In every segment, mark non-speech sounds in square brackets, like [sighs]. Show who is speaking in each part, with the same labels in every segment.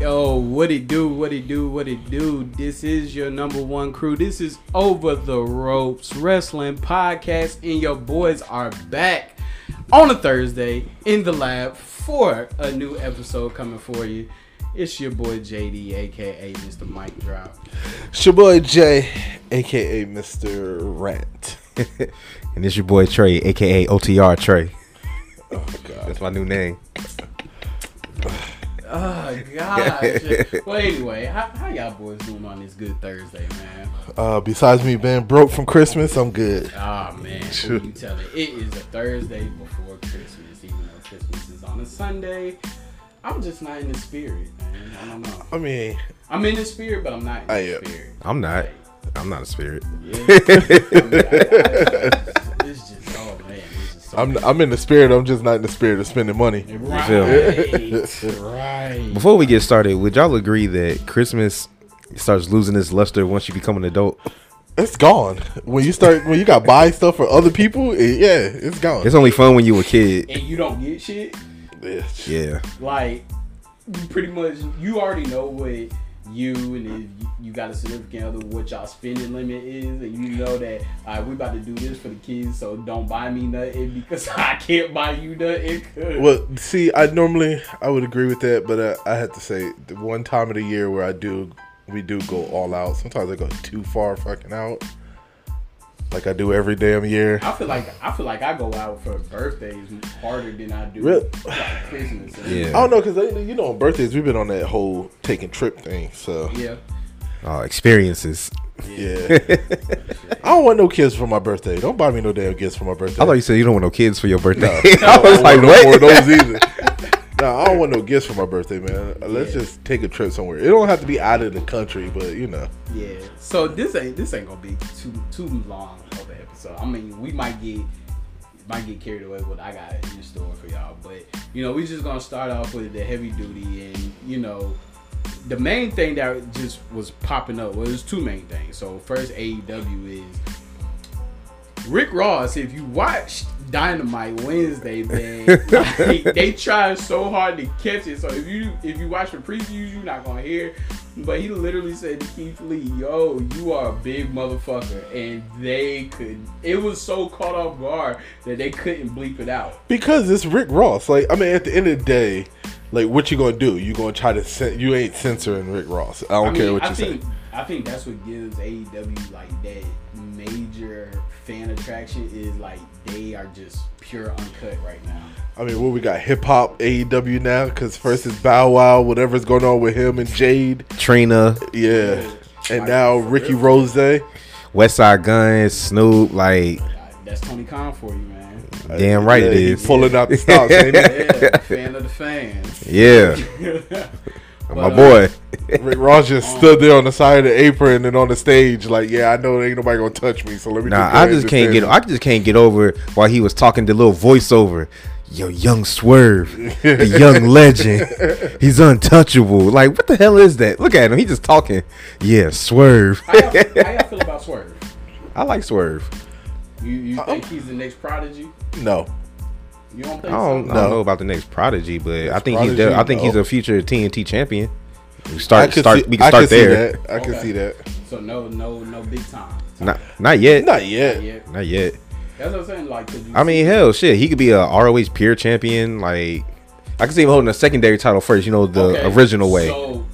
Speaker 1: Yo, what it do, what it do, what it do. This is your number one crew. This is Over the Ropes Wrestling Podcast, and your boys are back on a Thursday in the lab for a new episode coming for you. It's your boy JD, aka Mr. Mike Drop.
Speaker 2: It's your boy Jay, aka Mr. Rant.
Speaker 3: [laughs] And it's your boy Trey, aka OTR Trey.
Speaker 2: oh God.
Speaker 3: That's my new name.
Speaker 1: Oh gosh. well, anyway, how, how y'all boys doing on this good Thursday, man?
Speaker 2: Uh, besides me being broke from Christmas, I'm good.
Speaker 1: Ah man, who you tell it? It is a Thursday before Christmas, even though Christmas is on a Sunday. I'm just not in the spirit, man. I don't know.
Speaker 2: I mean, [laughs]
Speaker 1: I'm in the spirit, but I'm not in
Speaker 2: I
Speaker 1: the
Speaker 2: am.
Speaker 1: spirit.
Speaker 2: [laughs]
Speaker 3: I'm not. I'm not a spirit. [laughs]
Speaker 1: Yeah. I mean, I- I- it's just, oh man, it's just so
Speaker 2: I'm I'm in the spirit. I'm just not in the spirit of spending money.
Speaker 1: Right,
Speaker 2: [laughs]
Speaker 1: right.
Speaker 3: Before we get started, would y'all agree that Christmas starts losing its luster once you become an adult?
Speaker 2: It's gone when you start when you got buy stuff for other people. It, yeah, it's gone.
Speaker 3: It's only fun when you a kid.
Speaker 1: And you don't get shit.
Speaker 2: Bitch.
Speaker 3: Yeah.
Speaker 1: like you pretty much you already know what you and if you- you got a significant other what y'all spending limit is and you know that all right, we about to do this for the kids so don't buy me nothing [laughs] because I can't buy you nothing. 'cause-
Speaker 2: Well, see, I normally I would agree with that, but uh, I have to say the one time of the year where I do we do go all out. Sometimes I go too far fucking out, like I do every damn year.
Speaker 1: I feel like I feel like I go out for birthdays harder than I do
Speaker 2: Really?
Speaker 1: like Christmas. And
Speaker 3: Yeah.
Speaker 2: I don't know because you know on birthdays we've been on that whole taking trip thing. So
Speaker 1: Yeah.
Speaker 3: Uh, experiences.
Speaker 2: yeah, [laughs] I don't want no kids for my birthday. Don't buy me no damn gifts for my birthday.
Speaker 3: I thought you said you don't want no kids for your birthday.
Speaker 2: I
Speaker 3: I was
Speaker 2: don't
Speaker 3: like,
Speaker 2: want no
Speaker 3: what?
Speaker 2: more of those either. Nah, I don't want no gifts for my birthday, man. Let's just take a trip somewhere. It don't have to be out of the country, but you know,
Speaker 1: Yeah. So this ain't this ain't gonna be too too long of an episode. I mean, we might get might get carried away with what I got in store for y'all, but you know, we just gonna start off with the heavy duty and you know. The main thing that just was popping up well, there's two main things. So first, AEW is Rick Ross. If you watched Dynamite
Speaker 2: [laughs]
Speaker 1: Wednesday, man, like, they tried so hard to catch it. So if you if you watch the previews, you're not gonna hear. But he literally said to Keith Lee, "Yo, you are a big motherfucker," and they could. It was so caught off guard that they couldn't bleep it out.
Speaker 2: because it's Rick Ross. Like, I mean, at the end of the day, like, what you gonna do? You gonna try to cen- you ain't censoring Rick Ross. I don't
Speaker 1: I
Speaker 2: care
Speaker 1: mean,
Speaker 2: what
Speaker 1: I
Speaker 2: you
Speaker 1: think,
Speaker 2: say.
Speaker 1: I think that's what gives AEW like that major fan attraction is like they are just pure uncut right now.
Speaker 2: I mean, what we got hip hop AEW now? Because first is Bow Wow, whatever's going on with him and Jade.
Speaker 3: [laughs] Trina,
Speaker 2: Yeah, and
Speaker 1: Like,
Speaker 2: now
Speaker 1: for
Speaker 2: Ricky
Speaker 1: real.
Speaker 2: Rose. eh? Damn
Speaker 3: West Side Guns, Snoop, like,
Speaker 1: Like, That's Tony Khan for you, man.
Speaker 3: damn right it is.
Speaker 2: pulling out the stops. ain't
Speaker 3: [laughs]
Speaker 2: he?
Speaker 1: Yeah, fan of the fans.
Speaker 3: Yeah. My boy.
Speaker 2: Rick Ross just stood there on the side of the apron and on the stage, like, yeah, I know ain't nobody gonna touch me, so let me.
Speaker 3: Nah,
Speaker 2: go
Speaker 3: I
Speaker 2: ahead
Speaker 3: just
Speaker 2: and
Speaker 3: can't get.
Speaker 2: stand
Speaker 3: I just can't get over while he was talking the little voiceover. Yo, young Swerve, the
Speaker 2: [laughs]
Speaker 3: young legend. He's untouchable. Like, what the hell is that? Look at him. He just talking.
Speaker 2: [laughs]
Speaker 3: Yeah, Swerve.
Speaker 1: How y'all, how y'all feel about Swerve?
Speaker 3: I like Swerve.
Speaker 1: You you
Speaker 2: Uh-oh.
Speaker 1: think he's the next prodigy?
Speaker 2: No,
Speaker 1: You don't
Speaker 3: I
Speaker 1: think
Speaker 3: don't,
Speaker 1: so?
Speaker 2: No.
Speaker 3: I don't know about the next prodigy, but I think he's.
Speaker 2: Prodigy,
Speaker 3: De- I think he's
Speaker 2: no.
Speaker 3: a future TNT champion. We
Speaker 2: I
Speaker 3: start.
Speaker 2: could
Speaker 3: Start.
Speaker 2: see-
Speaker 3: we can
Speaker 2: I
Speaker 3: start
Speaker 2: could see
Speaker 3: there.
Speaker 2: that. I can
Speaker 1: Okay.
Speaker 2: see that.
Speaker 1: So no, no, no big time.
Speaker 3: Not. Not yet.
Speaker 2: Not yet.
Speaker 1: Yeah,
Speaker 3: Not yet.
Speaker 1: that's what I'm saying. Like, 'cause you
Speaker 3: I mean, hell, shit. He could be a ROH peer champion. Like, I can see him holding a secondary title first. You know, the
Speaker 1: Okay,
Speaker 3: original way.
Speaker 1: So,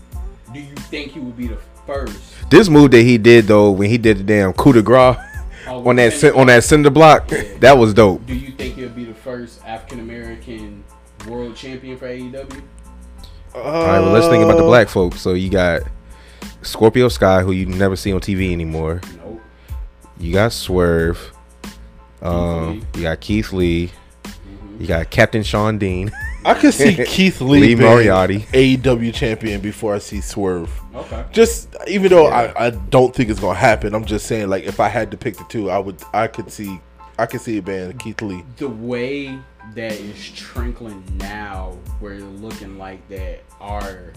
Speaker 1: do you think he would be the first?
Speaker 3: This move that he did though, when he did the damn coup de grace
Speaker 1: Oh,
Speaker 3: on that
Speaker 1: cinder
Speaker 3: cin- on that cinder block, that was dope.
Speaker 1: Do you think he'll be the first African American world champion for E AEW?
Speaker 3: All right, well let's think about the black folks. So you got Scorpio Sky, who you never see on TV anymore.
Speaker 1: Nope.
Speaker 3: You got Swerve. Um,
Speaker 1: Keith
Speaker 3: you got Keith Lee. You got Captain Sean Dean.
Speaker 2: I could see
Speaker 3: [laughs]
Speaker 2: Keith Lee,
Speaker 3: Lee
Speaker 2: being
Speaker 3: Moriarty.
Speaker 2: AEW champion before I see Swerve.
Speaker 1: Okay.
Speaker 2: Just even though I, I don't think it's gonna happen, I'm just saying like if I had to pick the two, I would I could see I could see it being Keith Lee.
Speaker 1: The way that is trickling now, where it's looking like that are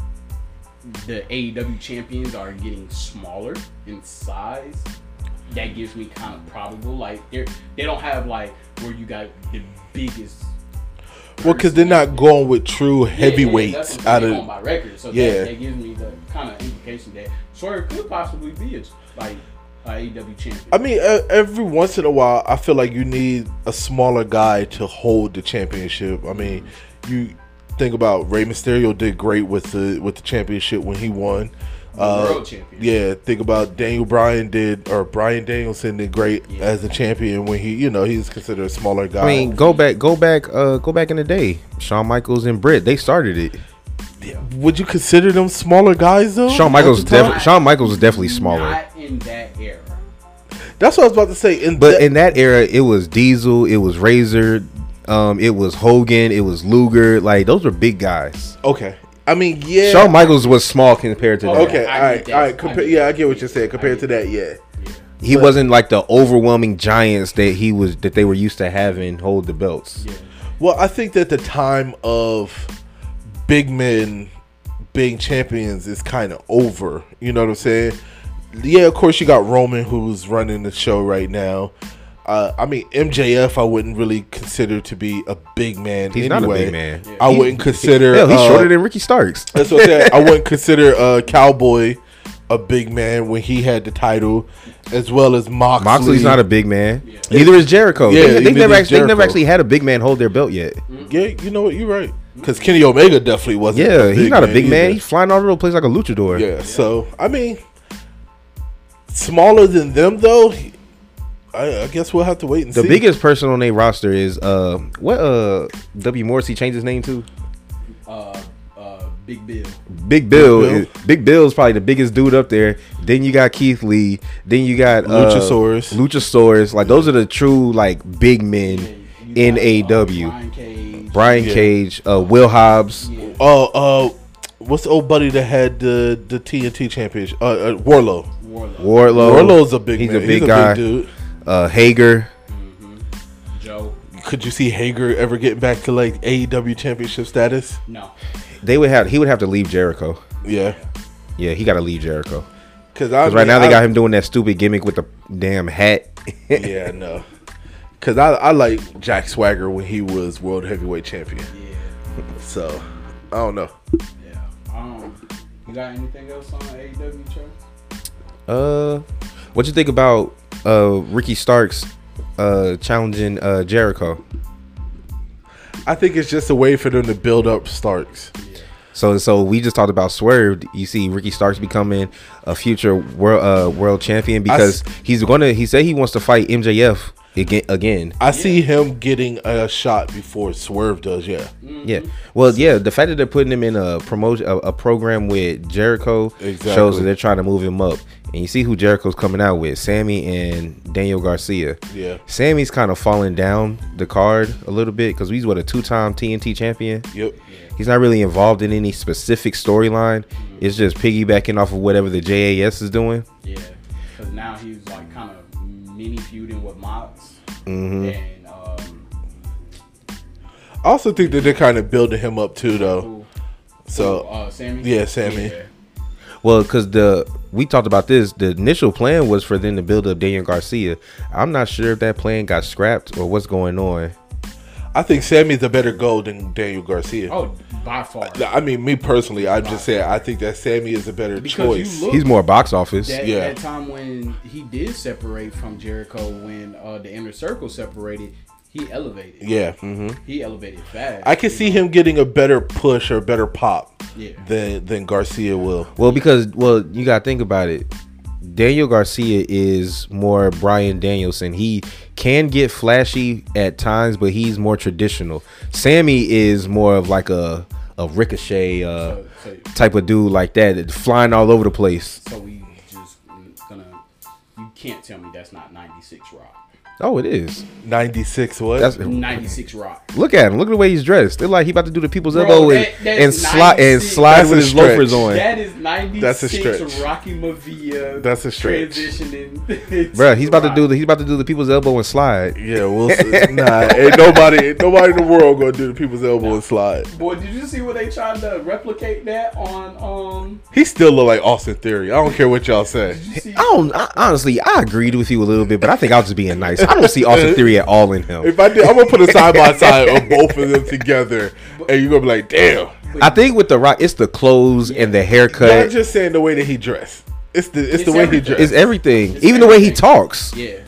Speaker 1: the AEW champions are getting smaller in size. That gives me kind of probable. Like they are they don't have like where you got the biggest
Speaker 2: Well, because they're not going with true
Speaker 1: Yeah, yeah,
Speaker 2: heavyweights
Speaker 1: that's what
Speaker 2: out
Speaker 1: they on
Speaker 2: of.
Speaker 1: my record. So
Speaker 2: Yeah.
Speaker 1: that, that gives me the kind of implication that Swerve could possibly be a like a AEW champion.
Speaker 2: I mean, uh, every once in a while, I feel like you need a smaller guy to hold the championship. I mean, you think about Rey Mysterio did great with the with the championship when he won. Uh,
Speaker 1: world champion.
Speaker 2: Yeah, think about Daniel Bryan did or Brian Danielson did great as a champion when he, you know, he's considered a smaller guy.
Speaker 3: I mean, go back, go back, uh, go back in the day. Shawn Michaels and Britt, they started it.
Speaker 2: Would you consider them smaller guys though?
Speaker 3: Shawn Michaels,
Speaker 2: at the time?
Speaker 3: defi- Shawn Michaels is definitely smaller.
Speaker 1: Not in that era.
Speaker 2: That's what I was about to say. In
Speaker 3: But
Speaker 2: that-
Speaker 3: in that era, it was Diesel, it was Razor, um, it was Hogan, it was Luger. Like those were big guys.
Speaker 2: okay, I mean, yeah.
Speaker 3: Shawn Michaels was small compared to that.
Speaker 2: okay,
Speaker 1: I
Speaker 2: all right,
Speaker 1: get
Speaker 2: all right.
Speaker 1: that.
Speaker 2: Compa-
Speaker 1: I get
Speaker 2: yeah, I
Speaker 1: that.
Speaker 2: get what you're saying. Compared to
Speaker 1: I
Speaker 2: that, yeah.
Speaker 3: He wasn't like the overwhelming giants that he was that they were used to having hold the belts.
Speaker 1: Yeah.
Speaker 2: Well, I think that the time of big men being champions is kind of over. You know what I'm saying? Yeah, of course you got Roman who's running the show right now. Uh, I mean MJF, I wouldn't really consider to be a big man.
Speaker 3: He's
Speaker 2: anyway.
Speaker 3: not a big man.
Speaker 2: I
Speaker 3: He's-
Speaker 2: wouldn't consider.
Speaker 3: Hell, he's
Speaker 2: uh,
Speaker 3: shorter than Ricky Starks.
Speaker 2: That's what I'm saying.
Speaker 3: [laughs]
Speaker 2: I wouldn't consider uh, Cowboy a big man when he had the title, as well as Moxley.
Speaker 3: Moxley's not a big man.
Speaker 1: Yeah.
Speaker 3: Neither is Jericho.
Speaker 2: Yeah,
Speaker 3: they, have
Speaker 2: neither
Speaker 3: never
Speaker 2: is
Speaker 3: actually, they've
Speaker 2: Jericho. Mm-hmm.
Speaker 3: never actually had a big man hold their belt yet.
Speaker 2: Yeah, you know what? You're right. Because Kenny Omega definitely wasn't.
Speaker 3: Yeah, he's not a big man.
Speaker 2: either.
Speaker 3: He's flying all over the place like a luchador.
Speaker 2: Yeah, so I mean, smaller than them though. he- I, I guess we'll have to wait and
Speaker 3: The
Speaker 2: see.
Speaker 3: biggest person on their roster is uh what uh W Morrissey changed his name to?
Speaker 1: Uh, uh, Big Bill.
Speaker 3: Big Bill.
Speaker 2: Bill.
Speaker 3: is- Big Bill's probably the biggest dude up there. Then you got Keith Lee. Then you got uh,
Speaker 2: Luchasaurus.
Speaker 3: Luchasaurus. Like those are the true like big men
Speaker 1: You
Speaker 3: in
Speaker 1: got, uh,
Speaker 3: AW.
Speaker 1: Brian Cage.
Speaker 3: Brian
Speaker 2: Yeah.
Speaker 3: Cage, uh, Will Hobbs,
Speaker 1: Yeah.
Speaker 2: Oh, uh, what's the old buddy that had the the TNT championship? Uh, uh Warlow.
Speaker 1: Warlock.
Speaker 3: Warlow.
Speaker 2: Warlow's a big
Speaker 3: He's
Speaker 2: man.
Speaker 3: a big guy.
Speaker 2: dude.
Speaker 3: uh, Hager.
Speaker 1: Joe.
Speaker 2: Could you see Hager ever getting back to like AEW championship status?
Speaker 1: No.
Speaker 3: They would have. He would have to leave Jericho.
Speaker 2: Yeah,
Speaker 3: Yeah, he got to leave Jericho.
Speaker 2: because
Speaker 3: Because right now they got him doing that stupid gimmick with the damn hat. [laughs]
Speaker 2: yeah, no. Because I I like Jack Swagger when he was world heavyweight champion.
Speaker 1: Yeah.
Speaker 2: So I don't know.
Speaker 1: Yeah. Um. You got anything else on AEW, Trey?
Speaker 3: Uh, what you think about uh Ricky Starks uh challenging uh Jericho?
Speaker 2: I think it's just a way for them to build up Starks.
Speaker 3: So so we just talked about Swerve. You see Ricky Starks becoming a future world uh world champion because he's gonna he said he wants to fight MJF again again.
Speaker 2: I see him getting a shot before Swerve does. Yeah,
Speaker 1: Mm.
Speaker 3: Yeah. Well, yeah. The fact that they're putting him in a promotion, a, a program with Jericho, shows
Speaker 2: Exactly.
Speaker 3: that they're trying to move him up. And you see who Jericho's coming out with: Sammy and Daniel Garcia.
Speaker 2: Yeah.
Speaker 3: Sammy's kind of falling down the card a little bit because he's what a two-time TNT champion.
Speaker 2: yep.
Speaker 3: He's not really involved in any specific storyline. It's just piggybacking off of whatever the JAS is doing.
Speaker 1: Yeah, because now he's like kind of mini feuding with Mox,
Speaker 2: Mm-hmm.
Speaker 1: and um,
Speaker 2: I also think that they're kind of building him up too, though.
Speaker 1: who, who,
Speaker 2: So
Speaker 1: uh, Sammy.
Speaker 2: yeah, Sammy.
Speaker 1: Yeah.
Speaker 3: Well, because the we talked about this, the initial plan was for them to build up Daniel Garcia. I'm not sure if that plan got scrapped or what's going on.
Speaker 2: I think Sammy's a better goal than Daniel Garcia.
Speaker 1: Oh, by far.
Speaker 2: I mean, me personally, I'm just saying I think that Sammy is a better
Speaker 1: Because you
Speaker 2: choice.
Speaker 1: look-
Speaker 3: He's more box office.
Speaker 1: That,
Speaker 2: yeah.
Speaker 1: that time when he did separate from Jericho, when uh, the inner circle separated, he elevated.
Speaker 2: yeah, hmm
Speaker 1: He elevated fast.
Speaker 2: I can see him getting a better push or better pop
Speaker 1: Yeah.
Speaker 2: than than Garcia will.
Speaker 3: Well, because well, you gotta think about it. Daniel Garcia is more Brian Danielson. He can get flashy at times, but he's more traditional. Sammy is more of like a a ricochet uh,
Speaker 1: So, so,
Speaker 3: type of dude like that, that flying all over the place.
Speaker 1: so we just gonna. You can't tell me that's not 96 Rock.
Speaker 3: Oh, it is.
Speaker 2: Ninety six. What?
Speaker 3: That's
Speaker 1: 96 Rock.
Speaker 3: look at him. Look at the way he's dressed. They're like he about to do the people's
Speaker 1: Bro,
Speaker 3: elbow
Speaker 1: that-
Speaker 3: and,
Speaker 1: that's
Speaker 3: and slide and
Speaker 1: 96.
Speaker 3: slide
Speaker 2: That's
Speaker 3: with
Speaker 2: a
Speaker 3: his
Speaker 2: stretch.
Speaker 3: loafers on.
Speaker 1: That is 96
Speaker 2: That's a stretch.
Speaker 1: Rocky Mavia.
Speaker 2: That's a stretch.
Speaker 1: Transitioning. [laughs]
Speaker 3: Bruh, he's about to do the he's about to do the people's elbow and slide.
Speaker 2: yeah, Wilson. [laughs] nah, ain't nobody, ain't nobody in the world gonna do the people's elbow and slide.
Speaker 1: Boy, did you see where they tried to replicate that on? Um,
Speaker 2: He still look like Austin Theory. I don't care what y'all say.
Speaker 1: did you see?
Speaker 3: Oh. I don't I, honestly. I agreed with you a little bit, but I think I was just being nice. I I don't see Austin Theory at all in him.
Speaker 2: If I did, I'm gonna put a side by side of both of them together, and you're gonna be like, damn.
Speaker 3: I think with the Rock, it's the clothes and the haircut.
Speaker 2: Not just saying the way that he dressed. It's the it's,
Speaker 1: It's
Speaker 2: the way
Speaker 1: everything.
Speaker 2: he
Speaker 3: It's
Speaker 2: dressed.
Speaker 3: everything.
Speaker 1: It's
Speaker 3: Even the way he
Speaker 1: everything.
Speaker 3: talks.
Speaker 1: Yeah.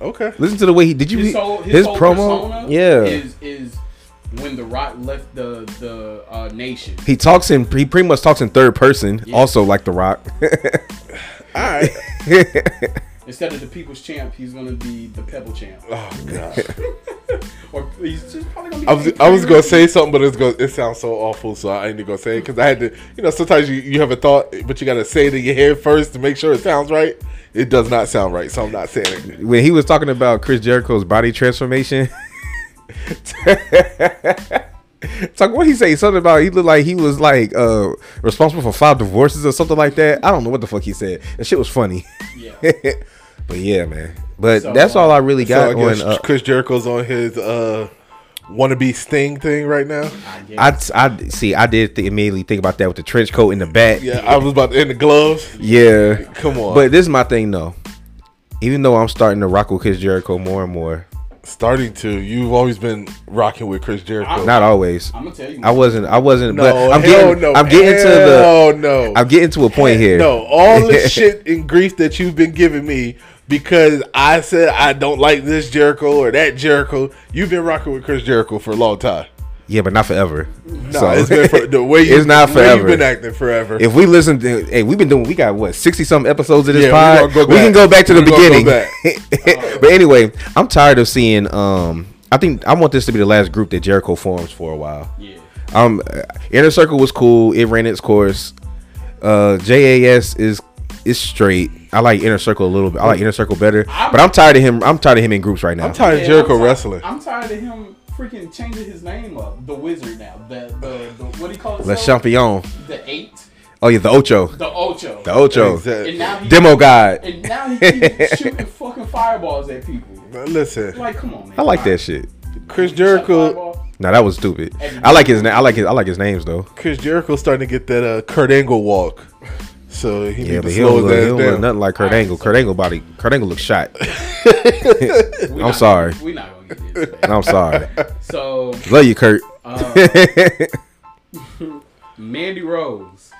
Speaker 2: okay.
Speaker 3: Listen to the way he did you
Speaker 1: his
Speaker 3: he-
Speaker 1: whole, his, whole
Speaker 3: promo.
Speaker 1: persona
Speaker 3: Yeah,
Speaker 1: is is when the Rock left the the uh, nation.
Speaker 3: he talks in he pretty much talks in third person.
Speaker 1: Yeah.
Speaker 3: Also like the Rock.
Speaker 2: All right.
Speaker 1: Instead of the People's Champ, he's gonna be the Pebble Champ.
Speaker 2: [laughs] Oh god.
Speaker 1: [laughs] Or he's just probably gonna be.
Speaker 2: I was, I was gonna say something, but it's going to it sounds so awful, so I ain't gonna say it because I had to. You know, sometimes you, you have a thought, but you gotta say it in your head first to make sure it sounds right. It does not sound right, so I'm not saying it.
Speaker 3: when he was talking about Chris Jericho's body transformation. [laughs] Talk what he say something about he looked like he was like uh responsible for five divorces or something like that. I don't know what the fuck he said. That shit was funny. [laughs]
Speaker 1: Yeah.
Speaker 3: but yeah, man. But
Speaker 1: So,
Speaker 3: that's all I really
Speaker 2: So
Speaker 3: got
Speaker 2: I guess
Speaker 3: on uh,
Speaker 2: Chris Jericho's on his uh, wannabe Sting thing right now.
Speaker 1: I guess.
Speaker 3: [laughs] I, I see I did th- immediately think about that with the trench coat in the back.
Speaker 2: Yeah, I was about to in the gloves.
Speaker 3: Yeah.
Speaker 2: Come on,
Speaker 3: But this is my thing though. Even though I'm starting to rock with Chris Jericho more and more,
Speaker 2: starting to. You've always been rocking with Chris Jericho.
Speaker 3: not always.
Speaker 1: I'm gonna tell you.
Speaker 3: I wasn't. I wasn't.
Speaker 2: no,
Speaker 3: but I'm
Speaker 2: hell
Speaker 3: getting.
Speaker 2: no.
Speaker 3: I'm getting to the.
Speaker 2: hell no.
Speaker 3: I'm getting to a point here.
Speaker 2: No, all
Speaker 3: [laughs]
Speaker 2: the shit and grief that you've been giving me because I said I don't like this Jericho or that Jericho. You've been rocking with Chris Jericho for a long time.
Speaker 3: Yeah, but not forever.
Speaker 2: No, it's been for, the way you,
Speaker 3: [laughs] It's not
Speaker 2: the way
Speaker 3: forever.
Speaker 2: You've been acting forever.
Speaker 3: if we listen to, hey, we've been doing. We got what sixty something episodes of this
Speaker 2: Yeah, we
Speaker 3: pod.
Speaker 2: gonna go
Speaker 3: we can
Speaker 2: back.
Speaker 3: go back to the
Speaker 2: We gonna go
Speaker 3: beginning.
Speaker 2: back.
Speaker 3: [laughs]
Speaker 2: Uh-huh.
Speaker 3: but anyway, I'm tired of seeing. Um, I think I want this to be the last group that Jericho forms for a while.
Speaker 1: Yeah.
Speaker 3: Um, uh, Inner Circle was cool. It ran its course. Uh, JAS is is straight. I like Inner Circle a little bit. I like Inner Circle better.
Speaker 1: I'm-
Speaker 3: but I'm tired of him. I'm tired of him in groups right now.
Speaker 2: I'm tired of
Speaker 1: Yeah,
Speaker 2: Jericho
Speaker 1: I'm ti-
Speaker 2: wrestling.
Speaker 1: I'm tired of him freaking changing his name up. The Wizard now. The the, the what do you call it?
Speaker 3: Le Champion.
Speaker 1: The eight.
Speaker 3: Oh yeah, the Ocho.
Speaker 1: The Ocho.
Speaker 3: The Ocho.
Speaker 2: Exactly.
Speaker 1: and now he,
Speaker 3: Demo God.
Speaker 1: And now
Speaker 3: [laughs]
Speaker 1: he keeps shooting fucking fireballs at people.
Speaker 2: Listen,
Speaker 1: Like, come on, man.
Speaker 3: I like that shit.
Speaker 2: Chris
Speaker 1: Shot
Speaker 2: Jericho.
Speaker 1: fireball.
Speaker 3: No, that was stupid. I like his name. I like his. I like his names though.
Speaker 2: Chris Jericho's starting to get that uh, Kurt Angle walk. So he
Speaker 3: Yeah,
Speaker 2: need
Speaker 3: but
Speaker 2: to
Speaker 3: he don't
Speaker 2: slow
Speaker 3: look, he don't
Speaker 2: his
Speaker 3: look
Speaker 2: ass down.
Speaker 3: nothing like Kurt Angle. Kurt Angle body. Kurt Angle
Speaker 2: [laughs]
Speaker 3: looks shot.
Speaker 1: We
Speaker 3: I'm
Speaker 1: not-
Speaker 3: sorry.
Speaker 1: We not gonna get into
Speaker 3: And
Speaker 1: that.
Speaker 3: I'm sorry.
Speaker 1: So um,
Speaker 3: Love you, Kurt.
Speaker 1: [laughs] Mandy Rose.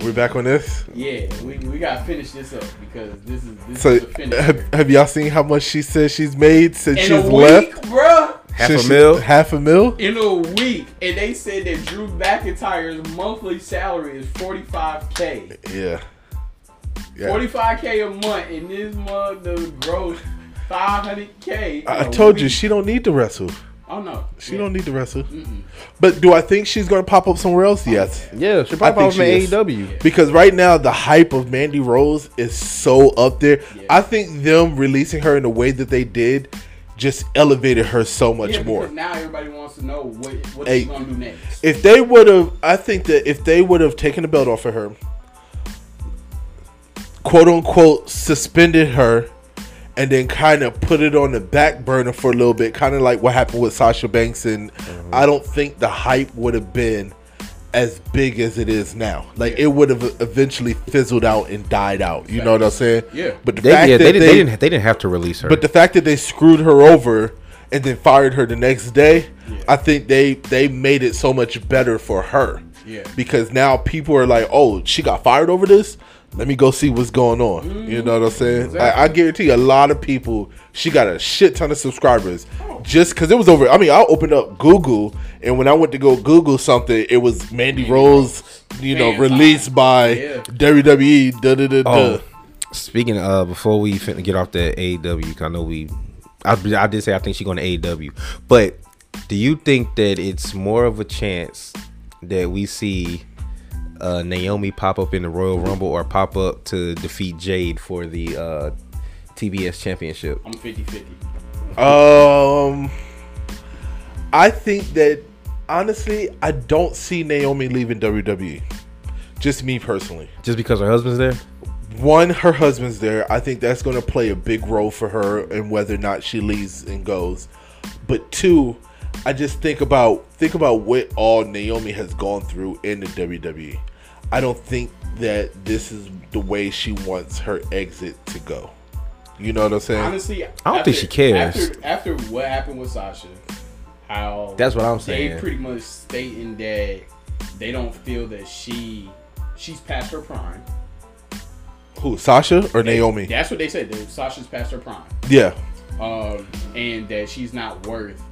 Speaker 2: We're back on this.
Speaker 1: Yeah, we, we gotta finish this up because this is this
Speaker 2: So
Speaker 1: is a
Speaker 2: have,
Speaker 3: [laughs]
Speaker 1: finisher.
Speaker 2: have y'all seen how much she says she's made since
Speaker 1: In
Speaker 2: she's
Speaker 1: a
Speaker 2: left?
Speaker 1: week, bruh.
Speaker 3: Half
Speaker 2: Since
Speaker 3: a
Speaker 2: she-
Speaker 3: mil?
Speaker 2: Half a mil.
Speaker 1: In a week, and they said that Drew McIntyre's monthly salary is forty five k.
Speaker 2: Yeah. Yeah.
Speaker 1: Forty five k a month, and this mug the gross five hundred k.
Speaker 2: I I told you she don't need to wrestle.
Speaker 1: Oh no,
Speaker 2: She don't need to wrestle. But do I think she's gonna pop up somewhere else? Yes.
Speaker 3: Yeah, she
Speaker 2: probably was in
Speaker 3: AEW.
Speaker 2: Because right now the hype of Mandy Rose is so up there. I think them releasing her in the way that they did just elevated her so much
Speaker 1: Yeah,
Speaker 2: more.
Speaker 1: because now everybody wants to know what what
Speaker 2: Hey.
Speaker 1: she's gonna do next.
Speaker 2: If they would have, I think that if they would have taken the belt off of her, quote unquote, suspended her, and then kind of put it on the back burner for a little bit, kind of like what happened with Sasha Banks, and I don't think the hype would have been as big as it is now. Like it would have eventually fizzled out and died out. You know what I'm saying?
Speaker 1: Yeah.
Speaker 2: But the
Speaker 3: They,
Speaker 2: fact
Speaker 3: yeah,
Speaker 2: that
Speaker 3: they, didn't, they didn't. They didn't have to release her.
Speaker 2: but the fact that they screwed her over and then fired her the next day, I think they they made it so much better for her.
Speaker 1: Yeah.
Speaker 2: Because now people are like, oh, she got fired over this. Let me go see what's going on. You know what I'm saying? I, I guarantee a lot of people. She got a shit ton of subscribers just because it was over. I mean, I opened up Google, and when I went to go Google something, it was Mandy Rose, you know,
Speaker 1: Fan
Speaker 2: released by E,
Speaker 1: Yeah.
Speaker 2: WWE. Da da da da.
Speaker 3: Oh, speaking of, before we finna get off that AEW, 'cause I know we, I, I did say I think she's going to AEW, but do you think that it's more of a chance that we see uh, Naomi pop up in the Royal Rumble or pop up to defeat Jade for the uh, TBS Championship?
Speaker 1: I'm 50-50.
Speaker 2: Um, I think that honestly, I don't see Naomi leaving WWE. Just me personally.
Speaker 3: Just because her husband's there?
Speaker 2: One, her husband's there. I think that's going to play a big role for her and whether or not she leaves and goes. But two, I just think about think about what all Naomi has gone through in the E. WWE. I don't think that this is the way she wants her exit to go. You know what I'm saying?
Speaker 1: Honestly, I
Speaker 3: don't think she cares.
Speaker 1: After, after what happened with Sasha, how
Speaker 3: That's what I'm
Speaker 1: They
Speaker 3: saying.
Speaker 1: pretty much stating that they don't feel that she she's past her prime.
Speaker 2: Who? Sasha or Naomi?
Speaker 1: That's what they said. That Sasha's past her prime,
Speaker 2: Yeah.
Speaker 1: um, and that she's not worth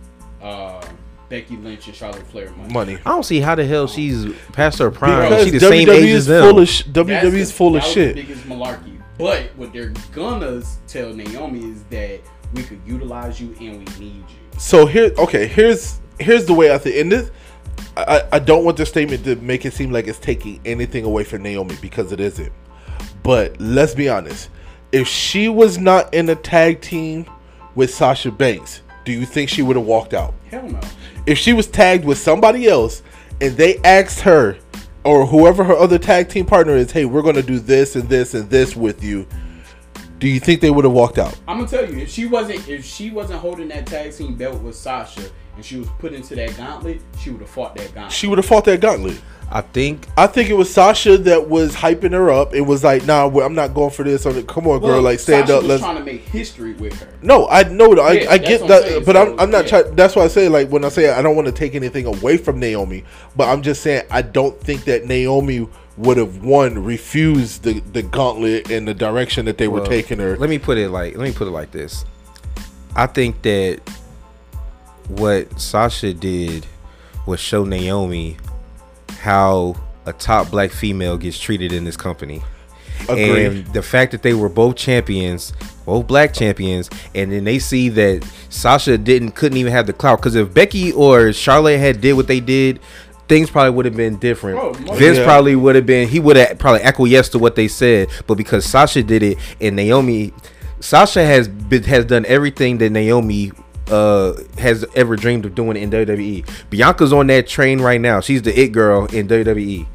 Speaker 1: uh, Becky Lynch and Charlotte Flair money.
Speaker 2: Money.
Speaker 3: I don't see how the hell she's past her prime.
Speaker 2: Because
Speaker 3: she the
Speaker 2: WWE
Speaker 3: same age as
Speaker 2: is
Speaker 3: them.
Speaker 2: full of sh-
Speaker 1: That's
Speaker 2: WWE is
Speaker 1: the-
Speaker 2: full of
Speaker 1: that was
Speaker 2: shit.
Speaker 1: The biggest malarkey. But what they're gonna tell Naomi is that we could utilize you and we need you.
Speaker 2: so here, okay, here's here's the way I think. And this, I, I I don't want this statement to make it seem like it's taking anything away from Naomi because it isn't. But let's be honest, if she was not in a tag team with Sasha Banks, do you think she would have walked out?
Speaker 1: Hell no.
Speaker 2: if she was tagged with somebody else and they asked her or whoever her other tag team partner is, hey, we're going to do this and this and this with you, do you think they would have walked out?
Speaker 1: I'm gonna tell you, if she wasn't if she wasn't holding that tag team belt with Sasha and she was put into that gauntlet, she would have fought that gauntlet.
Speaker 2: She would have fought that gauntlet.
Speaker 3: I think
Speaker 2: I think it was Sasha that was hyping her up. It was like, nah, well, I'm not going for this. I'm like, Come on, girl,
Speaker 1: Well,
Speaker 2: like stand
Speaker 1: Sasha
Speaker 2: up.
Speaker 1: Was
Speaker 2: Let's.
Speaker 1: trying to make history with her.
Speaker 2: No, I know. that- I,
Speaker 1: Yeah,
Speaker 2: I
Speaker 1: that's
Speaker 2: get
Speaker 1: what I'm
Speaker 2: that,
Speaker 1: saying,
Speaker 2: but
Speaker 1: so,
Speaker 2: I'm, I'm not
Speaker 1: yeah.
Speaker 2: trying. That's why I say like when I say I don't want to take anything away from Naomi, but I'm just saying I don't think that Naomi would have one refused the the gauntlet and the direction that they were
Speaker 3: Well,
Speaker 2: taking her.
Speaker 3: Let me put it like let me put it like this. I think that what Sasha did was show Naomi how a top black female gets treated in this company.
Speaker 2: Agreed.
Speaker 3: And the fact that they were both champions, both black champions, and then they see that Sasha didn't couldn't even have the clout because if Becky or Charlotte had did what they did, things probably would have been different.
Speaker 1: Oh, most
Speaker 3: Vince
Speaker 2: Yeah.
Speaker 3: probably would have been he would have probably acquiesced to what they said, but because Sasha did it and Naomi, Sasha has been, has done everything that Naomi. Uh, has ever dreamed of doing in WWE. Bianca's on that train right now. She's the it girl in WWE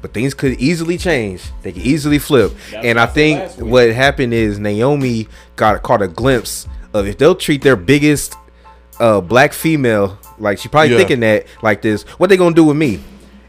Speaker 3: but things could easily change. They could easily flip.
Speaker 1: That's what
Speaker 3: and I
Speaker 1: I said
Speaker 3: think
Speaker 1: last week.
Speaker 3: what happened is Naomi got caught a glimpse of if they'll treat their biggest uh, black female like she probably
Speaker 2: Yeah.
Speaker 3: thinking that like this, what they gonna do with me?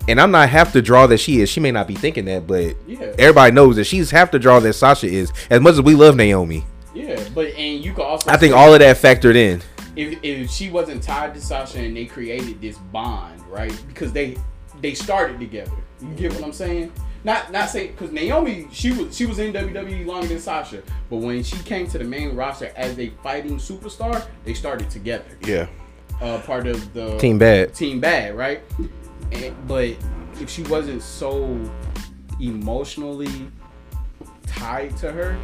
Speaker 3: And I'm not half the draw that she is. She may not be thinking that, but
Speaker 1: Yeah.
Speaker 3: everybody knows that she's half the draw that Sasha is. As much as we love Naomi,
Speaker 1: Yeah, but and you could also
Speaker 3: I think all of that factored in.
Speaker 1: if, if she wasn't tied to Sasha and they created this bond, right? Because they they started together. You get what I'm saying? Not not saying because Naomi she was she was in WWE longer than Sasha, but when she came to the main roster as a fighting superstar, they started together.
Speaker 2: yeah.
Speaker 1: Uh, part of the
Speaker 3: Team bad.
Speaker 1: team bad, right? And, but if she wasn't so emotionally tied to her,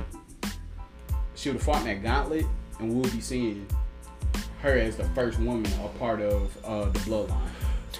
Speaker 1: she would have fought in that gauntlet, and we'll be seeing her as the first woman a part of uh, the bloodline.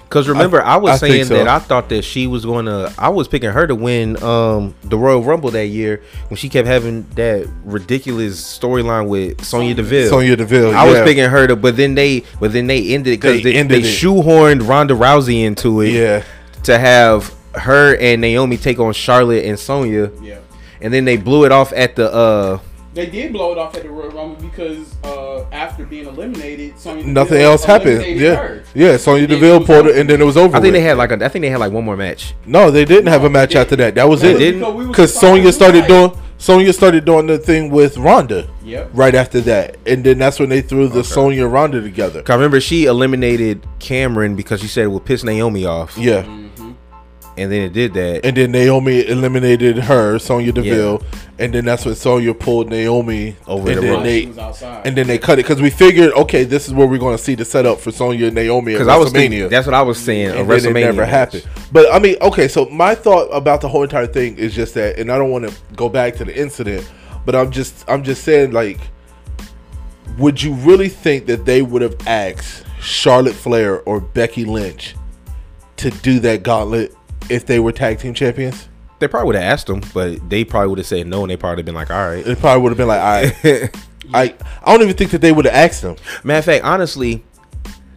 Speaker 3: Because remember, I, was
Speaker 2: I think
Speaker 3: saying
Speaker 2: so.
Speaker 3: that I thought that she was going to. I was picking her to win um, the Royal Rumble that year when she kept having that ridiculous storyline with Sonya Deville.
Speaker 2: Sonya Deville.
Speaker 3: I was
Speaker 2: yeah.
Speaker 3: picking her to, but then they, but then they ended because
Speaker 2: They
Speaker 3: they,
Speaker 2: ended
Speaker 3: they
Speaker 2: it.
Speaker 3: shoehorned Ronda Rousey into it.
Speaker 2: Yeah.
Speaker 3: To have her and Naomi take on Charlotte and Sonya,
Speaker 1: Yeah,
Speaker 3: and then they blew it off at the. uh
Speaker 1: they did blow it off at the Royal Rumble because uh, after being eliminated, Sonya
Speaker 2: Nothing
Speaker 1: Deville
Speaker 2: else happened.
Speaker 1: eliminated
Speaker 2: Yeah.
Speaker 1: her.
Speaker 2: Yeah. Sonya
Speaker 1: And then
Speaker 2: Deville
Speaker 1: she was
Speaker 2: pulled
Speaker 1: out.
Speaker 2: it, and then it was over.
Speaker 3: I think they
Speaker 2: with.
Speaker 3: had like a. I think they had like one more match.
Speaker 2: No, they didn't have a match
Speaker 1: they-
Speaker 2: after that. That was
Speaker 1: That
Speaker 2: it.
Speaker 1: was
Speaker 3: didn't?
Speaker 1: because we was
Speaker 2: because
Speaker 1: talking
Speaker 2: Sonya
Speaker 1: about
Speaker 2: started
Speaker 1: tonight.
Speaker 2: doing Sonya started doing the thing with Ronda.
Speaker 1: Yep.
Speaker 2: Right after that, and then that's when they threw the Sonya Ronda together.
Speaker 3: 'Cause I remember she eliminated Cameron because she said it would piss Naomi off,
Speaker 2: Yeah,
Speaker 3: and then it did that.
Speaker 2: and then Naomi eliminated her Sonya Deville, and then that's when Sonya pulled Naomi
Speaker 3: Over
Speaker 2: and
Speaker 3: the
Speaker 2: then
Speaker 3: rope.
Speaker 1: While
Speaker 2: they
Speaker 1: she was outside.
Speaker 2: and then they cut it because we figured okay, this is where we're going to see the setup for Sonya and Naomi at
Speaker 3: Because
Speaker 2: WrestleMania.
Speaker 3: I was thinking, that's what I was saying. A
Speaker 2: and
Speaker 3: WrestleMania
Speaker 2: then it never
Speaker 3: match.
Speaker 2: happened. But I mean, okay, so my thought about the whole entire thing is just that, and I don't want to go back to the incident, but I'm just, I'm just saying, like, would you really think that they would have asked Charlotte Flair or Becky Lynch to do that gauntlet if they were tag team champions?
Speaker 3: They probably would have asked them, but they probably would have said no, and they probably been like, "All right."
Speaker 2: It probably would have been like, I,
Speaker 3: [laughs]
Speaker 2: I, I don't even think that they would have asked them.
Speaker 3: Matter of fact, honestly,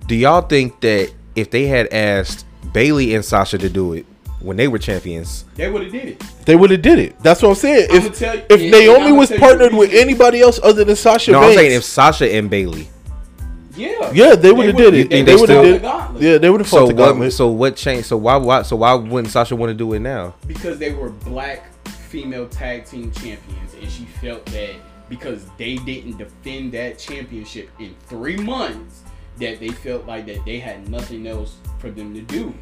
Speaker 3: do y'all think that if they had asked Bailey and Sasha to do it when they were champions,
Speaker 1: they would have did it.
Speaker 2: They would have did it. That's what I'm saying.
Speaker 1: I'ma
Speaker 2: If
Speaker 1: tell you-
Speaker 2: if
Speaker 1: and- and
Speaker 2: Naomi
Speaker 1: I'ma
Speaker 2: was
Speaker 1: tell you
Speaker 2: partnered
Speaker 1: the
Speaker 2: with
Speaker 1: reason.
Speaker 2: anybody else other than Sasha,
Speaker 3: no, I'm saying if
Speaker 2: Banks-
Speaker 3: Sasha and Bailey.
Speaker 1: Yeah.
Speaker 2: Yeah, they would have did
Speaker 1: would've-
Speaker 2: it.
Speaker 3: think
Speaker 2: They
Speaker 3: they
Speaker 2: would have
Speaker 3: still-
Speaker 2: did.
Speaker 1: Gauntlet.
Speaker 2: Yeah, they would have fought
Speaker 3: So
Speaker 2: the
Speaker 3: what?
Speaker 2: gauntlet.
Speaker 3: So what changed? So why? Why? So why wouldn't Sasha want to do it now?
Speaker 1: because they were black female tag team champions, and she felt that because they didn't defend that championship in three months that they felt like that they had nothing else for them to do.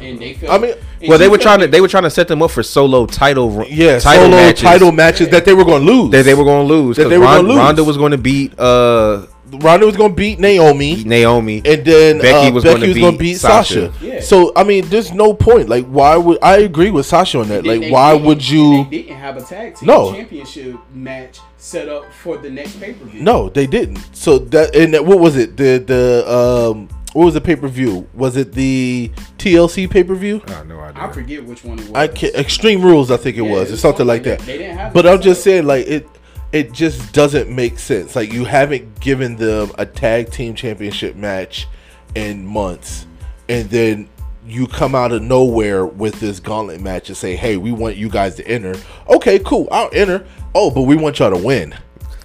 Speaker 1: And they felt
Speaker 2: I mean,
Speaker 1: and
Speaker 3: Well, they
Speaker 1: you
Speaker 3: were
Speaker 1: felt
Speaker 3: trying to
Speaker 1: like-
Speaker 3: they were trying to set them up for solo title ru-
Speaker 2: Yeah,
Speaker 3: title
Speaker 2: solo
Speaker 3: matches
Speaker 2: title matches that they were going to lose.
Speaker 3: that they were going to lose.
Speaker 2: That
Speaker 3: 'cause
Speaker 2: they were
Speaker 3: Ron-
Speaker 2: gonna lose.
Speaker 3: Ronda was going to beat uh
Speaker 2: Ronda was going to beat Naomi.
Speaker 3: Naomi.
Speaker 2: and then
Speaker 3: Becky
Speaker 2: Becky was
Speaker 3: was gonna
Speaker 2: Becky was
Speaker 3: beat
Speaker 2: gonna beat Sasha.
Speaker 3: Sasha.
Speaker 1: Yeah.
Speaker 2: So I mean, there's no point. Like, why would I agree with Sasha on that?
Speaker 1: Then
Speaker 2: Like,
Speaker 1: they
Speaker 2: why
Speaker 1: didn't-
Speaker 2: would you?
Speaker 1: then They didn't have a tag team
Speaker 2: No.
Speaker 1: championship match set up for the next pay per view.
Speaker 2: No, they didn't. So that and that, what was it? The the um what was the pay per view? Was it the TLC pay per view?
Speaker 3: I have Oh, no idea.
Speaker 1: I forget which one it was.
Speaker 2: I can Extreme Rules, I think it
Speaker 1: Yeah,
Speaker 2: was, or something like that.
Speaker 1: They didn't have.
Speaker 2: But
Speaker 1: that
Speaker 2: I'm just
Speaker 1: set
Speaker 2: saying, like it, it just doesn't make sense. Like you haven't given them a tag team championship match in months, and then you come out of nowhere with this gauntlet match and say, "Hey, we want you guys to enter." Okay, cool, I'll enter. Oh, but we want y'all to win.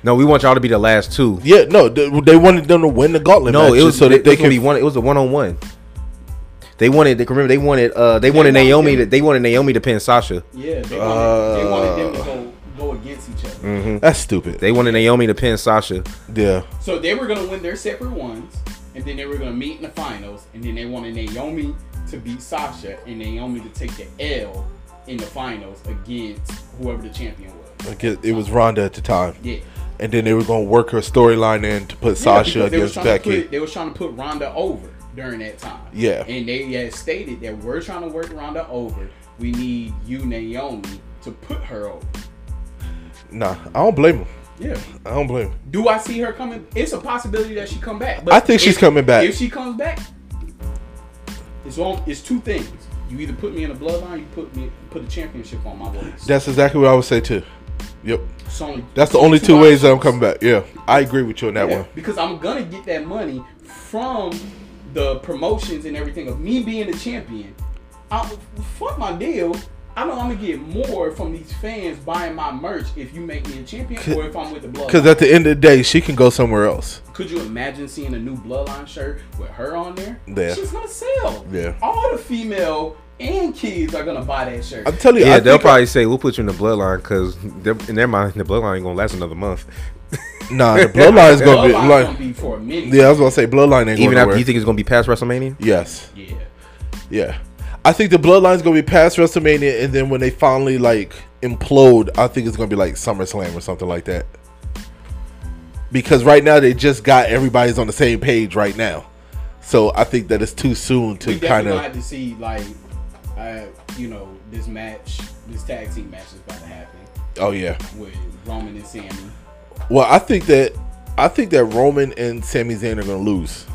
Speaker 3: No, we want y'all to be the last two.
Speaker 2: Yeah, no, they, they wanted them to win the gauntlet.
Speaker 3: No,
Speaker 2: match
Speaker 3: it was
Speaker 2: so that they
Speaker 3: could be
Speaker 2: can.
Speaker 3: one. It was a one on one. They wanted. They, remember, they wanted. Uh, they wanted
Speaker 1: wanted
Speaker 3: Naomi.
Speaker 1: them-
Speaker 3: To, they wanted Naomi to pin Sasha.
Speaker 1: up. Yeah, they wanted, they wanted them
Speaker 2: Uh.
Speaker 1: to go, go against each other.
Speaker 2: That's stupid.
Speaker 3: They wanted Naomi to pin Sasha.
Speaker 2: yeah,
Speaker 1: So they were gonna win their separate ones, and then they were gonna meet in the finals, and then they wanted Naomi to beat Sasha, and Naomi to take the L in the finals against whoever the champion was.
Speaker 2: I guess it was Ronda at the time,
Speaker 1: Yeah.
Speaker 2: and then they were going to work her storyline in to put Sasha
Speaker 1: Yeah, because
Speaker 2: against
Speaker 1: they was trying to
Speaker 2: Becky.
Speaker 1: Put, they was trying to put Ronda over during that time.
Speaker 2: Yeah.
Speaker 1: And they had stated that we're trying to work Ronda over. We need you, Naomi, to put her over.
Speaker 2: nah, I don't blame them.
Speaker 1: Yeah.
Speaker 2: I don't blame them.
Speaker 1: Do I see her coming? It's a possibility that she come back. But
Speaker 2: I think she's
Speaker 1: if-
Speaker 2: coming back.
Speaker 1: If she comes back, it's on. It's two things. You either put me in a bloodline, you put me put a championship on my waist.
Speaker 2: That's exactly what I would say too. Yep.
Speaker 1: It's only-
Speaker 2: That's the only two ways that I'm
Speaker 1: options.
Speaker 2: coming back. Yeah. I agree with you on that
Speaker 1: Yeah,
Speaker 2: one.
Speaker 1: Because I'm gonna get that money from the promotions and everything of me being the champion. I, fuck my deal. I know I'm gonna get more from these fans buying my merch if you make me a champion or if I'm with the
Speaker 2: Because
Speaker 1: bloodline.
Speaker 2: at the end of the day, she can go somewhere else.
Speaker 1: Could you imagine seeing a new Bloodline shirt with her on there?
Speaker 2: Yeah.
Speaker 1: She's gonna sell.
Speaker 2: Yeah.
Speaker 1: All the female and kids are gonna buy that shirt.
Speaker 2: I'm telling you,
Speaker 3: Yeah,
Speaker 2: I
Speaker 3: they'll
Speaker 2: think I-
Speaker 3: probably say we'll put you in the bloodline because in their mind the bloodline ain't gonna last another [laughs] month.
Speaker 2: nah, the
Speaker 1: [laughs]
Speaker 2: bloodline is gonna be
Speaker 1: Bloodline's
Speaker 2: like.
Speaker 1: gonna be for a minute.
Speaker 2: Yeah, I was gonna say bloodline ain't
Speaker 3: Even
Speaker 2: going
Speaker 3: after
Speaker 2: nowhere.
Speaker 3: you think it's gonna be past WrestleMania.
Speaker 2: yes.
Speaker 1: Yeah.
Speaker 2: Yeah. I think the bloodline's gonna be past WrestleMania, and then when they finally like implode, I think it's gonna be like SummerSlam or something like that. Because right now they just got everybody's on the same page right now, so I think that it's too soon
Speaker 1: We
Speaker 2: to
Speaker 1: definitely
Speaker 2: kind
Speaker 1: gonna
Speaker 2: of
Speaker 1: have to see like, uh, you know, this match, this tag team match is about to happen
Speaker 2: oh yeah.
Speaker 1: with Roman and Sammy.
Speaker 2: Well, I think that I think that Roman and Sami Zayn are gonna lose.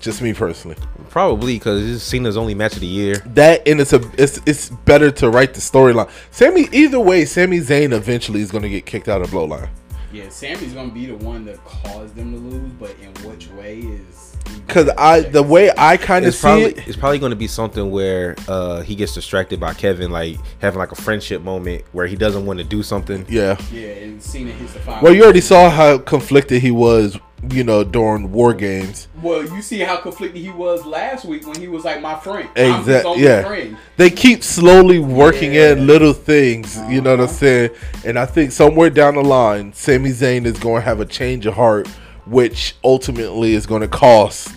Speaker 2: Just me personally.
Speaker 3: Probably because it's Cena's only match of the year.
Speaker 2: That and it's a it's it's better to write the storyline. Sammy either way, Sami Zayn eventually is gonna get kicked out of Blowline.
Speaker 1: Yeah, Sammy's gonna be the one that caused them to lose, but in which way is?
Speaker 2: Cause I the way I kind of
Speaker 3: It's
Speaker 2: see
Speaker 3: probably
Speaker 2: it,
Speaker 3: it's probably going to be something where uh, he gets distracted by Kevin, like having like a friendship moment where he doesn't want to do something.
Speaker 2: yeah.
Speaker 1: Yeah, and Cena hits the fire.
Speaker 2: Well, you already saw how conflicted he was, you know, during War Games.
Speaker 1: Well, you see how conflicted he was last week when he was like my friend. I'm his
Speaker 2: Exactly.
Speaker 1: only
Speaker 2: Yeah.
Speaker 1: friend.
Speaker 2: They keep slowly working
Speaker 1: Yeah.
Speaker 2: in little things. You know what I'm saying? And I think somewhere down the line, Sami Zayn is going to have a change of heart, which ultimately is going to cost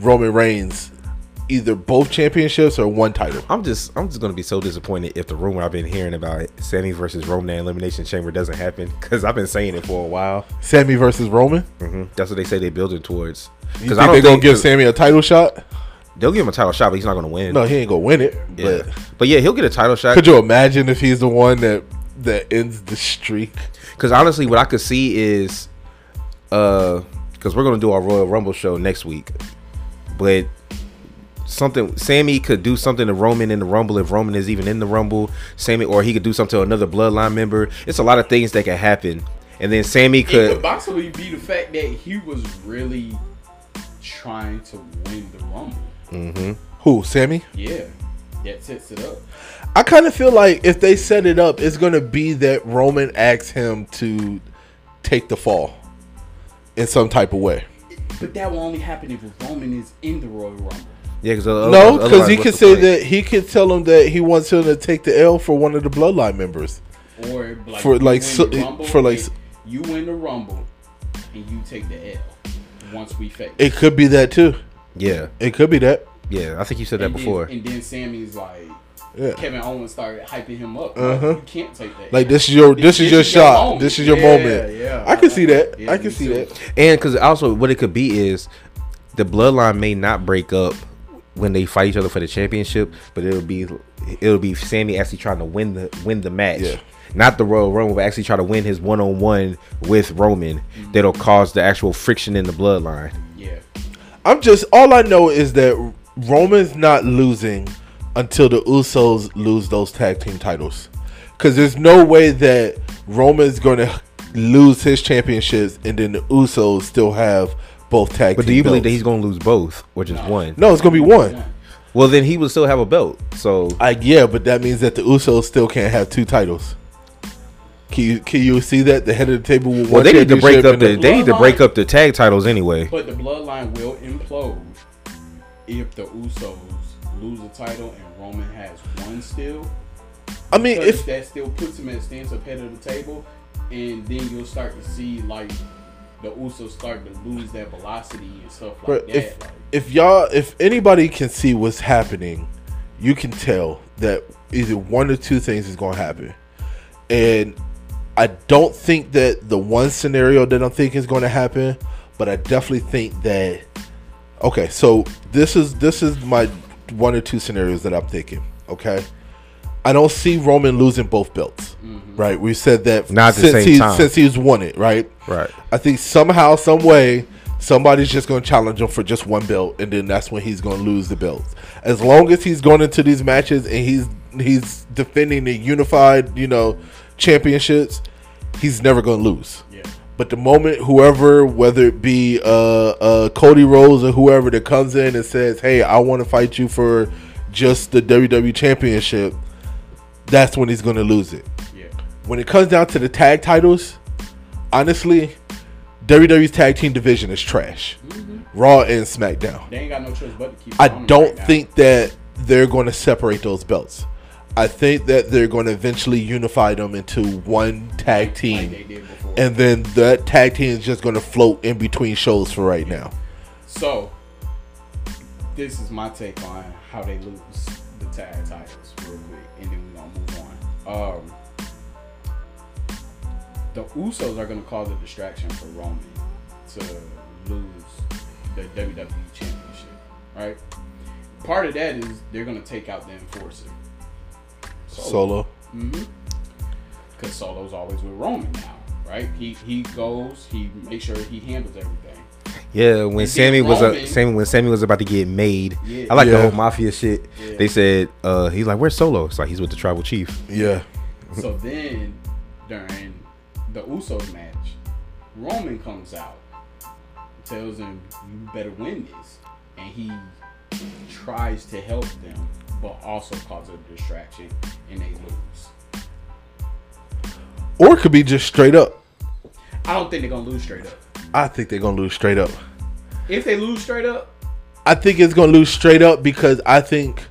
Speaker 2: Roman Reigns either both championships or one title.
Speaker 3: I'm just I'm just gonna be so disappointed if the rumor I've been hearing about Sammy versus Roman at Elimination Chamber doesn't happen because I've been saying it for a while.
Speaker 2: Sammy versus Roman.
Speaker 3: hmm That's what they say they're building towards.
Speaker 2: You
Speaker 3: Because
Speaker 2: think
Speaker 3: I
Speaker 2: they're going
Speaker 3: don't
Speaker 2: to
Speaker 3: think
Speaker 2: give Sammy a title shot?
Speaker 3: they'll give him a title shot, but he's not gonna win.
Speaker 2: No, he ain't going to win it.
Speaker 3: yeah.
Speaker 2: But
Speaker 3: but yeah, he'll get a title shot.
Speaker 2: could you imagine if he's the one that that ends the streak?
Speaker 3: Because honestly, what I could see is, uh, because we're gonna do our Royal Rumble show next week, but something Sammy could do something to Roman in the Rumble if Roman is even in the Rumble. Sammy, or he could do something to another Bloodline member. It's a lot of things that could happen, and then Sammy
Speaker 1: It could
Speaker 3: could.
Speaker 1: possibly be the fact that he was really trying to win the rumble.
Speaker 2: Who? Sammy?
Speaker 1: Yeah, that sets it up.
Speaker 2: I kind of feel like if they set it up, it's gonna be that Roman asks him to take the fall in some type of way.
Speaker 1: But that will only happen if Roman is in the Royal Rumble.
Speaker 3: Yeah, cause uh,
Speaker 2: No, because he could say that he could tell him that he wants him to take the L for one of the bloodline members.
Speaker 1: Or like
Speaker 2: For,
Speaker 1: you
Speaker 2: like,
Speaker 1: win
Speaker 2: so-
Speaker 1: the Rumble
Speaker 2: for, like,
Speaker 1: and- you win the rumble and you take the L once we face.
Speaker 2: It could be that too.
Speaker 3: Yeah,
Speaker 2: It could be that.
Speaker 3: yeah. I think you said that
Speaker 1: and
Speaker 3: before.
Speaker 1: Then, and then Sammy's like
Speaker 2: Yeah.
Speaker 1: Kevin Owens started hyping him up.
Speaker 2: Uh-huh.
Speaker 1: Like, you can't take that.
Speaker 2: Like
Speaker 1: L.
Speaker 2: this is your this, is your shot.
Speaker 1: moment.
Speaker 2: This is your
Speaker 1: Yeah,
Speaker 2: moment.
Speaker 1: yeah.
Speaker 2: I can see that.
Speaker 1: Yeah,
Speaker 2: I can
Speaker 1: me
Speaker 2: see
Speaker 1: too.
Speaker 2: that.
Speaker 3: And because also what it could be is the bloodline may not break up when they fight each other for the championship, but it'll be it'll be Sammy actually trying to win the win the match.
Speaker 2: Yeah.
Speaker 3: Not the Royal Rumble, but actually try to win his one on one with Roman. That'll cause the actual friction in the bloodline.
Speaker 1: Yeah.
Speaker 2: I'm just all I know is that Roman's not losing until the Usos lose those tag team titles. Cause there's no way that Roman's gonna lose his championships and then the Usos still have both tag
Speaker 3: But
Speaker 2: team
Speaker 3: do you believe that
Speaker 2: belts.
Speaker 3: he's going to lose both or just
Speaker 1: No.
Speaker 3: one?
Speaker 2: No, it's gonna be one.
Speaker 1: Yeah.
Speaker 3: Well, then he would still have a belt. So
Speaker 2: Like yeah, but that means that the Usos still can't have two titles. Can you can you see that? The head of the table with
Speaker 3: well,
Speaker 2: one
Speaker 3: they need to break
Speaker 2: championship
Speaker 3: up
Speaker 2: and
Speaker 3: the
Speaker 2: the-
Speaker 3: they need to break up the tag titles anyway.
Speaker 1: But the bloodline will implode if the Usos lose the title and Roman has one still.
Speaker 2: I mean,
Speaker 1: Because
Speaker 2: if
Speaker 1: that still puts him at stance up head of the table, and then you'll start to see like the Usos start to lose that velocity and stuff like
Speaker 2: But
Speaker 1: that.
Speaker 2: if
Speaker 1: like,
Speaker 2: if y'all if anybody can see what's happening, you can tell that either one or two things is gonna happen. And I don't think that the one scenario that I'm thinking is gonna happen, but I definitely think that okay, so this is this is my one or two scenarios that I'm thinking, okay? I don't see Roman losing both belts. Right? We said that
Speaker 3: Not at the
Speaker 2: since
Speaker 3: same
Speaker 2: he
Speaker 3: time.
Speaker 2: since he's won it, right?
Speaker 3: Right.
Speaker 2: I think somehow, some way, somebody's just going to challenge him for just one belt, and then that's when he's going to lose the belts. As long as he's going into these matches and he's he's defending the unified, you know, championships, he's never going to lose.
Speaker 1: yeah,
Speaker 2: But the moment whoever, whether it be uh, uh, Cody Rhodes or whoever that comes in and says, "Hey, I want to fight you for just the WWE Championship," that's when he's going to lose it
Speaker 1: yeah,
Speaker 2: when it comes down to the tag titles, honestly, WWE's tag team division is trash. Raw and SmackDown.
Speaker 1: they ain't got no choice but to keep.
Speaker 2: I
Speaker 1: Roman
Speaker 2: don't
Speaker 1: right now.
Speaker 2: think that they're going to separate those belts. I think that they're going to eventually unify them into one tag
Speaker 1: like they
Speaker 2: team.
Speaker 1: did before.
Speaker 2: And then that tag team is just going to float in between shows for right now.
Speaker 1: So, this is my take on how they lose the tag titles, real quick, and then we're gonna move on. Um, the Usos are gonna cause a distraction for Roman to lose the WWE Championship, right? Part of that is they're gonna take out the enforcer.
Speaker 2: Solo.
Speaker 1: Because Solo's always with Roman now, right? He he goes, he makes sure he handles everything.
Speaker 3: Yeah, when
Speaker 1: And
Speaker 3: Sammy
Speaker 1: then
Speaker 3: was uh,
Speaker 1: Roman-
Speaker 3: Sammy when Sammy was about to get made,
Speaker 1: Yeah.
Speaker 3: I like the
Speaker 2: Yeah.
Speaker 3: whole mafia shit.
Speaker 1: Yeah.
Speaker 3: They said uh, he's like, "Where's Solo?" It's like he's with the tribal chief.
Speaker 2: Yeah.
Speaker 1: So then, during the Usos match, Roman comes out, tells him, "You better win this," and he tries to help them, but also causes a distraction, and they lose.
Speaker 2: Or it could be just straight up.
Speaker 1: I don't think they're gonna lose straight up.
Speaker 2: I think they're going to lose straight up.
Speaker 1: If they lose straight up,
Speaker 2: I think it's gonna lose straight up because I think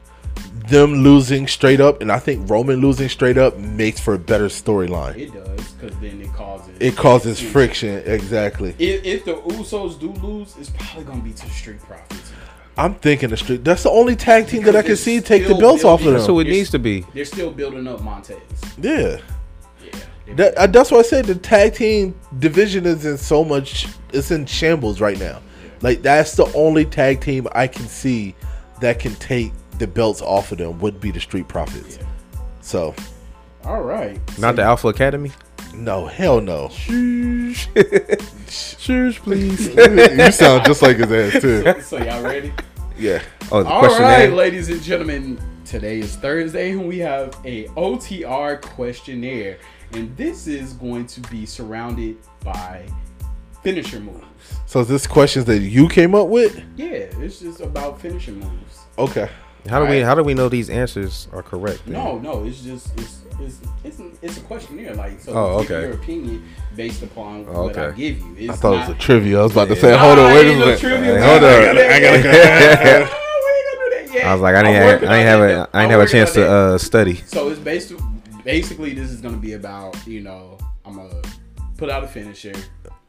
Speaker 2: them losing straight up and I think Roman losing straight up makes for a better storyline.
Speaker 1: it does, because then it causes
Speaker 2: It causes friction, exactly.
Speaker 1: If, if the Usos do lose, it's probably gonna be to Street Profits.
Speaker 2: I'm thinking the street. That's the only tag team that I can
Speaker 1: Because
Speaker 2: see
Speaker 1: it's
Speaker 2: take the
Speaker 1: still
Speaker 2: belts off
Speaker 1: building.
Speaker 2: of them.
Speaker 1: That's
Speaker 3: So it
Speaker 1: Yes.
Speaker 3: needs to be.
Speaker 1: They're still building up Montez.
Speaker 2: yeah,
Speaker 1: Yeah, they-
Speaker 2: that, uh, that's why I said the tag team division is in so much. It's in shambles right now. Like that's the only tag team I can see that can take the belts off of them would be the Street Profits.
Speaker 1: Yeah.
Speaker 2: So
Speaker 1: All right.
Speaker 3: Not the
Speaker 1: [laughs]
Speaker 3: Alpha Academy.
Speaker 2: no, hell no.
Speaker 3: [laughs] Cheers, please. [laughs]
Speaker 2: you sound just like his ass too.
Speaker 1: So y'all ready?
Speaker 2: Yeah.
Speaker 3: Oh, the
Speaker 1: All
Speaker 3: question
Speaker 1: right,
Speaker 3: and-
Speaker 1: ladies and gentlemen, today is Thursday, and we have a OTR questionnaire, and this is going to be surrounded by finisher moves.
Speaker 2: So is this questions that you came up with?
Speaker 1: Yeah, it's just about finisher moves.
Speaker 2: Okay.
Speaker 3: How do we
Speaker 1: Alright.
Speaker 3: how do we know these answers are correct? then?
Speaker 1: No, no, it's just it's it's it's, it's a questionnaire, like so.
Speaker 3: Oh,
Speaker 1: give
Speaker 3: okay.
Speaker 1: Your opinion based upon
Speaker 3: Oh,
Speaker 1: what I
Speaker 3: okay.
Speaker 1: give you. It's
Speaker 2: I thought it
Speaker 1: not-
Speaker 2: was a trivia. I was about to say,
Speaker 3: Yeah.
Speaker 2: hold on,
Speaker 1: Nah,
Speaker 2: wait a
Speaker 1: ain't no
Speaker 2: minute.
Speaker 1: trivia.
Speaker 2: Hey, hold
Speaker 1: Nah,
Speaker 2: on. I gotta go.
Speaker 3: I was like, I didn't have, I didn't have a I didn't have a chance to uh, study.
Speaker 1: So it's basically basically this is gonna be about you know I'm gonna put out a finisher.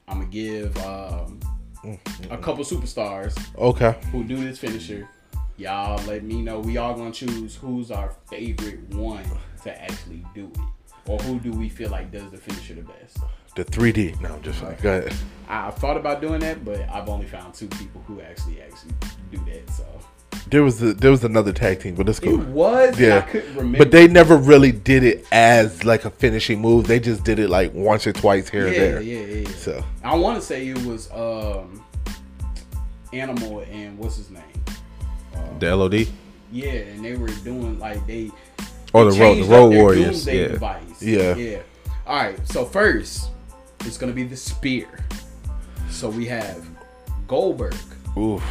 Speaker 1: I'm gonna give um, a
Speaker 2: Mm-hmm.
Speaker 1: couple superstars
Speaker 2: Okay.
Speaker 1: who do this finisher. Y'all let me know. We all gonna choose who's our favorite one to actually do it, or who do we feel like does the finisher the best.
Speaker 2: The 3D. No, I'm just like, go ahead.
Speaker 1: I, I thought about doing that, but I've only found two people who actually actually do that. So
Speaker 2: There was the, there was another tag team, but it's
Speaker 1: it
Speaker 2: cool.
Speaker 1: was, yeah. I
Speaker 2: Yeah,
Speaker 1: couldn't remember.
Speaker 2: but they never really did it as like a finishing move. They just did it like once or twice here and
Speaker 1: yeah,
Speaker 2: there.
Speaker 1: yeah, yeah, yeah.
Speaker 2: So
Speaker 1: I want to say it was um, Animal and what's his name?
Speaker 3: The LOD
Speaker 1: Yeah, and they were doing like they
Speaker 3: or the
Speaker 1: they
Speaker 3: road,
Speaker 1: changed
Speaker 3: the
Speaker 1: up
Speaker 3: road
Speaker 1: their
Speaker 3: warriors.
Speaker 1: Doomsday
Speaker 3: Yeah.
Speaker 1: device.
Speaker 2: Yeah.
Speaker 1: yeah. All right, so first it's gonna be the spear. So we have Goldberg,
Speaker 2: oof.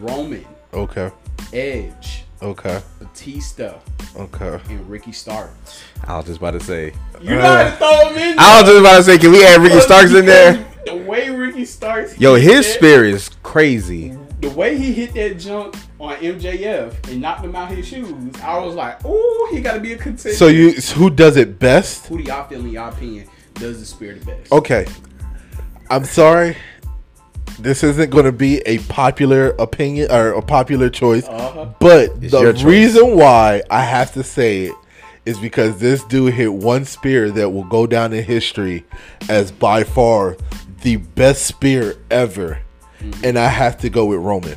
Speaker 1: Roman,
Speaker 2: Okay.
Speaker 1: Edge,
Speaker 2: Okay.
Speaker 1: Batista,
Speaker 2: Okay.
Speaker 1: and Ricky Starks.
Speaker 3: I was just about to say.
Speaker 1: You gotta throw him in. there.
Speaker 3: I was just about to say, can we add Ricky Uh, Starks in there?
Speaker 1: The way Ricky Starks,
Speaker 3: Yo,
Speaker 1: hit
Speaker 3: his
Speaker 1: that-
Speaker 3: spear is crazy.
Speaker 1: the way he hit that jump on MJF and knocked him out his shoes. I was like, ooh, he gotta be a contender.
Speaker 2: So you so who does it best?
Speaker 1: who do y'all feel in y'all opinion does the spear the best?
Speaker 2: Okay. I'm sorry. This isn't going to be a popular opinion or a popular choice,
Speaker 1: Uh-huh.
Speaker 2: but
Speaker 3: It's
Speaker 2: the
Speaker 3: your choice.
Speaker 2: reason why I have to say it is because this dude hit one spear that will go down in history as by far the best spear ever,
Speaker 1: Mm-hmm.
Speaker 2: and I have to go with Roman,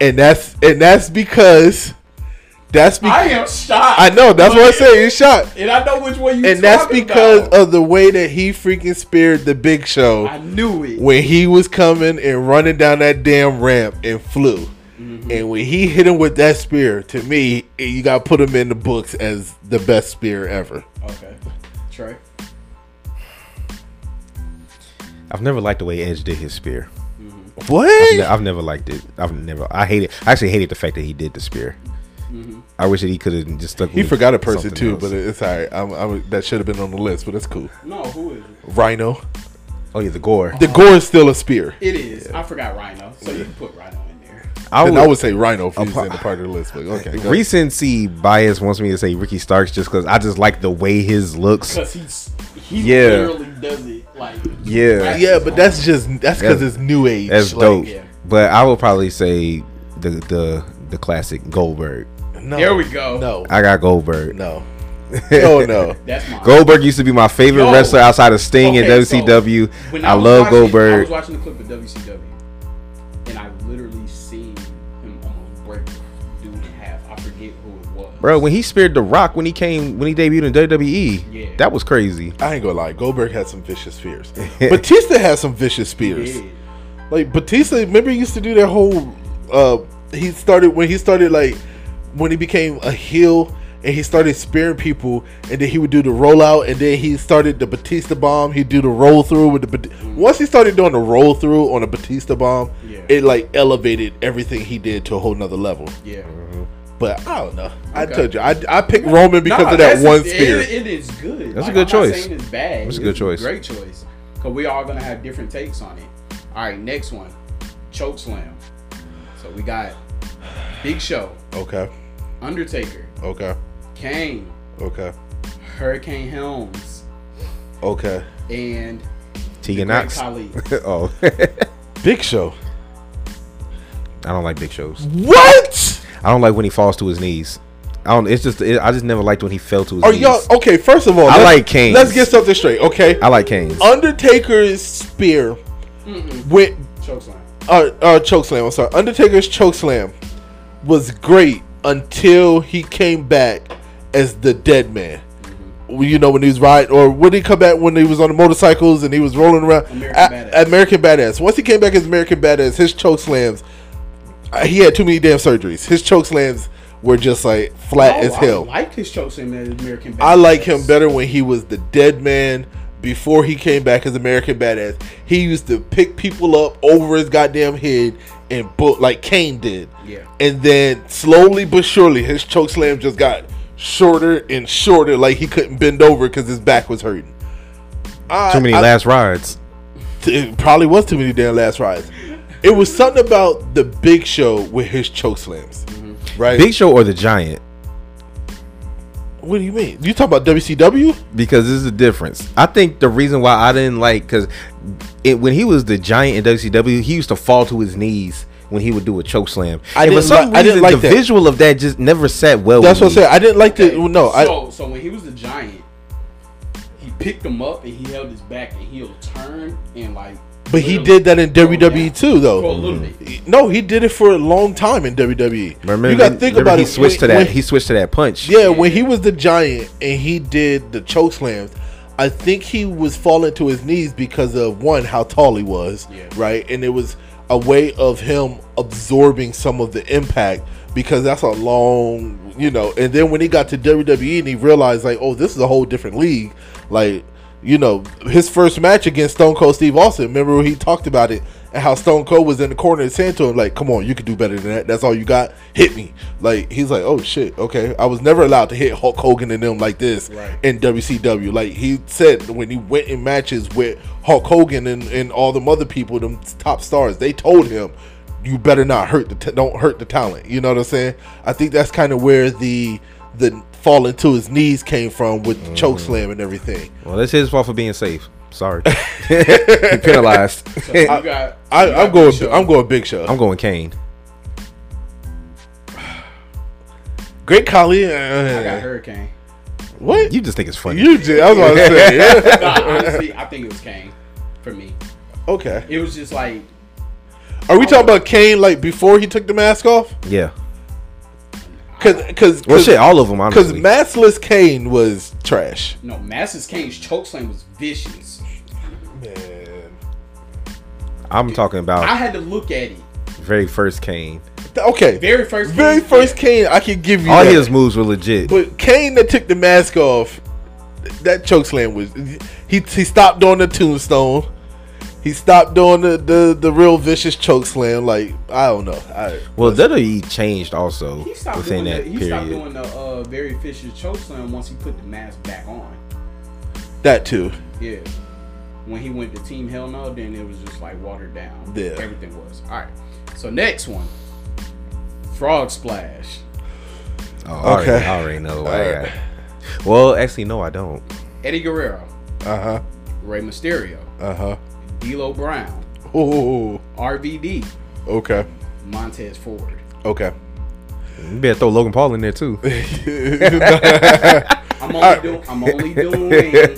Speaker 2: and that's and that's because that's because
Speaker 1: I am shocked.
Speaker 2: I know that's
Speaker 1: But-
Speaker 2: what I say. It's shot.
Speaker 1: And I know which one you.
Speaker 2: and that's
Speaker 1: talking
Speaker 2: because
Speaker 1: about.
Speaker 2: of the way that he freaking speared the Big Show
Speaker 1: I knew it.
Speaker 2: when he was coming and running down that damn ramp and flew.
Speaker 1: Mm-hmm.
Speaker 2: And when he hit him with that spear, to me, eh, you got to put him in the books as the best spear ever.
Speaker 1: Okay, Trey.
Speaker 3: I've never liked the way Edge did his spear.
Speaker 2: What?
Speaker 3: Ne- I've never liked it. I've never. I hate it. I actually hated the fact that he did the spear. I wish that he could have just stuck.
Speaker 2: He
Speaker 3: with
Speaker 2: forgot a person
Speaker 3: something
Speaker 2: too,
Speaker 3: else.
Speaker 2: but it's all right. I'm, I'm, that should have been on the list, but it's cool.
Speaker 1: No, who is it?
Speaker 2: Rhino.
Speaker 3: oh yeah, the gore.
Speaker 2: The gore is still a spear.
Speaker 1: It is. I forgot Rhino. So you can put Rhino in there.
Speaker 3: I
Speaker 2: and I
Speaker 3: would-
Speaker 2: would say Rhino if he's
Speaker 3: Apart-
Speaker 2: in the part of the list, but okay. go ahead.
Speaker 3: recency bias wants me to say Ricky Starks just because I just like the way his
Speaker 1: [laughs]
Speaker 3: looks.
Speaker 1: Because he's he
Speaker 3: Yeah.
Speaker 1: literally does it like.
Speaker 3: Yeah.
Speaker 2: Yeah, but that's just that's because
Speaker 3: That's-
Speaker 2: it's new age.
Speaker 3: That's
Speaker 2: like,
Speaker 3: dope.
Speaker 1: yeah.
Speaker 3: But I would probably say the the the classic Goldberg.
Speaker 2: No,
Speaker 1: There we go.
Speaker 2: No,
Speaker 3: I got
Speaker 1: [laughs]
Speaker 3: Goldberg.
Speaker 2: no, no, no.
Speaker 1: That's my
Speaker 3: Goldberg used to be my favorite
Speaker 1: Yo.
Speaker 3: wrestler outside of Sting and
Speaker 1: Okay, so
Speaker 3: WCW.
Speaker 1: When
Speaker 3: I
Speaker 1: was
Speaker 3: love
Speaker 1: watching- I
Speaker 3: Goldberg.
Speaker 1: was watching the clip of WCW, and I literally seen him almost break dude in half. I forget who it was.
Speaker 3: Bro, when he speared The Rock when he came when he debuted in WWE,
Speaker 1: Yeah.
Speaker 3: that was crazy.
Speaker 2: I ain't gonna lie. Goldberg had some vicious
Speaker 1: [laughs]
Speaker 2: spears. Batista had some vicious spears.
Speaker 1: Yeah.
Speaker 2: Like Batista, remember he used to do that whole. uh He started when he started like when he became a heel. And he started spearing people, and then he would do the rollout, and then he started the Batista bomb. He'd do the roll through with the. Bat- Once he started doing the roll through on the Batista bomb,
Speaker 1: Yeah.
Speaker 2: it like elevated everything he did to a whole nother level.
Speaker 1: Yeah.
Speaker 2: But I don't know. I
Speaker 1: Okay.
Speaker 2: told you, I, I picked Roman because
Speaker 1: Nah,
Speaker 2: of that
Speaker 1: that's-
Speaker 2: one
Speaker 1: it-
Speaker 2: spear.
Speaker 1: It, it is good.
Speaker 3: That's a good
Speaker 1: I'm not
Speaker 3: choice.
Speaker 1: saying it's bad.
Speaker 3: That's a good
Speaker 1: It's
Speaker 3: choice.
Speaker 1: Great choice. Cause we all gonna have different takes on it. All right, next one, choke slam. So we got Big Show,
Speaker 2: okay,
Speaker 1: Undertaker,
Speaker 2: okay,
Speaker 1: Kane,
Speaker 2: okay,
Speaker 1: Hurricane Helms,
Speaker 2: okay.
Speaker 1: and
Speaker 3: Tegan
Speaker 1: Great
Speaker 3: Knox.
Speaker 1: Khali.
Speaker 3: [laughs] oh.
Speaker 2: Big Show.
Speaker 3: I don't like big shows.
Speaker 2: What?
Speaker 3: I don't like when he falls to his knees. I don't it's just it, I just never liked when he fell to his
Speaker 2: Are
Speaker 3: knees.
Speaker 2: y'all okay? First of all,
Speaker 3: I
Speaker 2: let's-
Speaker 3: like Kane's.
Speaker 2: Let's get something straight, okay?
Speaker 3: I like Kane's.
Speaker 2: Undertaker's spear went
Speaker 1: Choke slam.
Speaker 2: uh, uh chokeslam. I'm sorry. Undertaker's chokeslam was great until he came back as the dead man. Well, You know when he was riding, or when he come back when he was on the motorcycles and he was rolling around.
Speaker 1: American
Speaker 2: A-
Speaker 1: Badass.
Speaker 2: American badass. Once he came back as American badass, his choke slams. uh, He had too many damn surgeries. His choke slams were just like flat
Speaker 1: Oh,
Speaker 2: as
Speaker 1: I
Speaker 2: hell.
Speaker 1: like his choke slam as American.
Speaker 2: I like
Speaker 1: Badass.
Speaker 2: him better when he was the dead man before he came back as American Badass. He used to pick people up over his goddamn head and book like Kane did.
Speaker 1: Yeah.
Speaker 2: And then slowly but surely his choke slam just got shorter and shorter like he couldn't bend over because his back was hurting. I,
Speaker 3: Too many
Speaker 2: I-
Speaker 3: last rides.
Speaker 2: it probably was too many damn last rides. It was something about the Big
Speaker 1: Mm-hmm.
Speaker 2: Show with his choke slams, right?
Speaker 3: Big Show or the Giant?
Speaker 2: What do you mean? You talking about WCW?
Speaker 3: because this is a difference. I think the reason why I didn't like because it when he was the giant in WCW, he used to fall to his knees when he would do a choke slam.
Speaker 2: I
Speaker 3: and for
Speaker 2: didn't
Speaker 3: some
Speaker 2: li- I didn't
Speaker 3: reason,
Speaker 2: like
Speaker 3: the
Speaker 2: that.
Speaker 3: visual of that just never sat well.
Speaker 2: That's what
Speaker 3: with
Speaker 2: I'm
Speaker 3: me.
Speaker 2: saying. I didn't like the no. I
Speaker 1: so, so when he was the giant, he picked him up and he held his back and he'll turn and like.
Speaker 2: but he
Speaker 1: literally
Speaker 2: did that in
Speaker 1: go
Speaker 2: WWE
Speaker 1: down
Speaker 2: too,
Speaker 1: For a
Speaker 2: though.
Speaker 3: Mm-hmm.
Speaker 1: little bit.
Speaker 2: No, he did it for a long time in WWE.
Speaker 3: Remember,
Speaker 2: you got to think
Speaker 3: remember
Speaker 2: about
Speaker 3: he
Speaker 2: it. when-
Speaker 3: switched to that.
Speaker 2: when-
Speaker 3: he switched to that punch.
Speaker 2: yeah, when he was the giant and he did the choke slams, I think he was falling to his knees because of one how tall he was,
Speaker 1: Yeah.
Speaker 2: right? And it was a way of him absorbing some of the impact because that's a long, you know. And then when he got to WWE and he realized like, oh, this is a whole different league, like. You know, his first match against Stone Cold Steve Austin. Remember when he talked about it and how Stone Cold was in the corner and saying to him, like, come on, you can do better than that. That's all you got. Hit me. Like, he's like, oh shit, okay. I was never allowed to hit Hulk Hogan and them like this
Speaker 1: Right.
Speaker 2: in WCW. Like he said when he went in matches with Hulk Hogan and, and all them other people, them top stars, they told him, "You better not hurt the t- don't hurt the talent." You know what I'm saying? I think that's kind of where the the falling to his knees came from with the choke slam and everything.
Speaker 3: Well, that's his fault for being safe. Sorry, he penalized.
Speaker 1: So you got,
Speaker 2: I,
Speaker 1: you got
Speaker 2: I'm going.
Speaker 1: Big Show.
Speaker 2: I'm going Big Show.
Speaker 3: I'm going Kane.
Speaker 2: Great Khali.
Speaker 1: I got
Speaker 2: Uh,
Speaker 1: Hurricane.
Speaker 2: what you?
Speaker 3: You just think it's funny.
Speaker 2: You did. I was about to
Speaker 3: [laughs]
Speaker 2: say. yeah.
Speaker 1: Nah, honestly, I think it was Kane for me.
Speaker 2: Okay.
Speaker 1: It was just like
Speaker 2: Are we talking about Kane like before he took the mask off?
Speaker 3: yeah.
Speaker 2: Because because
Speaker 3: Well, shit, all of them.
Speaker 2: because
Speaker 3: Honestly,
Speaker 2: maskless Kane was trash.
Speaker 1: no, Masters Kane's chokeslam was vicious.
Speaker 2: Man.
Speaker 3: I'm
Speaker 1: I
Speaker 3: talking about
Speaker 1: had to look at it.
Speaker 3: very first Kane.
Speaker 2: Okay.
Speaker 1: Very first,
Speaker 2: Very
Speaker 1: Kane-
Speaker 2: first Kane, I can give you
Speaker 3: All
Speaker 2: that.
Speaker 3: his moves were legit.
Speaker 2: But Kane that took the mask off, that chokeslam was. He he stopped doing the tombstone. He stopped doing the the, the real vicious chokeslam. Like I don't know. I,
Speaker 3: Well, WWE changed also
Speaker 1: He stopped
Speaker 3: within
Speaker 1: doing
Speaker 3: that
Speaker 1: the, he stopped
Speaker 3: period.
Speaker 1: doing the uh, very Fisher chokeslam once he put the mask back on.
Speaker 2: that too.
Speaker 1: Yeah. When he went to Team Hell No, then it was just like watered down.
Speaker 2: Yeah.
Speaker 1: Everything was. All right. So next one Frog Splash.
Speaker 3: Oh, I
Speaker 2: Okay.
Speaker 3: already, I already know. what I
Speaker 2: Alright.
Speaker 3: got. Well, actually, no, I don't.
Speaker 1: Eddie Guerrero,
Speaker 2: Uh huh.
Speaker 1: Rey Mysterio,
Speaker 2: Uh huh.
Speaker 1: D'Lo Brown,
Speaker 2: Oh.
Speaker 1: RVD,
Speaker 2: Okay.
Speaker 1: Montez Ford.
Speaker 2: Okay. [laughs]
Speaker 3: You better throw Logan Paul in there too.
Speaker 1: I'm only, doing. I'm only
Speaker 3: [laughs]
Speaker 1: doing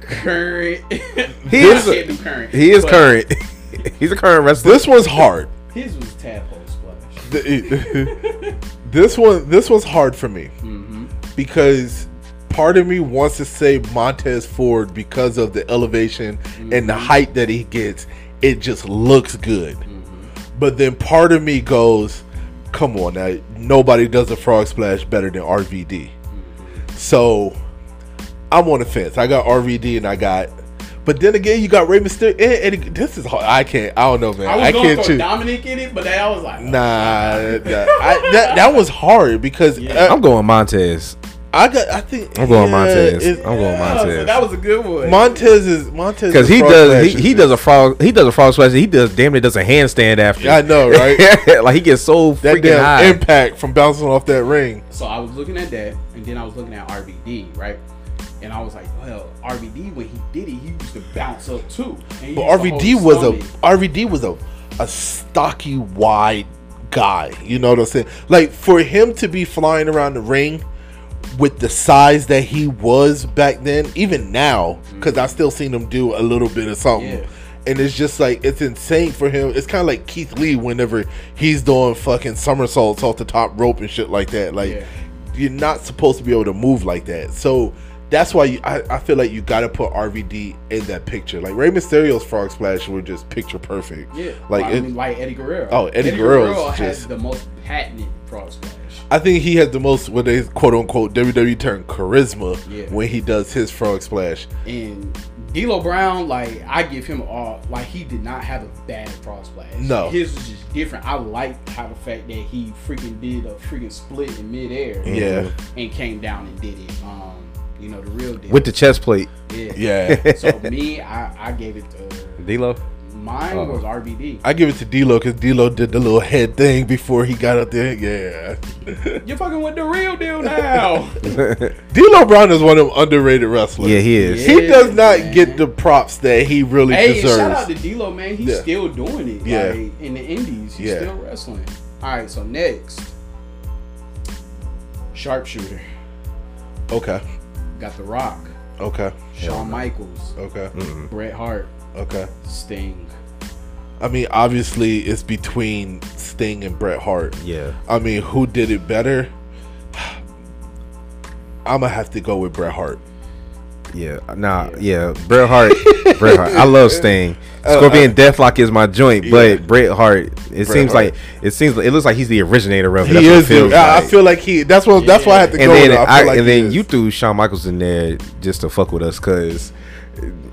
Speaker 1: current.
Speaker 3: He
Speaker 1: I
Speaker 3: is-
Speaker 1: can't do current.
Speaker 3: He is
Speaker 1: but
Speaker 3: current. [laughs] He's a current wrestler.
Speaker 2: this one's hard.
Speaker 1: His was Tadpole Splash.
Speaker 2: The- [laughs] this one this was hard for me
Speaker 1: Mm-hmm.
Speaker 2: because part of me wants to say Montez Ford because of the elevation and
Speaker 1: Mm-hmm.
Speaker 2: the height that he gets. It just looks good,
Speaker 1: Mm-hmm.
Speaker 2: but then part of me goes, "Come on, now nobody does a frog splash better than RVD."
Speaker 1: Mm-hmm.
Speaker 2: So I'm on the fence. I got RVD and I got. But then again, you got Rey Mysterio. And, and this is hard. I can't. I don't know, man.
Speaker 1: I was
Speaker 2: I,
Speaker 1: going
Speaker 2: can't
Speaker 1: to
Speaker 2: choose.
Speaker 1: throw Dominic in it, but then I was like,
Speaker 2: Nah, that, I, that that was hard because uh,
Speaker 3: I'm going Montez.
Speaker 2: I, I got. I think
Speaker 3: I'm going Montez.
Speaker 2: it's-
Speaker 3: I'm going
Speaker 1: Yeah,
Speaker 3: Montez.
Speaker 1: oh. So that was a good one.
Speaker 2: Montez is Montez
Speaker 3: Because
Speaker 2: is
Speaker 3: he
Speaker 2: frog
Speaker 3: does he,
Speaker 2: slasher.
Speaker 3: he does a frog he does a frog splash. He does damn near does a handstand after.
Speaker 2: I
Speaker 3: [laughs]
Speaker 2: know, right?
Speaker 3: like he gets so
Speaker 2: that
Speaker 3: freaking
Speaker 2: damn
Speaker 3: high.
Speaker 2: impact from bouncing off that ring.
Speaker 1: So I was looking at that, and then I was looking at RVD, right? And I was like, well, RVD when he did it, he used to bounce up too. And he
Speaker 2: But
Speaker 1: used to
Speaker 2: RVD
Speaker 1: hold
Speaker 2: was
Speaker 1: his
Speaker 2: a
Speaker 1: stomach.
Speaker 2: RVD was a a stocky wide guy. You know what I'm saying? Like for him to be flying around the ring with the size that he was back then, even now, because I still seen him do a little bit of something.
Speaker 1: Yeah.
Speaker 2: And it's just like it's insane for him. It's kind of like Keith Lee whenever he's doing fucking somersaults off the top rope and shit like that. Like
Speaker 1: Yeah.
Speaker 2: you're not supposed to be able to move like that. So that's why you, I, I feel like you got to put RVD in that picture. Like Rey Mysterio's frog splash were just picture perfect.
Speaker 1: yeah,
Speaker 2: Like
Speaker 1: like, I
Speaker 2: it,
Speaker 1: mean, like Eddie Guerrero.
Speaker 2: Oh, Eddie Guerrero's
Speaker 1: has
Speaker 2: just-
Speaker 1: the most patented frog splash.
Speaker 2: I think he has the most what they quote unquote WWE E term charisma
Speaker 1: Yeah.
Speaker 2: when he does his frog splash.
Speaker 1: And D'Lo Brown, like I give him all, like he did not have a bad frog splash.
Speaker 2: No.
Speaker 1: his was just different. I liked how the fact that he freaking did a freaking split in midair.
Speaker 2: Yeah.
Speaker 1: and came down and did it. Um, you know the real deal.
Speaker 3: With the chest plate.
Speaker 1: yeah.
Speaker 2: Yeah.
Speaker 1: so me, I, I gave it to
Speaker 3: D-Lo?
Speaker 1: Mine
Speaker 3: Oh.
Speaker 1: was RBD.
Speaker 2: [laughs] Uh-huh. I give it to D'Lo because D'Lo did the little head thing before he got up there. Yeah, [laughs]
Speaker 1: You're fucking with the real [laughs] deal now.
Speaker 2: D'Lo Brown is one of them underrated wrestlers.
Speaker 3: yeah, he is.
Speaker 2: He does not
Speaker 1: Yeah,
Speaker 2: get
Speaker 1: man.
Speaker 2: the props that he really
Speaker 1: hey, and
Speaker 2: deserves.
Speaker 1: shout out to D'Lo, man. He's
Speaker 2: Yeah.
Speaker 1: still doing it.
Speaker 2: Yeah.
Speaker 1: Like, in the indies, he's
Speaker 2: Yeah.
Speaker 1: still wrestling. All right, so next, sharpshooter
Speaker 2: okay,
Speaker 1: got The Rock,
Speaker 2: okay,
Speaker 1: Shawn Michaels,
Speaker 2: okay,
Speaker 3: Mm-hmm.
Speaker 1: Bret Hart,
Speaker 2: okay. [laughs]
Speaker 1: Sting.
Speaker 2: I mean, obviously, it's between Sting and Bret Hart.
Speaker 3: Yeah.
Speaker 2: I mean, who did it better? [sighs] I'm gonna have to go with Bret Hart.
Speaker 3: Yeah, nah, yeah. Bret Hart, Bret Hart.
Speaker 2: [laughs]
Speaker 3: I love Sting.
Speaker 2: Uh,
Speaker 3: Scorpion Deathlock is my joint, but Bret Hart. It seems
Speaker 2: Hart.
Speaker 3: like it seems like it looks like he's the originator of it.
Speaker 2: He
Speaker 3: That's what it
Speaker 2: is.
Speaker 3: feels
Speaker 2: the- I, I
Speaker 3: like.
Speaker 2: feel like he. That's what. That's why I had to
Speaker 3: and
Speaker 2: go.
Speaker 3: then
Speaker 2: with it.
Speaker 3: I,
Speaker 2: feel like
Speaker 3: and
Speaker 2: he
Speaker 3: then
Speaker 2: is.
Speaker 3: you threw Shawn Michaels in there just to fuck with us, cause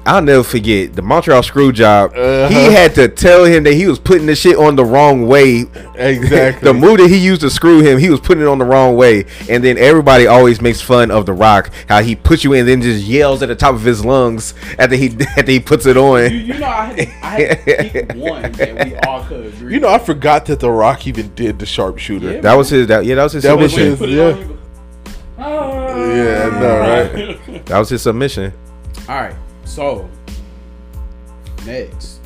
Speaker 3: I'll never forget the Montreal screw job.
Speaker 2: Uh-huh.
Speaker 3: He had to tell him that he was putting the shit on the wrong way. [laughs]
Speaker 2: exactly
Speaker 3: the move that he used to screw him, he was putting it on the wrong way. And then everybody always makes fun of The Rock, how he puts you in, then just yells at the top of his lungs after he [laughs] after he puts it
Speaker 1: You,
Speaker 3: on.
Speaker 1: you know, I had, I had to
Speaker 2: [laughs]
Speaker 1: pick one that we all could agree.
Speaker 2: You know, I forgot that The Rock even did the sharpshooter.
Speaker 1: Yeah.
Speaker 3: That was his. That, yeah, that was his.
Speaker 2: That was
Speaker 3: submission.
Speaker 1: when you
Speaker 2: his-
Speaker 1: put it
Speaker 2: yeah.
Speaker 1: on, you go, "Ah."
Speaker 2: Yeah, I know,
Speaker 1: [laughs]
Speaker 3: that was his submission.
Speaker 1: All right, so next,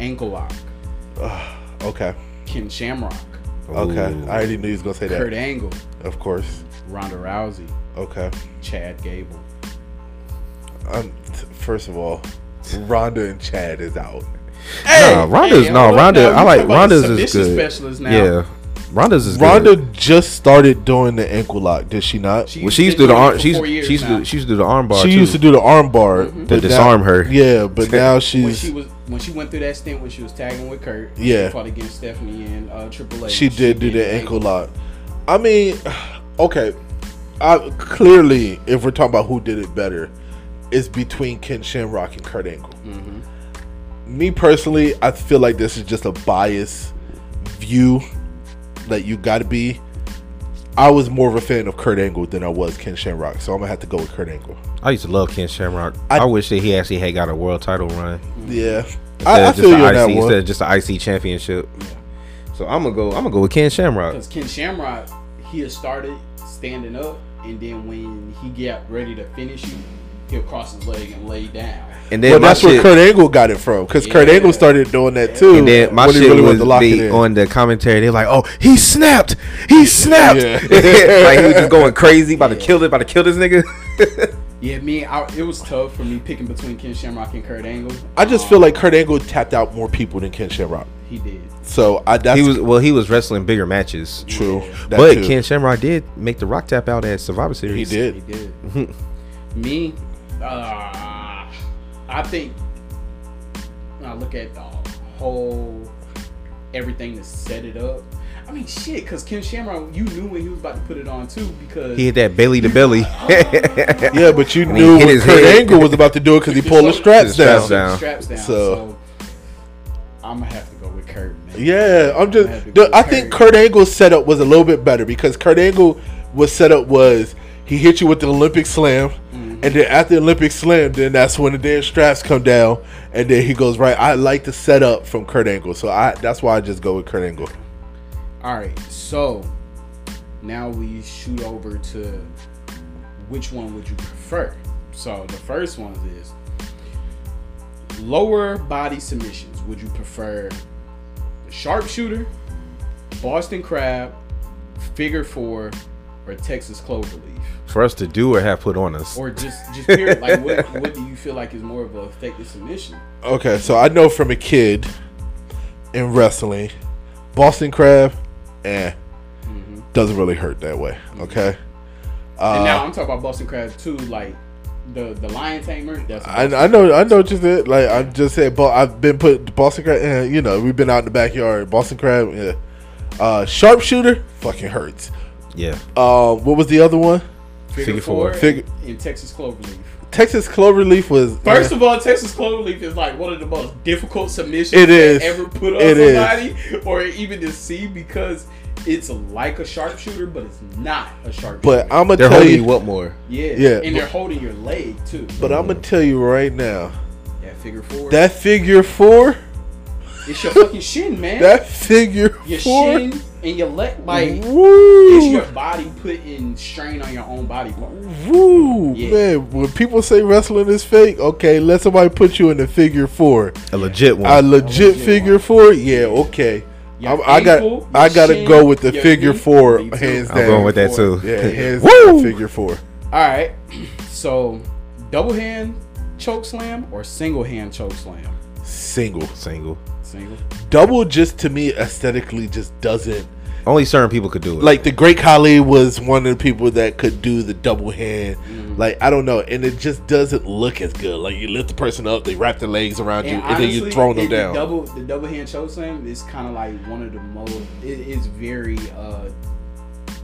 Speaker 1: ankle lock,
Speaker 2: Okay.
Speaker 1: Kim Shamrock,
Speaker 2: Okay.
Speaker 3: Ooh.
Speaker 2: I already knew he was gonna say that.
Speaker 1: Kurt Angle,
Speaker 2: Of course.
Speaker 1: Ronda Rousey,
Speaker 2: Okay.
Speaker 1: Chad Gable.
Speaker 2: Um, t- first of all, Rhonda and Chad is out.
Speaker 3: Nah, Ronda's
Speaker 1: hey,
Speaker 3: no
Speaker 1: look,
Speaker 3: Ronda.
Speaker 1: now you
Speaker 3: I like
Speaker 1: talking about the
Speaker 3: Ronda's is
Speaker 1: submission
Speaker 3: good.
Speaker 1: specialist now.
Speaker 3: Yeah, Ronda's is
Speaker 2: Rhonda
Speaker 3: good.
Speaker 2: just started doing the ankle lock, did she not? She,
Speaker 1: She-
Speaker 3: Well, she
Speaker 1: She's
Speaker 3: used
Speaker 1: been
Speaker 3: to do the
Speaker 1: doing it
Speaker 3: arm.
Speaker 1: for
Speaker 3: She's
Speaker 1: four years
Speaker 3: she's
Speaker 1: now.
Speaker 3: do, she used to do the arm bar. too.
Speaker 2: used to do the arm bar but now-
Speaker 3: disarm her.
Speaker 2: Yeah, but now she's
Speaker 1: When she
Speaker 2: she,
Speaker 1: was when she went through that stint when she was tagging with Kurt,
Speaker 2: Yeah.
Speaker 1: she fought against Stephanie and uh, Triple H.
Speaker 2: did do the
Speaker 1: an
Speaker 2: ankle lock. I mean, [sighs] okay. I clearly, if we're talking about who did it better, it's between Ken Shamrock and Kurt Angle.
Speaker 1: Mm-hmm.
Speaker 2: me personally, I feel like this is just a biased view that you got to be. I was more of a fan of Kurt Angle than I was Ken Shamrock, so I'm gonna have to go with Kurt Angle.
Speaker 3: I used to love Ken Shamrock. I,
Speaker 2: I-
Speaker 3: wish that he actually had got a world title run.
Speaker 1: Mm-hmm.
Speaker 2: Yeah, I, I
Speaker 3: Instead of just
Speaker 2: feel you
Speaker 3: the
Speaker 2: on that
Speaker 3: IC
Speaker 2: one.
Speaker 3: Instead of just the IC championship. So I'm gonna go. I'm gonna go with Ken Shamrock.
Speaker 1: Because Ken Shamrock, he had started standing up, and then when he got ready to finish you, he'll cross his leg and lay down.
Speaker 3: And
Speaker 2: Well,
Speaker 3: then my
Speaker 2: that's where
Speaker 3: shit.
Speaker 2: Kurt Angle got it from, because Kurt
Speaker 1: Yeah.
Speaker 2: Angle started doing that too.
Speaker 3: and then my
Speaker 2: when he
Speaker 3: shit
Speaker 2: really wanted
Speaker 3: was
Speaker 2: to lock it
Speaker 3: big
Speaker 2: in.
Speaker 3: on the commentary. They're like, "Oh, he snapped! He snapped!
Speaker 2: Yeah.
Speaker 3: [laughs] like he was just going crazy, about to kill it, about to kill
Speaker 2: [laughs]
Speaker 3: this nigga."
Speaker 1: Yeah, me, I, it was tough for me picking between Ken Shamrock and Kurt Angle.
Speaker 2: I just feel like Kurt Angle tapped out more people than Ken Shamrock,
Speaker 1: Um, He did.
Speaker 2: so I that's
Speaker 3: he was well. He was wrestling bigger matches.
Speaker 2: true. That
Speaker 3: but
Speaker 2: too.
Speaker 3: Ken Shamrock did make the Rock tap out at Survivor
Speaker 2: he
Speaker 3: Series.
Speaker 1: He
Speaker 2: did.
Speaker 1: did.
Speaker 2: [laughs]
Speaker 1: me, uh, I think when I look at the whole everything that set it up. I mean, shit, because Ken Shamrock, you knew when he was about to put it on too, because
Speaker 3: He hit that belly to belly.
Speaker 2: Yeah, but you
Speaker 3: he
Speaker 2: knew
Speaker 3: hit
Speaker 2: when
Speaker 3: his
Speaker 2: Kurt
Speaker 3: head.
Speaker 2: Angle was about to do it because he pulled the straps
Speaker 3: The
Speaker 2: down.
Speaker 3: straps
Speaker 1: Put
Speaker 3: down.
Speaker 1: the straps down.
Speaker 2: So-
Speaker 1: So, I'm gonna have to go with Kurt. Man.
Speaker 2: Yeah, I'm just.
Speaker 1: I had to
Speaker 2: the-
Speaker 1: go
Speaker 2: I
Speaker 1: with
Speaker 2: think
Speaker 1: Kurt.
Speaker 2: Kurt Angle's setup was a little bit better because Kurt Angle was setup was he hit you with the Olympic slam,
Speaker 3: Mm-hmm.
Speaker 2: and then after the Olympic slam, then that's when the damn straps come down, and then he goes right. I like the setup from Kurt Angle, so I that's why I just go with Kurt Angle.
Speaker 1: All right, so now we shoot over to which one would you prefer? So the first one is lower body submissions. Would you prefer the sharpshooter, Boston crab, figure four, or Texas cloverleaf?
Speaker 3: [laughs] For us to do or have put on us.
Speaker 1: Or just just period. like what what do you feel like is more of an effective submission?
Speaker 2: Okay, so I know from a kid in wrestling, Boston Crab, eh, doesn't really hurt that way. Okay,
Speaker 1: Mm-hmm.
Speaker 2: Uh,
Speaker 1: and now I'm talking about Boston crab too, like the the lion tamer. That's
Speaker 2: I, I know, I know what you said. Like I'm just saying, but I've been put Boston crab. Eh, you know, we've been out in the backyard. Boston crab, yeah. Uh, sharpshooter, fucking hurts.
Speaker 3: yeah.
Speaker 2: Um, what was the other one?
Speaker 3: Figure four.
Speaker 2: Figure-
Speaker 1: in Texas cloverleaf.
Speaker 2: Texas cloverleaf was
Speaker 1: First
Speaker 2: eh,
Speaker 1: of all, Texas cloverleaf is like one of the most difficult submissions
Speaker 2: It is.
Speaker 1: that ever put on
Speaker 2: It is.
Speaker 1: somebody [laughs] or even to see because it's like a sharpshooter, but it's not a sharpshooter.
Speaker 2: but I'm gonna
Speaker 3: They're
Speaker 2: tell
Speaker 3: holding
Speaker 2: you.
Speaker 3: you up more.
Speaker 1: yeah,
Speaker 2: yeah,
Speaker 1: and they're holding your leg too.
Speaker 2: But I'm gonna tell you right now,
Speaker 1: that figure four.
Speaker 2: That figure four.
Speaker 1: it's your fucking shin, man.
Speaker 2: That figure
Speaker 1: your
Speaker 2: four.
Speaker 1: shin and your leg. Like it's
Speaker 2: woo,
Speaker 1: your body putting strain on your own body. part.
Speaker 2: woo,
Speaker 1: Yeah.
Speaker 2: man. When people say wrestling is fake, okay, let somebody put you in the figure four.
Speaker 3: A legit one.
Speaker 2: A legit
Speaker 1: legit
Speaker 2: figure four. Yeah, okay.
Speaker 1: Your
Speaker 2: I'm, I got.
Speaker 1: ankle,
Speaker 2: I
Speaker 1: your
Speaker 2: got to
Speaker 1: shin,
Speaker 2: go with the
Speaker 1: your
Speaker 2: figure
Speaker 1: knee.
Speaker 2: four,
Speaker 1: Me too.
Speaker 2: hands
Speaker 1: I'm
Speaker 2: down.
Speaker 3: I'm going with that too.
Speaker 2: Yeah, hands
Speaker 3: Woo!
Speaker 2: down. Figure four.
Speaker 1: All right. [clears throat] So, double hand choke slam or single hand choke slam?
Speaker 2: Single.
Speaker 3: Single.
Speaker 1: Single.
Speaker 2: Double just to me aesthetically just doesn't.
Speaker 3: Only certain people could do it.
Speaker 2: like the great Khali was one of the people that could do the double hand.
Speaker 1: Mm.
Speaker 2: Like I don't know, and it just doesn't look as good. Like you lift the person up, they wrap their legs around you, and then you throw them
Speaker 1: and the
Speaker 2: down.
Speaker 1: Double the double hand choke slam is kind of like one of the most. It is very, uh,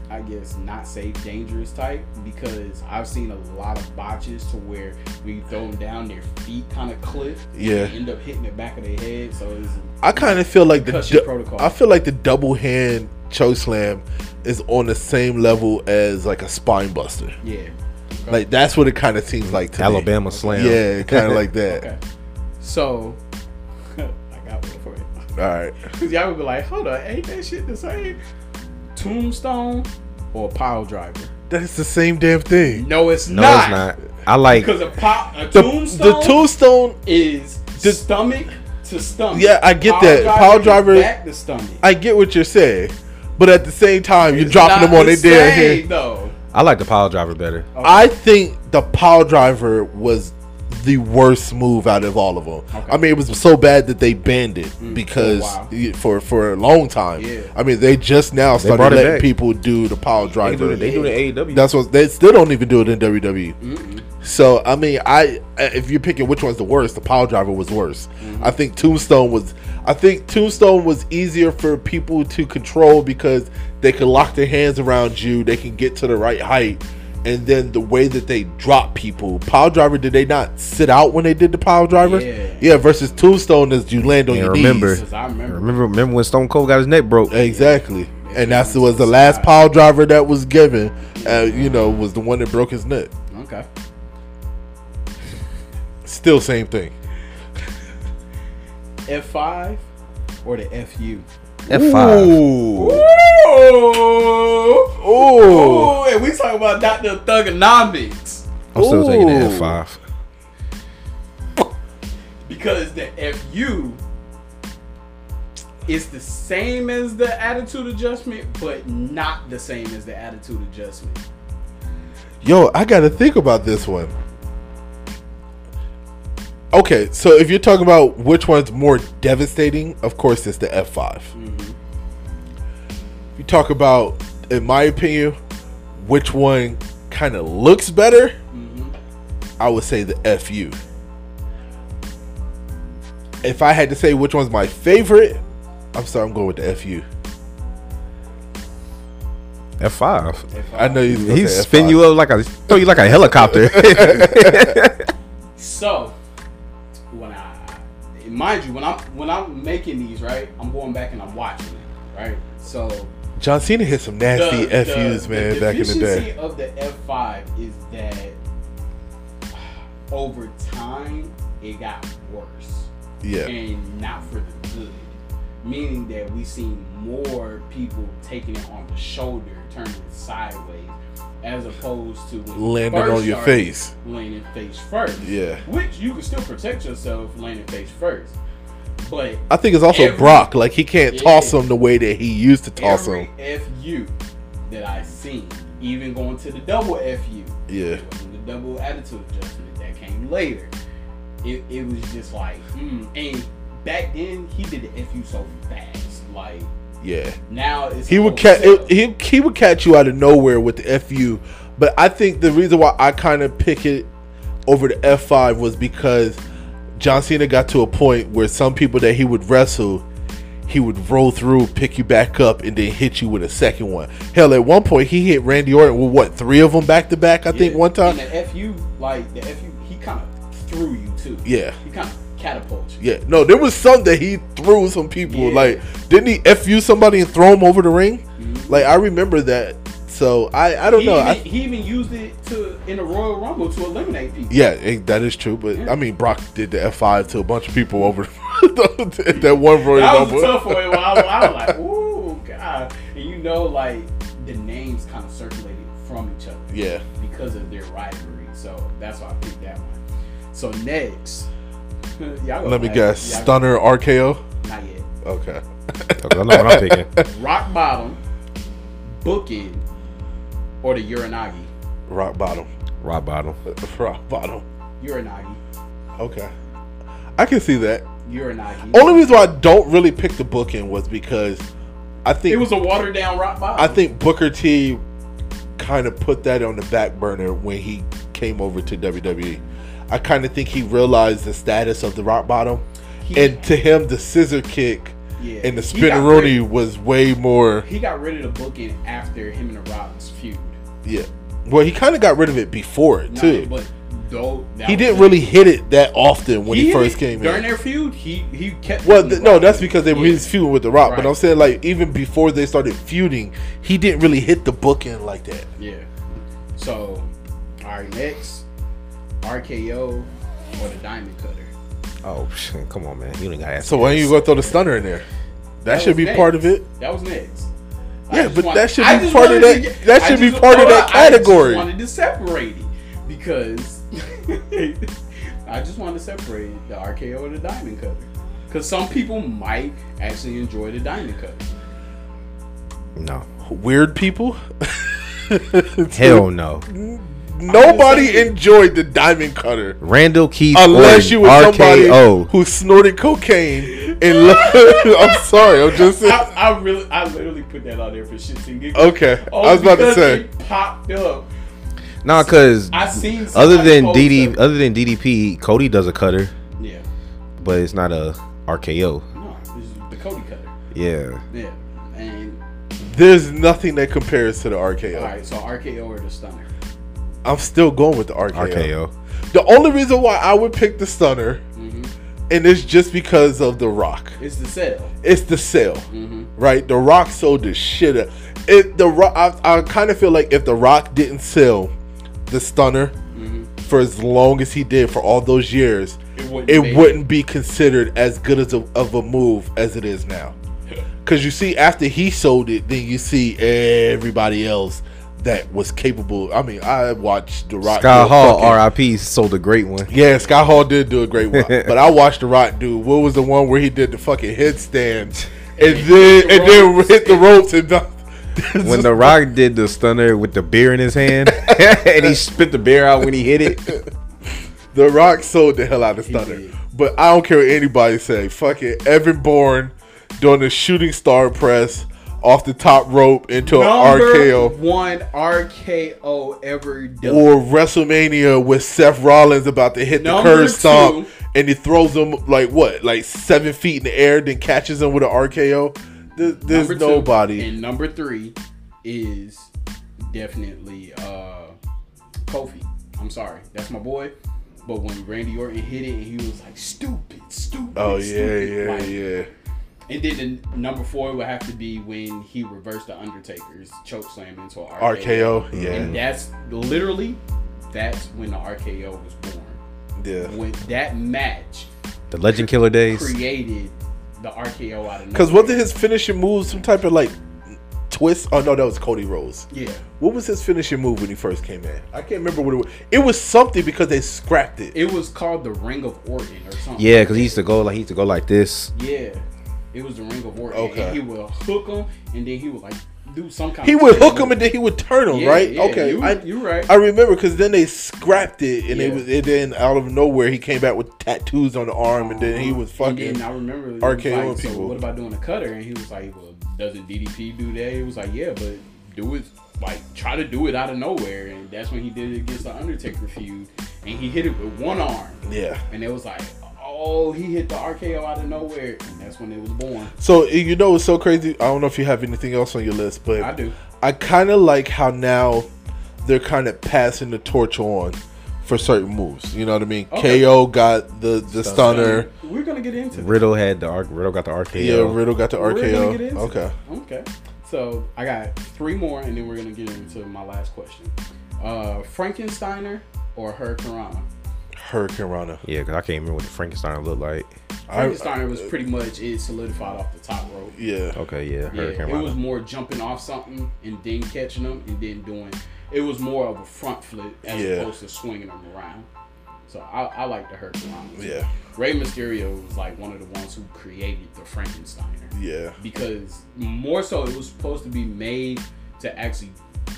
Speaker 1: I guess, not safe, dangerous type because I've seen a lot of botches to where we throw them down, their feet kind of clip.
Speaker 2: Yeah.
Speaker 1: And they end up hitting the back of their head. So it's
Speaker 2: I kind of feel like the
Speaker 1: Concussion
Speaker 2: du-
Speaker 1: protocol.
Speaker 2: I feel like the double hand choke slam is on the same level as like a spine buster.
Speaker 1: yeah.
Speaker 2: Like that's what it kind of seems like to me.
Speaker 3: Alabama slam.
Speaker 2: Yeah, kind of
Speaker 3: [laughs]
Speaker 2: like that.
Speaker 1: Okay. So, [laughs] I got one for you.
Speaker 2: All right.
Speaker 1: Cause y'all would be like, hold up, ain't that shit the same? Tombstone or pile driver?
Speaker 2: That's the same damn thing.
Speaker 1: No, it's
Speaker 3: No,
Speaker 1: not.
Speaker 3: it's not. I like
Speaker 1: Because a pop a
Speaker 2: The,
Speaker 1: tombstone
Speaker 2: the tombstone,
Speaker 1: is
Speaker 2: the-
Speaker 1: stomach to stomach.
Speaker 2: Yeah, I get that. Pile
Speaker 1: is
Speaker 2: driver-
Speaker 1: back to stomach.
Speaker 2: I get what you're saying, but at the same time, you're
Speaker 1: It's
Speaker 2: dropping
Speaker 1: not
Speaker 2: them on
Speaker 1: the
Speaker 2: their damn
Speaker 1: same,
Speaker 2: head.
Speaker 1: Though
Speaker 3: I like the pile driver better.
Speaker 2: I think the power driver was the worst move out of all of them. I mean, it was so bad that they banned it because
Speaker 1: while.
Speaker 2: y- for for a long time.
Speaker 1: Yeah.
Speaker 2: I mean, they just now
Speaker 3: brought
Speaker 2: started
Speaker 3: it
Speaker 2: letting
Speaker 3: back.
Speaker 2: people do the power
Speaker 3: They do,
Speaker 2: driver.
Speaker 3: the, they do the E AEW.
Speaker 2: That's what they still don't even do it in WWE. So I mean, I eh, if you're picking which one's the worst, the power driver was worse. I think Tombstone was. I think Tombstone was easier for people to control because they could lock their hands around you. They can get to the right height, and then the way that they drop people. Power driver, did they not sit out when they did the power driver?
Speaker 1: Yeah.
Speaker 2: versus Tombstone is you land on
Speaker 3: And
Speaker 2: your
Speaker 3: remember-
Speaker 2: knees.
Speaker 1: because I remember.
Speaker 3: remember, remember when Stone Cold got his neck broke?
Speaker 2: Exactly. And that's was the last power driver that was given. Uh, you know, was the one that broke his neck.
Speaker 1: Okay.
Speaker 2: Still same thing.
Speaker 1: F five or the FU.
Speaker 3: F five.
Speaker 2: Ooh.
Speaker 1: Ooh.
Speaker 2: Ooh.
Speaker 1: Ooh, and we talking about Dr. Thugonomics.
Speaker 3: I'm still taking the
Speaker 2: Ooh.
Speaker 3: F five.
Speaker 1: Because the FU is the same as the attitude adjustment, but not the same as the attitude adjustment.
Speaker 2: Yo, I gotta think about this one. Okay, so if you're talking about which one's more devastating, of course it's the F5. You talk about, in my opinion, which one kind of looks better, I would say the FU. If I had to say which one's my favorite, I'm sorry, I'm going with the FU.
Speaker 3: F five.
Speaker 2: I know you.
Speaker 3: He spin you up like a throw you like a [laughs] helicopter.
Speaker 1: So when I and mind you, when I'm when I'm making these, right, I'm going back and I'm watching it, right? So
Speaker 2: John Cena hit some nasty FUs, man, back in the
Speaker 1: deficiency
Speaker 2: day.
Speaker 1: of the F5 is that over time it got worse.
Speaker 2: Yeah.
Speaker 1: and not for the good. Meaning that we see more people taking it on the shoulder, turning it sideways, as opposed to when you
Speaker 2: Landing
Speaker 1: first
Speaker 2: on your
Speaker 1: started,
Speaker 2: face.
Speaker 1: Landing face first.
Speaker 2: Yeah.
Speaker 1: Which you can still protect yourself landing face first. But
Speaker 2: I think it's also
Speaker 1: Every-
Speaker 2: Brock. Like he can't
Speaker 1: Yeah.
Speaker 2: toss him the way that he used to toss him.
Speaker 1: every FU that I seen, even going to the double FU,
Speaker 2: Yeah.
Speaker 1: wasn't the double attitude adjustment that came later. It, it was just like, mm. and back then he did the FU so fast. Like
Speaker 2: Yeah.
Speaker 1: now it's
Speaker 2: He would
Speaker 1: all
Speaker 2: catch
Speaker 1: set.
Speaker 2: he he would catch you out of nowhere with the FU. But I think the reason why I kind of pick it over the F5 was because John Cena got to a point where some people that he would wrestle, he would roll through, pick you back up, and then hit you with a second one. Hell, at one point he hit Randy Orton with what three of them back to back. I think
Speaker 1: Yeah.
Speaker 2: one time.
Speaker 1: And the FU, like the FU, he kind of threw you too.
Speaker 2: Yeah.
Speaker 1: he kind of catapulted you.
Speaker 2: Yeah, no, there was some that he threw some people.
Speaker 1: Yeah.
Speaker 2: Like, didn't he f you somebody and throw him over the ring? Like, I remember that So I, I don't
Speaker 1: Mm-hmm. he,
Speaker 2: know.
Speaker 1: even,
Speaker 2: I,
Speaker 1: he even used it to in the Royal Rumble to eliminate people.
Speaker 2: yeah, it, that is true. But I mean, Brock did the F five to a bunch of people over [laughs] that one Royal
Speaker 1: That was
Speaker 2: Rumble.
Speaker 1: a tough one. Well, I, I was like, ooh, God. And you know, like, the names kind of circulated from each other
Speaker 2: Yeah,
Speaker 1: because of their rivalry. So that's why I picked that one. So next. [laughs] y'all gonna
Speaker 2: let me
Speaker 1: laugh.
Speaker 2: guess.
Speaker 1: Y'all-
Speaker 2: Stunner RKO.
Speaker 1: Not yet.
Speaker 2: Okay.
Speaker 3: I know what I'm picking.
Speaker 1: Rock Bottom, Booking, or the Uranagi.
Speaker 2: Rock bottom. [laughs]
Speaker 3: Rock bottom.
Speaker 2: Rock bottom.
Speaker 1: Uranagi.
Speaker 2: Okay. I can see that.
Speaker 1: Uranagi.
Speaker 2: Only reason why I don't really pick the booking was because I think
Speaker 1: It was a watered down Rock Bottom.
Speaker 2: I think Booker T kind of put that on the back burner when he came over to WWE. I kind of think he realized the status of the rock bottom,
Speaker 1: He-
Speaker 2: and to him, the scissor kick
Speaker 1: Yeah,
Speaker 2: and the
Speaker 1: he got
Speaker 2: spinneroni was way more.
Speaker 1: He got rid of the Booking after him and the Rock's feud.
Speaker 2: Yeah, well, he kind of got rid of it before it
Speaker 1: Nah,
Speaker 2: too.
Speaker 1: But though that
Speaker 2: he
Speaker 1: was
Speaker 2: didn't
Speaker 1: it.
Speaker 2: really hit it that often when he,
Speaker 1: hit
Speaker 2: first
Speaker 1: it
Speaker 2: came
Speaker 1: during
Speaker 2: in.
Speaker 1: their feud. He he kept.
Speaker 2: Well,
Speaker 1: hitting
Speaker 2: th-
Speaker 1: the
Speaker 2: no,
Speaker 1: Rock.
Speaker 2: that's because they were
Speaker 1: Yeah.
Speaker 2: his feuding with The Rock.
Speaker 1: Right.
Speaker 2: But I'm saying, like, even before they started feuding, he didn't really hit the booking like that.
Speaker 1: Yeah. So, all right, next RKO or the Diamond Cutter.
Speaker 3: Oh shit! Come on, man. You didn't got ask.
Speaker 2: So why don't you go throw the stunner in there? That, should
Speaker 1: was
Speaker 2: be
Speaker 1: next.
Speaker 2: part of it.
Speaker 1: That was next.
Speaker 2: Yeah,
Speaker 1: just
Speaker 2: but
Speaker 1: wanted-
Speaker 2: that should
Speaker 1: I
Speaker 2: be
Speaker 1: just
Speaker 2: part of
Speaker 1: wanted
Speaker 2: that-
Speaker 1: to
Speaker 2: that
Speaker 1: I
Speaker 2: should be
Speaker 1: just-
Speaker 2: part of that
Speaker 1: hold on,
Speaker 2: category.
Speaker 1: I just wanted to separate it because [laughs] I just wanted to separate the RKO or the Diamond Cutter because some people might actually enjoy the Diamond Cutter.
Speaker 3: No.
Speaker 2: Weird people. [laughs]
Speaker 3: Hell no.
Speaker 1: I'm
Speaker 2: Nobody
Speaker 1: saying-
Speaker 2: enjoyed the diamond cutter
Speaker 3: Randall Keith
Speaker 2: unless
Speaker 3: Orton,
Speaker 2: you were
Speaker 3: RKO.
Speaker 2: somebody who snorted cocaine. And [laughs] lo- I'm sorry, I'm just
Speaker 1: I,
Speaker 2: saying.
Speaker 1: I really, I literally put that out there for shits and giggles. Oh,
Speaker 2: Okay, Oh, I was about to
Speaker 1: because
Speaker 2: say.
Speaker 1: it popped up.
Speaker 3: Nah, cause
Speaker 1: I seen
Speaker 3: other
Speaker 1: somebody
Speaker 3: than
Speaker 1: post
Speaker 3: DD,
Speaker 1: that.
Speaker 2: uh,
Speaker 3: other than DDP, Cody does a cutter,
Speaker 1: Yeah,
Speaker 3: but it's not a RKO.
Speaker 1: no, this is the Cody Cutter.
Speaker 3: Yeah.
Speaker 1: Yeah, and
Speaker 2: There's nothing that compares to the RKO.
Speaker 1: all right, so RKO or the Stunner.
Speaker 2: I'm still going with the RKO.
Speaker 3: RKO.
Speaker 2: The only reason why I would pick the stunner,
Speaker 1: hmm
Speaker 2: and it's just because of The Rock.
Speaker 1: It's the sell.
Speaker 2: It's the sale.
Speaker 1: hmm
Speaker 2: right? The Rock sold the shit up. If the Rock, I, I kind of feel like if the Rock didn't sell the Stunner for as long as he did for all those years,
Speaker 1: It
Speaker 2: it
Speaker 1: wouldn't
Speaker 2: wouldn't,
Speaker 1: be.
Speaker 2: be. considered as good as a, of a move as it is now. Because you see, after he sold it, then you see everybody else that was capable. I mean, I watched the Rock. do
Speaker 3: Sky
Speaker 2: a
Speaker 3: Hall,
Speaker 2: fucking-
Speaker 3: RIP, sold a great one.
Speaker 2: yeah, Sky Hall did do a great one, but I watched The Rock do. What was the one where he did the fucking headstand and then and then hit the ropes and
Speaker 3: When The Rock did the stunner with the beer in his hand, [laughs] and he spit the beer out when he hit it.
Speaker 2: [laughs] the Rock sold the hell out of Stunner.
Speaker 1: did.
Speaker 2: But I don't care what anybody say. Fucking Evan Bourne doing the shooting star press off the top rope into an
Speaker 1: Number
Speaker 2: RKO.
Speaker 1: one RKO ever done.
Speaker 2: Or WrestleMania with Seth Rollins about to hit the
Speaker 1: Number
Speaker 2: curb stomp
Speaker 1: two.
Speaker 2: and he throws him like what, like seven feet in the air, then catches him with an RKO. There- There's
Speaker 1: Number two.
Speaker 2: nobody.
Speaker 1: And number three is definitely uh, Kofi. I'm sorry, that's my boy. But when Randy Orton hit it, and he was like, "Stupid, stupid."
Speaker 2: Oh yeah,
Speaker 1: stupid.
Speaker 2: yeah,
Speaker 1: Like,
Speaker 2: yeah.
Speaker 1: And then the n- number four would have to be when he reversed the Undertaker's choke slam into a RKO.
Speaker 2: RKO,
Speaker 1: And
Speaker 2: yeah,
Speaker 1: that's literally that's when the RKO was born.
Speaker 2: yeah.
Speaker 1: When that match
Speaker 3: The Legend Killer days.
Speaker 1: created the RKO out of
Speaker 2: Because
Speaker 1: nowhere.
Speaker 2: wasn't his finishing move some type of like twist? Oh no, that was Cody Rhodes.
Speaker 1: yeah
Speaker 2: What was his finishing move when he first came in? I can't remember what it was. It was something because they scrapped it.
Speaker 1: it was called the Ring of Orton or something.
Speaker 3: Yeah, because he used to go like he used to go like this.
Speaker 1: yeah, it was the Ring of Orton.
Speaker 2: Okay.
Speaker 1: And he would hook him, and then he would like do some kind.
Speaker 2: He
Speaker 1: of
Speaker 2: would
Speaker 1: trick
Speaker 2: hook him and then he would turn him,
Speaker 1: Yeah,
Speaker 2: right?
Speaker 1: yeah,
Speaker 2: okay,
Speaker 1: you-
Speaker 2: I,
Speaker 1: you right.
Speaker 2: I remember because then they scrapped it and
Speaker 1: Yeah.
Speaker 2: it was. And then out of nowhere he came back with tattoos on the arm and then he was
Speaker 1: And
Speaker 2: fucking.
Speaker 1: then I remember it was
Speaker 2: RKO
Speaker 1: like, So
Speaker 2: people.
Speaker 1: what about doing a cutter? And he was like, "Well, doesn't DDP do that?" He was like, "Yeah, but do it like try to do it out of nowhere." And that's when he did it against the Undertaker feud, and he hit it with one arm,
Speaker 2: yeah.
Speaker 1: and it was like, "Oh, he hit the RKO out of nowhere," and that's when it was born.
Speaker 2: So you know what's so crazy? I don't know if you have anything else on your list, but
Speaker 1: I do.
Speaker 2: I kind of like how now they're kind of passing the torch on for certain moves. You know what I mean?
Speaker 1: Okay.
Speaker 2: KO got the the stunner.
Speaker 1: We're gonna get into that.
Speaker 3: Riddle had the R- Riddle got the RKO.
Speaker 2: Yeah, Riddle got the
Speaker 1: We're gonna get
Speaker 2: RKO.
Speaker 1: into
Speaker 2: Okay.
Speaker 1: that. Okay. So I got three more, and then we're gonna get into my last question. Uh, Frankensteiner or Hurricane Rana?
Speaker 2: Hurricane Rana.
Speaker 3: Yeah, because I can't remember what the Frankenstein looked like.
Speaker 2: I-
Speaker 1: Frankensteiner was pretty much it solidified off the top rope.
Speaker 2: Yeah.
Speaker 3: Okay, yeah,
Speaker 1: Yeah,
Speaker 3: Hurricane
Speaker 1: it
Speaker 3: Rana.
Speaker 1: was more jumping off something and then catching them and then doing. It was more of a front flip as
Speaker 2: Yeah.
Speaker 1: opposed to swinging them around. So I, I like the Hurricane Rana.
Speaker 2: Yeah.
Speaker 1: Rey Mysterio was like one of the ones who created the Frankensteiner
Speaker 2: Yeah.
Speaker 1: because more so it was supposed to be made to actually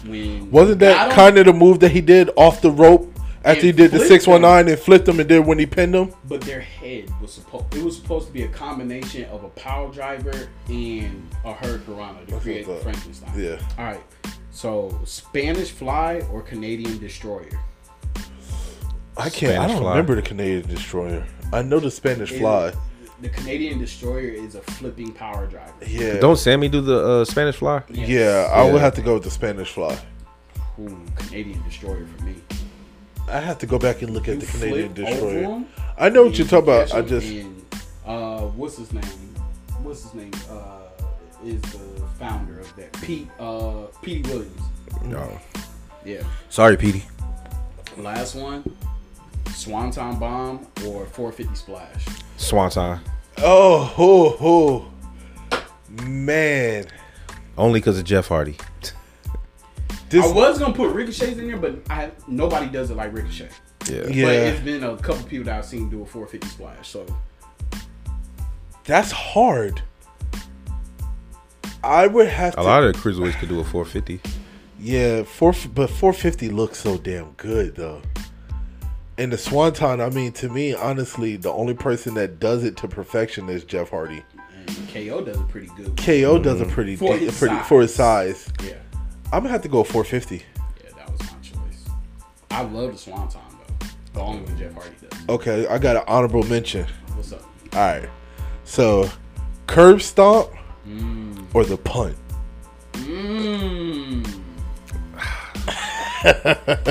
Speaker 1: when
Speaker 2: Wasn't
Speaker 1: I
Speaker 2: that
Speaker 1: don't-
Speaker 2: kind of the move that he did off the rope after
Speaker 1: And
Speaker 2: he did the
Speaker 1: flipped
Speaker 2: six one nine and flipped him, and then when he pinned him?
Speaker 1: but their head was supposed it was supposed to be a combination of a power driver and a herd piranha to
Speaker 2: what I
Speaker 1: create
Speaker 2: thought.
Speaker 1: Frankenstein.
Speaker 2: Yeah.
Speaker 1: All right. So Spanish Fly or Canadian Destroyer?
Speaker 2: I can't. I
Speaker 3: Spanish
Speaker 2: don't
Speaker 3: Fly.
Speaker 2: remember the Canadian Destroyer. I know the Spanish Fly.
Speaker 1: The Canadian Destroyer is a flipping power driver.
Speaker 2: Yeah.
Speaker 3: Don't Sammy do the uh, Spanish Fly?
Speaker 2: Yeah,
Speaker 1: Yes.
Speaker 2: I would
Speaker 3: Yeah.
Speaker 2: have to go with the Spanish Fly.
Speaker 1: Ooh, Canadian Destroyer for me.
Speaker 2: I have to go back and look at
Speaker 1: You
Speaker 2: the Canadian
Speaker 1: flip over
Speaker 2: Destroyer.
Speaker 1: 'em,
Speaker 2: I know what
Speaker 1: and
Speaker 2: you're talking about.
Speaker 1: catch
Speaker 2: I
Speaker 1: 'em,
Speaker 2: just
Speaker 1: and, uh, what's his name? What's his name? Uh, is the founder of that Pete uh Pete Williams.
Speaker 3: No.
Speaker 1: Yeah.
Speaker 3: Sorry, Petey.
Speaker 1: Last one, Swanton Bomb or 450 Splash.
Speaker 3: Swanton.
Speaker 2: oh ho ho, man,
Speaker 3: Only because of Jeff Hardy.
Speaker 2: this
Speaker 1: I was gonna put ricochets in there, but I nobody does it like ricochet.
Speaker 3: Yeah.
Speaker 2: Yeah.
Speaker 1: But it's been a couple people that I've seen do a 450 splash. So
Speaker 2: that's hard. I would have to.
Speaker 3: A lot of the cruiserweights could do a 450.
Speaker 2: Yeah, four but four fifty looks so damn good though. And the Swanton, I mean, to me, honestly, the only person that does it to perfection is Jeff Hardy.
Speaker 1: and KO does it pretty good.
Speaker 2: KO does a
Speaker 3: Mm-hmm.
Speaker 2: pretty,
Speaker 1: For
Speaker 2: de-
Speaker 1: his
Speaker 2: pretty
Speaker 1: size.
Speaker 2: for his size.
Speaker 1: yeah,
Speaker 2: I'm gonna have to go four fifty.
Speaker 1: yeah, that was my choice. I love the Swanton though. The only one Jeff Hardy does.
Speaker 2: Okay, I got an honorable mention.
Speaker 1: What's up?
Speaker 2: All right, so curb stomp or the punt.
Speaker 1: Mmm.
Speaker 2: Yeah,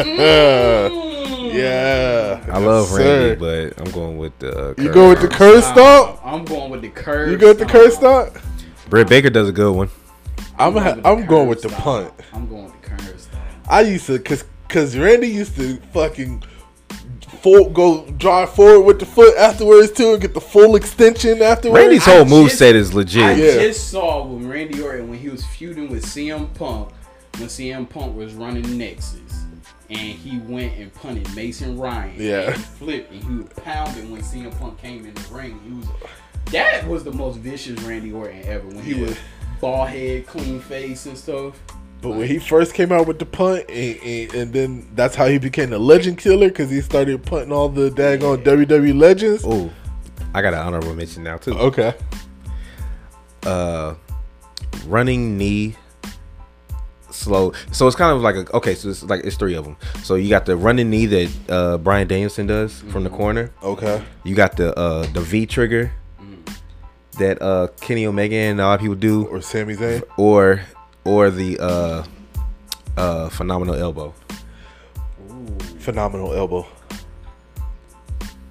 Speaker 3: I love
Speaker 2: sir.
Speaker 3: Randy, but I'm going with the. Uh,
Speaker 2: You
Speaker 3: Kurt
Speaker 2: go with the
Speaker 3: Angle.
Speaker 2: curb stomp.
Speaker 1: I'm going with the curve.
Speaker 2: You go with the curb stomp.
Speaker 3: Britt Baker does a good one.
Speaker 2: I'm
Speaker 1: going
Speaker 2: ha-
Speaker 1: with the
Speaker 2: I'm going
Speaker 1: curve
Speaker 2: with the
Speaker 1: style.
Speaker 2: punt.
Speaker 1: I'm going with the curve style.
Speaker 2: I used to, cause, cause Randy used to fucking full, go drive forward with the foot afterwards too, and get the full extension afterwards.
Speaker 3: Randy's
Speaker 1: I
Speaker 3: whole
Speaker 1: just-
Speaker 3: moveset is
Speaker 1: I
Speaker 3: legit.
Speaker 2: Yeah.
Speaker 1: just saw when Randy Orton when he was feuding with CM Punk when CM Punk was running Nexus and he went and punted Mason Ryan.
Speaker 2: Yeah.
Speaker 1: And he flipped and he was pounding when CM Punk came in the ring. He was that was the most vicious Randy Orton ever when he
Speaker 2: Yeah.
Speaker 1: was bald head, clean face and stuff.
Speaker 2: But when he first came out with the punt, and, and, and then that's how he became the legend killer, cause he started punting all the daggone WWE legends.
Speaker 3: Oh, I got an honorable mention now, too.
Speaker 2: Okay.
Speaker 3: uh running knee slow so it's kind of like a, okay so it's like it's three of them so you got the running knee that uh brian danielson does from the corner
Speaker 2: Okay.
Speaker 3: you got the uh the v trigger that uh kenny omega and a lot of people do
Speaker 2: Or Sami Zayn.
Speaker 3: or or the uh uh phenomenal elbow
Speaker 2: Phenomenal elbow.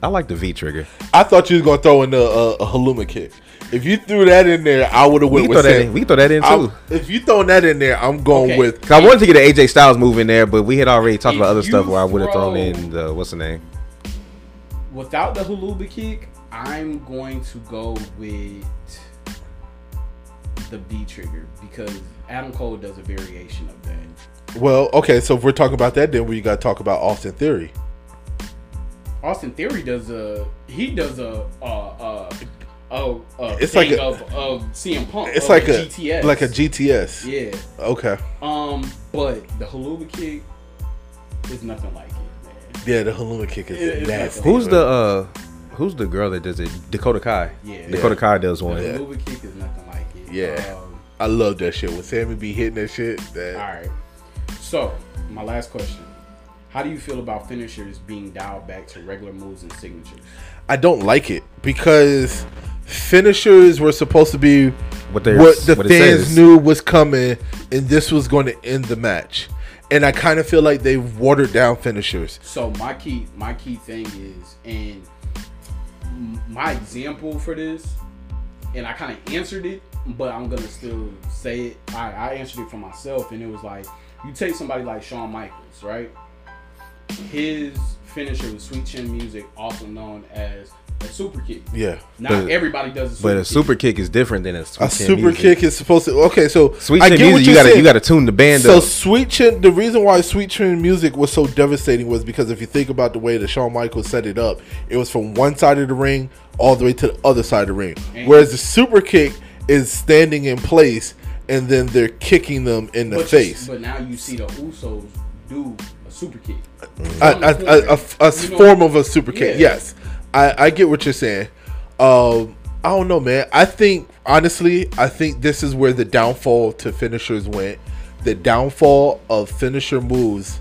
Speaker 3: i like the v trigger
Speaker 2: I thought you was gonna throw in a, a, a haluma kick. If you threw that in there, I would have
Speaker 3: we
Speaker 2: went
Speaker 3: can,
Speaker 2: with
Speaker 3: throw that
Speaker 2: Sam-
Speaker 3: in, we can throw that in
Speaker 2: I'm-
Speaker 3: too
Speaker 2: If you thrown that in there, I'm going
Speaker 1: Okay.
Speaker 2: with
Speaker 3: 'Cause i wanted to get an aj styles move in there but we had already talked
Speaker 1: If
Speaker 3: about other
Speaker 1: you
Speaker 3: stuff where i would have thrown
Speaker 1: throw-
Speaker 3: in the what's the name
Speaker 1: Without the Huluba kick, I'm going to go with the B trigger because Adam Cole does a variation of that.
Speaker 2: Well, okay, so if we're talking about that, then we got to talk about Austin Theory.
Speaker 1: Austin Theory does a he does a uh uh oh uh
Speaker 2: It's
Speaker 1: it's thing
Speaker 2: like a-
Speaker 1: of of CM Punk.
Speaker 2: It's
Speaker 3: Oh,
Speaker 1: of
Speaker 2: like a
Speaker 1: GTS.
Speaker 2: like a GTS.
Speaker 1: yeah.
Speaker 2: Okay,
Speaker 1: Um, but the Haluba kick is nothing like it, man.
Speaker 2: yeah, the Haluma kick is
Speaker 1: Yeah, it's
Speaker 2: nasty.
Speaker 1: like a-
Speaker 3: Who's the uh who's the girl that does it? Dakota Kai.
Speaker 1: Yeah.
Speaker 3: Dakota Kai does
Speaker 1: The
Speaker 3: one.
Speaker 1: Haluba kick is nothing like it.
Speaker 2: Yeah.
Speaker 1: Um,
Speaker 2: I love that shit. When Sammy be hitting that shit, that
Speaker 1: all right. So my last question: How do you feel about finishers being dialed back to regular moves and signatures?
Speaker 2: I don't like it because finishers were supposed to be
Speaker 3: What
Speaker 2: what,
Speaker 3: they're-
Speaker 2: the
Speaker 3: what it
Speaker 2: fans
Speaker 3: says.
Speaker 2: knew was coming, and this was going to end the match. And I kind of feel like they watered down finishers.
Speaker 1: So my key, my key thing is, and m- my example for this, and I kind of answered it but I'm gonna still say it. I, I answered it for myself, and it was like you take somebody like Shawn Michaels, right? His finisher was sweet chin music, also known as a super kick.
Speaker 2: Yeah.
Speaker 1: Not
Speaker 3: But-
Speaker 1: everybody does a super
Speaker 3: But a
Speaker 1: kick.
Speaker 3: super kick is different than a sweet
Speaker 2: A
Speaker 3: chin
Speaker 2: super
Speaker 3: music.
Speaker 2: kick is supposed to. Okay, so
Speaker 3: Sweet
Speaker 2: I
Speaker 3: chin
Speaker 2: get
Speaker 3: music,
Speaker 2: what
Speaker 3: you
Speaker 2: you
Speaker 3: gotta
Speaker 2: said.
Speaker 3: you gotta tune the band
Speaker 2: So
Speaker 3: up.
Speaker 2: sweet chin. The reason why sweet chin music was so devastating was because if you think about the way that Shawn Michaels set it up, it was from one side of the ring all the way to the other side of the ring. Whereas the super kick is standing in place and then they're kicking them in the
Speaker 1: but you-
Speaker 2: face.
Speaker 1: but now you see the Usos do a super kick.
Speaker 2: a, a, a, a- a
Speaker 1: You know-
Speaker 2: form of a super kick.
Speaker 1: Yeah.
Speaker 2: Yes, I, I get what you're saying. Um, I don't know, man. I think honestly, I think this is where the downfall to finishers went. The downfall of finisher moves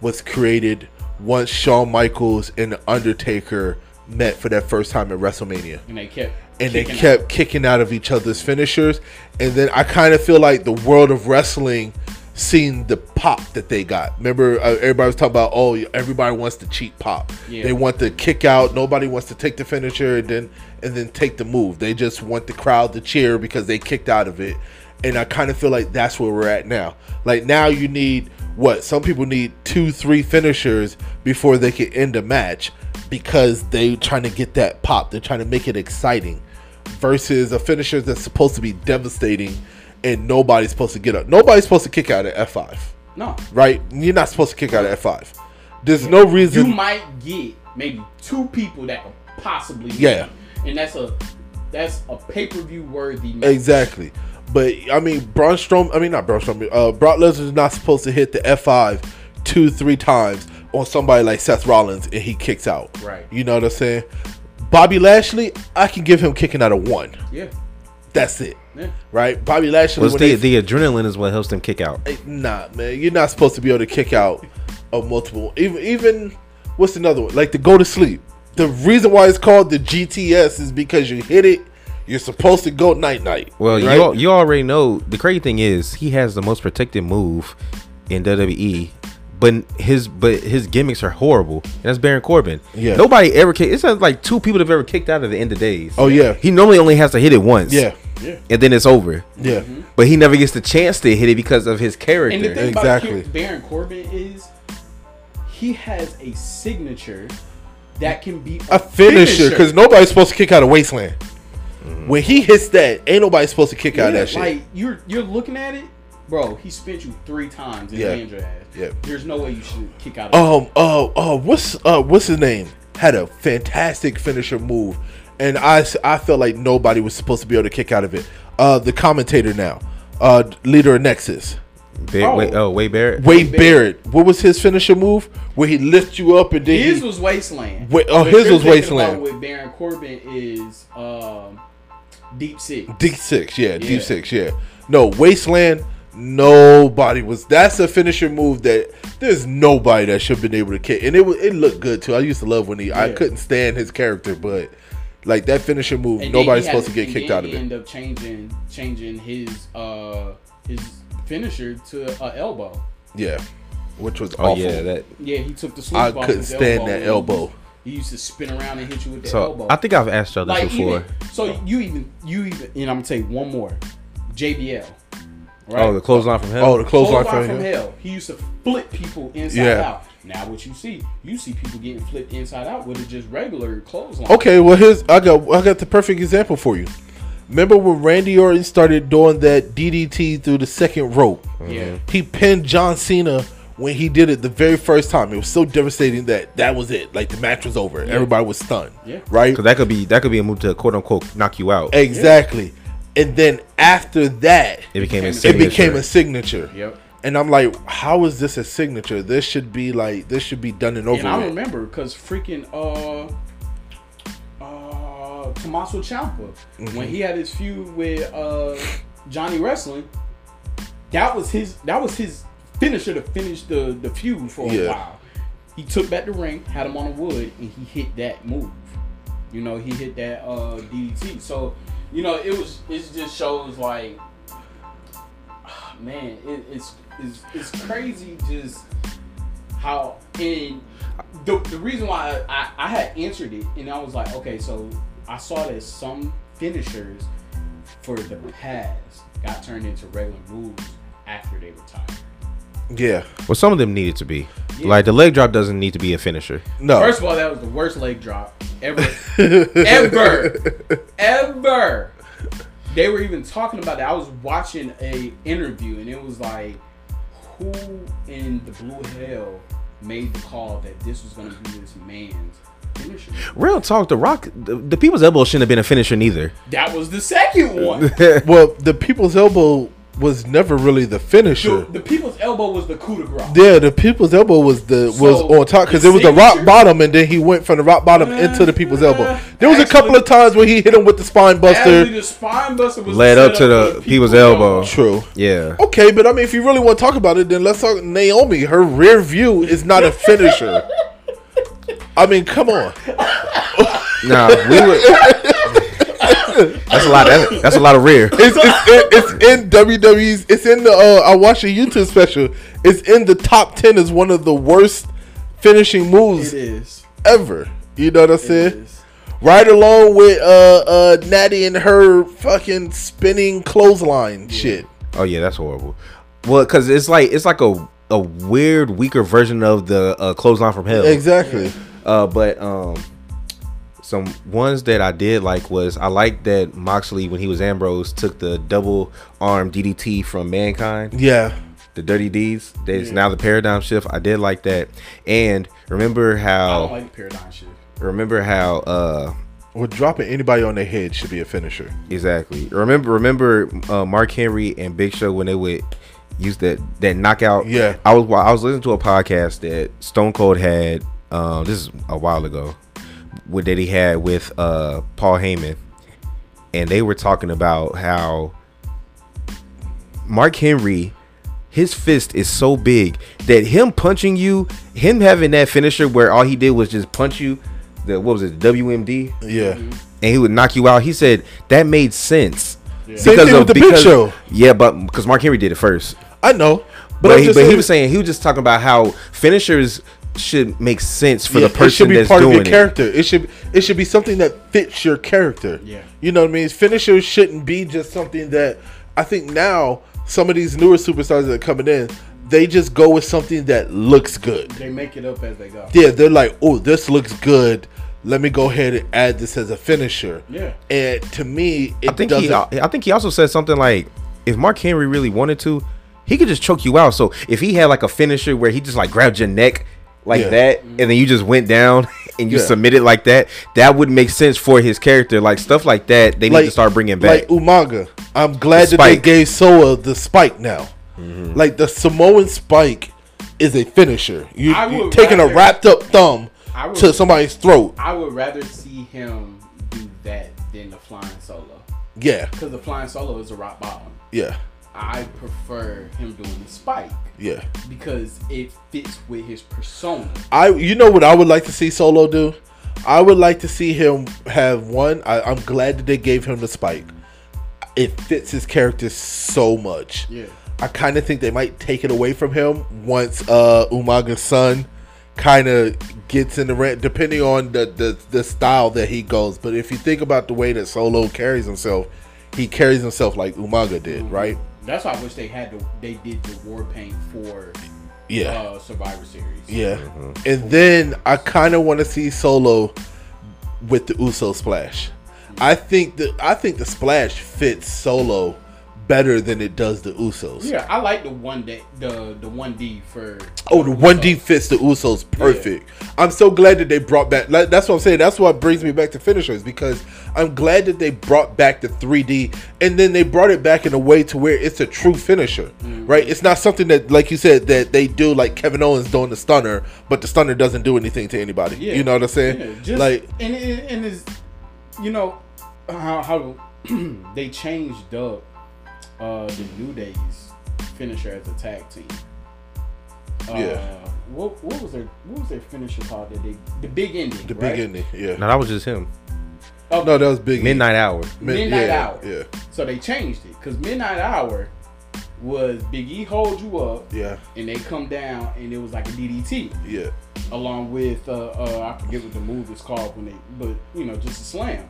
Speaker 2: was created once Shawn Michaels and The Undertaker met for that first time at WrestleMania
Speaker 1: and they kept
Speaker 2: and they
Speaker 1: kicking
Speaker 2: kept kicking out of each other's finishers. And then I kind of feel like the world of wrestling seen the pop that they got. Remember, uh, everybody was talking about, oh, everybody wants the cheap pop.
Speaker 1: Yeah.
Speaker 2: They want the kick out. Nobody wants to take the finisher and then and then take the move. They just want the crowd to cheer because they kicked out of it. And I kind of feel like that's where we're at now. Like now you need what some people need two, three finishers before they can end a match because they trying to get that pop. They're trying to make it exciting versus a finisher that's supposed to be devastating and nobody's supposed to get up. Nobody's supposed to kick out at F5,
Speaker 1: out. No,
Speaker 2: right? You're not supposed to kick out at F5. There's no
Speaker 1: you
Speaker 2: reason.
Speaker 1: might get maybe two people that could possibly win.
Speaker 2: Yeah.
Speaker 1: and that's a that's a pay per view worthy match.
Speaker 2: Exactly. But I mean, Braun Strowman. I mean, not Braun Strowman. Uh, Brock Lesnar's not supposed to hit the F five two, three times on somebody like Seth Rollins, and he kicks out.
Speaker 1: Right.
Speaker 2: You know what I'm saying? Bobby Lashley, I can give him kicking out of one.
Speaker 1: Yeah,
Speaker 2: That's it.
Speaker 1: yeah.
Speaker 2: Right. Bobby Lashley.
Speaker 3: What's
Speaker 2: when
Speaker 3: the
Speaker 2: they-
Speaker 3: the adrenaline is what helps them kick out.
Speaker 2: Hey, Nah, man, you're not supposed to be able to kick out a multiple. Even, even what's another one? Like the go to sleep. The reason why it's called the GTS is because you hit it. You're supposed to go night night.
Speaker 3: Well,
Speaker 2: right?
Speaker 3: you al- you already know the crazy thing is he has the most protected move in WWE, but his but his gimmicks are horrible. And that's Baron Corbin.
Speaker 2: Yeah.
Speaker 3: Nobody ever kicked. It's not like two people have ever kicked out at the end of days.
Speaker 2: Oh, yeah.
Speaker 3: He normally only has to hit it once.
Speaker 2: yeah, Mm-hmm.
Speaker 1: yeah.
Speaker 3: And then it's over.
Speaker 2: yeah.
Speaker 3: But he never gets the chance to hit it because of his
Speaker 1: And the
Speaker 3: character.
Speaker 1: thing
Speaker 2: Exactly.
Speaker 1: about Kar- Baron Corbin is he has a signature that can be
Speaker 2: A finisher, because nobody's supposed to kick out of wasteland. When he hits that, ain't nobody supposed to kick out
Speaker 1: Yeah,
Speaker 2: that shit.
Speaker 1: Like you're you're looking at it, bro. He spent you three times and
Speaker 2: Yeah.
Speaker 1: landed your ass.
Speaker 2: Yeah.
Speaker 1: There's no way you should kick out. of
Speaker 2: um, uh, uh, what's uh, what's his name? Had a fantastic finisher move, and I, s- I felt like nobody was supposed to be able to kick out of it. Uh, the commentator now, uh, leader of Nexus,
Speaker 3: Ba- wait, oh, Wade Barrett.
Speaker 2: Wade Barrett. What was his finisher move? Where he lifts you up and then
Speaker 1: His
Speaker 2: he,
Speaker 1: was wasteland.
Speaker 2: Wait, oh,
Speaker 1: What
Speaker 2: his
Speaker 1: you're
Speaker 2: was
Speaker 1: thinking
Speaker 2: Wasteland.
Speaker 1: about With Baron Corbin is um, deep six.
Speaker 2: deep six, yeah,
Speaker 1: Yeah.
Speaker 2: deep six, yeah. No wasteland. Nobody was. That's a finisher move that there's nobody that should have been able to kick, and it was it looked good too. I used to love when he. I
Speaker 1: Yeah.
Speaker 2: couldn't stand his character, but like that finisher move,
Speaker 1: And then
Speaker 2: nobody's
Speaker 1: he had-
Speaker 2: supposed to get
Speaker 1: and
Speaker 2: kicked
Speaker 1: then
Speaker 2: out of
Speaker 1: he
Speaker 2: it.
Speaker 1: End up changing changing his uh his finisher to a elbow.
Speaker 2: Yeah, which was
Speaker 3: Oh
Speaker 2: awful.
Speaker 3: yeah, that.
Speaker 1: Yeah, he took the sweep.
Speaker 2: I
Speaker 1: off
Speaker 2: couldn't
Speaker 1: his
Speaker 2: stand
Speaker 1: elbow
Speaker 2: that
Speaker 1: and
Speaker 2: elbow.
Speaker 1: He used to spin around and hit you with the
Speaker 3: So
Speaker 1: elbow.
Speaker 3: I think I've asked y'all this
Speaker 1: like
Speaker 3: before.
Speaker 1: even so you even you even and I'm gonna take one more, JBL. Right?
Speaker 3: Oh, the clothesline from him.
Speaker 2: oh, the clothesline
Speaker 1: Clothesline
Speaker 2: from
Speaker 1: from
Speaker 2: him.
Speaker 1: hell. He used to flip people inside
Speaker 2: Yeah.
Speaker 1: out. Now what you see, you see people getting flipped inside out with a just regular clothesline.
Speaker 2: Okay, well here's I got I got the perfect example for you. Remember when Randy Orton started doing that DDT through the second rope?
Speaker 1: Yeah.
Speaker 2: He pinned John Cena when he did it the very first time. It was so devastating that that was it. Like the match was over. Everybody was stunned.
Speaker 1: Yeah.
Speaker 2: Right?
Speaker 3: Because that could be that could be a move to quote unquote knock you out.
Speaker 2: Exactly. And then after that,
Speaker 3: it became a
Speaker 1: It
Speaker 2: it
Speaker 3: signature.
Speaker 2: became a signature.
Speaker 1: Yep.
Speaker 2: And I'm like, how is this a signature? This should be like this should be done and over.
Speaker 1: And I
Speaker 2: with.
Speaker 1: remember because freaking uh uh Tommaso Ciampa when he had his feud with uh Johnny Wrestling, that was his that was his finisher to finish the the feud for a
Speaker 2: Yeah.
Speaker 1: while. He took back the ring, had him on the wood, and he hit that move. You know, he hit that uh DDT. So, you know, it was it just shows like [sighs] man, it, it's, it's it's crazy just how and the, the reason why I, I had answered it and I was like, okay, so I saw that some finishers for the past got turned into regular moves after they retired.
Speaker 2: Yeah.
Speaker 3: Well, some of them needed to be.
Speaker 1: Yeah.
Speaker 3: Like the leg drop doesn't need to be a finisher.
Speaker 2: No.
Speaker 1: First of all, that was the worst leg drop
Speaker 3: [laughs]
Speaker 1: ever, ever, ever. They were even talking about that. I was watching a interview and it was like, who in the blue hell made the call that this was going to be this man's finisher?
Speaker 3: Real talk, the Rock, the, the people's elbow shouldn't have been a finisher neither.
Speaker 1: That was the second
Speaker 3: [laughs]
Speaker 1: one.
Speaker 2: well, the people's elbow was never really the finisher.
Speaker 1: The, the people's elbow was the coup de grace.
Speaker 2: yeah, the people's elbow was the was
Speaker 1: So,
Speaker 2: on top because it was the
Speaker 1: signature-
Speaker 2: rock bottom, and then he went from the rock bottom into the people's elbow. There was a couple
Speaker 1: Actually-
Speaker 2: of times where he hit him with the spine
Speaker 1: Actually,
Speaker 2: buster.
Speaker 1: the spine buster was
Speaker 3: Led
Speaker 1: the
Speaker 3: up to
Speaker 1: setup
Speaker 3: the
Speaker 1: for
Speaker 3: people's elbow.
Speaker 2: True.
Speaker 3: Yeah.
Speaker 2: Okay, but I mean, if you really want to talk about it, then let's talk Naomi. Her rear view is not a finisher. I mean, come on.
Speaker 3: Nah, we were. that's a lot. Of, that's a lot of rear.
Speaker 2: It's, it's, in, it's in WWE's. It's in the. Uh, I watched a YouTube special. It's in the top ten as one of the worst finishing
Speaker 1: It
Speaker 2: moves
Speaker 1: is.
Speaker 2: ever. You know what I'm
Speaker 1: It
Speaker 2: saying?
Speaker 1: is.
Speaker 2: Right along with uh, uh, Natty and her fucking spinning clothesline shit.
Speaker 3: Oh yeah, that's horrible. Well, because it's like it's like a a weird weaker version of the uh, clothesline from hell.
Speaker 2: Exactly.
Speaker 3: Uh, but um, some ones that I did like was I liked that Moxley when he was Ambrose took the double arm DDT from Mankind,
Speaker 2: Yeah.
Speaker 3: the Dirty Deeds. That's now the paradigm shift. I did like that, and remember
Speaker 1: I don't
Speaker 3: how
Speaker 1: like the paradigm shift.
Speaker 3: remember how uh
Speaker 2: Well, dropping anybody on their head should be a finisher.
Speaker 3: exactly remember remember uh, Mark Henry and Big Show when they would use that that knockout.
Speaker 2: Yeah.
Speaker 3: I was I was listening to a podcast that Stone Cold had. Um, this is a while ago. With that he had with uh Paul Heyman, and they were talking about how Mark Henry, his fist is so big that him punching you, him having that finisher where all he did was just punch you. The what was it? WMD
Speaker 2: Yeah.
Speaker 1: Mm-hmm.
Speaker 3: and he would knock you out. He said that made sense.
Speaker 2: Same thing with the Big Show.
Speaker 3: Yeah, but because Mark Henry did it first.
Speaker 2: I know.
Speaker 3: But,
Speaker 2: I'm
Speaker 3: he, but
Speaker 2: just
Speaker 3: he was saying he was just talking about how finishers should make sense for
Speaker 2: Yeah,
Speaker 3: the person
Speaker 2: it should be
Speaker 3: that's
Speaker 2: part of
Speaker 3: doing
Speaker 2: your
Speaker 3: it.
Speaker 2: character. It. should it should be something that fits your character.
Speaker 1: Yeah.
Speaker 2: you know what I mean. Finishers shouldn't be just something that I think now some of these newer superstars that are coming in, they just go with something that looks good.
Speaker 1: They make it up as they go.
Speaker 2: Yeah, they're like, oh, this looks good. Let me go ahead and add this as a finisher.
Speaker 1: Yeah.
Speaker 2: and to me, it
Speaker 3: I think
Speaker 2: doesn't.
Speaker 3: he uh, I think he also said something like if Mark Henry really wanted to, he could just choke you out. So if he had like a finisher where he just like grabbed your neck like
Speaker 2: Yeah.
Speaker 3: that and then you just went down [laughs] and you
Speaker 2: Yeah.
Speaker 3: submitted like that, that would make sense for his character. Like stuff like that, they need to start bringing
Speaker 2: Like
Speaker 3: back.
Speaker 2: Umaga, I'm glad that they
Speaker 3: The spike. Mm-hmm.
Speaker 2: gave Soa the spike now. Like the Samoan spike is a finisher. You,
Speaker 1: I
Speaker 2: you
Speaker 1: would
Speaker 2: taking
Speaker 1: rather-
Speaker 2: a wrapped up thumb
Speaker 1: I would-
Speaker 2: to somebody's throat.
Speaker 1: I would rather see him do that than the flying solo.
Speaker 2: Yeah,
Speaker 1: Because the flying solo is a rock bottom.
Speaker 2: yeah,
Speaker 1: I prefer him doing the spike
Speaker 2: yeah.
Speaker 1: because it fits with his persona.
Speaker 2: I you know what I would like to see Solo do? I would like to see him have one. I, I'm glad that they gave him the spike. It fits his character so much.
Speaker 1: Yeah.
Speaker 2: I kind of think they might take it away from him once uh Umaga's son kind of gets in the rant, depending on the, the the style that he goes. But if you think about the way that Solo carries himself, he carries himself like Umaga did, right?
Speaker 1: That's why I wish they had the, they did the war paint for
Speaker 2: Yeah.
Speaker 1: uh, Survivor Series.
Speaker 2: Yeah. And then I kind of want to see Solo with the Uso splash. I think the I think the splash fits Solo better than it does the Usos.
Speaker 1: Yeah, I like the one that the the one D for
Speaker 2: Oh, the one D fits the Usos perfect. I'm so glad that they brought back. Like, that's what I'm saying. That's what brings me back to finishers because I'm glad that they brought back the 3D and then they brought it back in a way to where it's a true finisher,
Speaker 1: Mm-hmm.
Speaker 2: right? It's not something that, like you said, that they do like Kevin Owens doing the stunner, but the stunner doesn't do anything to anybody.
Speaker 1: Yeah.
Speaker 2: You know what I'm saying?
Speaker 1: Yeah, just
Speaker 2: like,
Speaker 1: and it, and is you know how how [clears throat] they changed up uh the New Day's finisher as a tag team. Uh,
Speaker 2: Yeah.
Speaker 1: What what was their what was their finisher called? That they the big ending.
Speaker 2: the
Speaker 1: right?
Speaker 2: big ending. Yeah.
Speaker 3: no, that was just him.
Speaker 1: Oh,
Speaker 2: No, that was big. E.
Speaker 3: Midnight hour.
Speaker 2: Mid-
Speaker 1: Midnight
Speaker 2: yeah,
Speaker 1: Hour.
Speaker 2: Yeah.
Speaker 1: So they changed it because Midnight Hour was Big E hold you up
Speaker 2: Yeah.
Speaker 1: and they come down and it was like a DDT
Speaker 2: Yeah.
Speaker 1: along with uh, uh, I forget what the move is called when they, but you know, just a slam.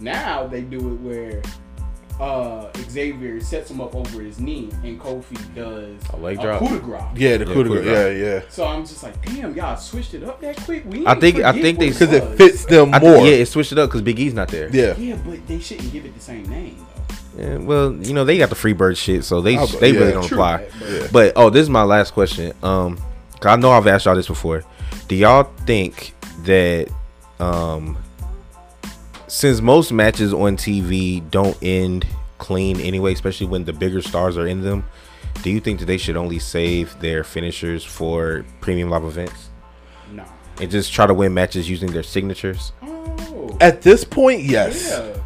Speaker 1: Now they do it where uh, Xavier sets him up over his knee, and Kofi does
Speaker 4: A leg
Speaker 1: a
Speaker 4: drop.
Speaker 1: coup de grace.
Speaker 2: Yeah, the
Speaker 4: Yeah,
Speaker 2: coup de
Speaker 4: coup de
Speaker 2: grace.
Speaker 4: grace.
Speaker 2: Yeah, yeah.
Speaker 1: So I'm just like, damn, y'all switched it up that quick. We
Speaker 4: I
Speaker 1: ain't
Speaker 4: think- I
Speaker 1: forget
Speaker 4: think
Speaker 1: what
Speaker 4: they-
Speaker 2: Because it
Speaker 1: was.
Speaker 2: fits them
Speaker 4: I
Speaker 2: more.
Speaker 4: think, yeah, it switched it up because Big E's not there.
Speaker 2: yeah.
Speaker 1: Yeah, but they shouldn't give it the same name though.
Speaker 3: Yeah, well, you know they got the free bird shit, so they
Speaker 2: Oh,
Speaker 3: they
Speaker 2: yeah,
Speaker 3: really don't
Speaker 1: true
Speaker 3: apply.
Speaker 1: that, but-
Speaker 2: Yeah.
Speaker 3: But oh, this is my last question. Um, 'cause I know I've asked y'all this before. Do y'all think that um, since most matches on TV don't end clean anyway, especially when the bigger stars are in them, do you think that they should only save their finishers for premium live events
Speaker 4: [laughs]
Speaker 1: Nah.
Speaker 3: and just try to win matches using their signatures?
Speaker 1: Oh.
Speaker 2: At this point, yes.
Speaker 1: yeah.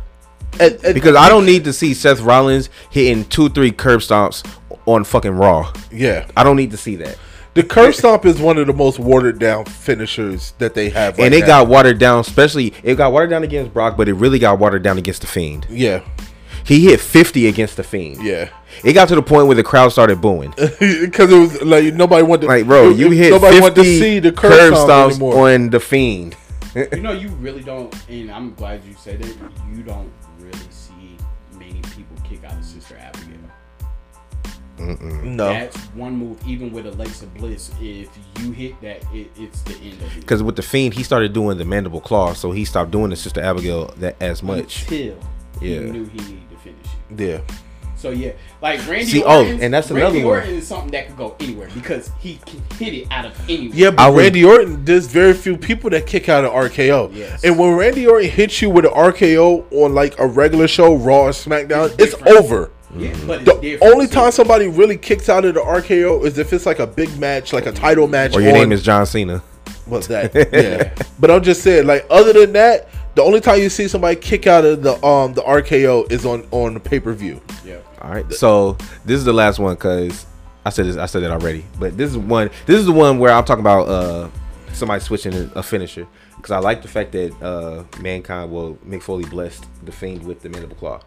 Speaker 2: At- at-
Speaker 3: Because I don't need to see Seth Rollins hitting two, three curb stomps on fucking Raw.
Speaker 2: yeah.
Speaker 3: I don't need to see that.
Speaker 2: The curb stomp is one of the most watered down finishers that they have.
Speaker 3: and
Speaker 2: right
Speaker 3: it
Speaker 2: now.
Speaker 3: got watered down, especially it got watered down against Brock, but it really got watered down against the Fiend.
Speaker 2: yeah,
Speaker 3: He hit 50 against the Fiend.
Speaker 2: yeah, [laughs]
Speaker 3: It got to the point where the crowd started booing.
Speaker 2: because it was like nobody wanted. To,
Speaker 3: Like, bro,
Speaker 2: it-
Speaker 3: you
Speaker 2: it-
Speaker 3: hit
Speaker 2: Nobody
Speaker 3: 50
Speaker 2: wanted to see the curb, stomp
Speaker 3: stomps
Speaker 2: anymore.
Speaker 3: on the Fiend.
Speaker 1: you know, you really don't, and I'm glad you said it. You don't really see many people kick out of Sister Abigail.
Speaker 2: no,
Speaker 1: That's one move. Even with Alexa Bliss, if you hit that, it, it's the end of it.
Speaker 3: Because with the Fiend, he started doing the mandible claw, so he stopped doing the Sister Abigail that as much.
Speaker 1: Until
Speaker 3: Yeah.
Speaker 1: he knew he needed to finish it.
Speaker 2: yeah,
Speaker 1: So yeah, like Randy.
Speaker 3: See, oh,
Speaker 1: Orton's,
Speaker 3: and that's
Speaker 1: Randy
Speaker 3: another one.
Speaker 1: Orton is something that could go anywhere because he can hit it out of anywhere.
Speaker 2: yeah. But
Speaker 3: I would-
Speaker 2: Randy Orton, there's very few people that kick out of RKO.
Speaker 1: Yes.
Speaker 2: And when Randy Orton hits you with an RKO on like a regular show, Raw or SmackDown, it's,
Speaker 1: different.
Speaker 2: over.
Speaker 1: Yeah, but it's
Speaker 2: The
Speaker 1: different.
Speaker 2: only time somebody really kicks out of the RKO is if it's like a big match, like a title match,
Speaker 3: Or your
Speaker 2: on-
Speaker 3: name is John Cena.
Speaker 2: What's
Speaker 3: [laughs]
Speaker 2: that? Yeah. but I'm just saying, like, other than that, the only time you see somebody kick out of the um the RKO is on on the pay per view.
Speaker 1: Yeah.
Speaker 3: All right. So this is the last one because I said this. I said that already. But this is one. This is the one where I'm talking about uh somebody switching a a finisher because I like the fact that uh mankind will Mick Foley blessed the fiend with the mandible claw.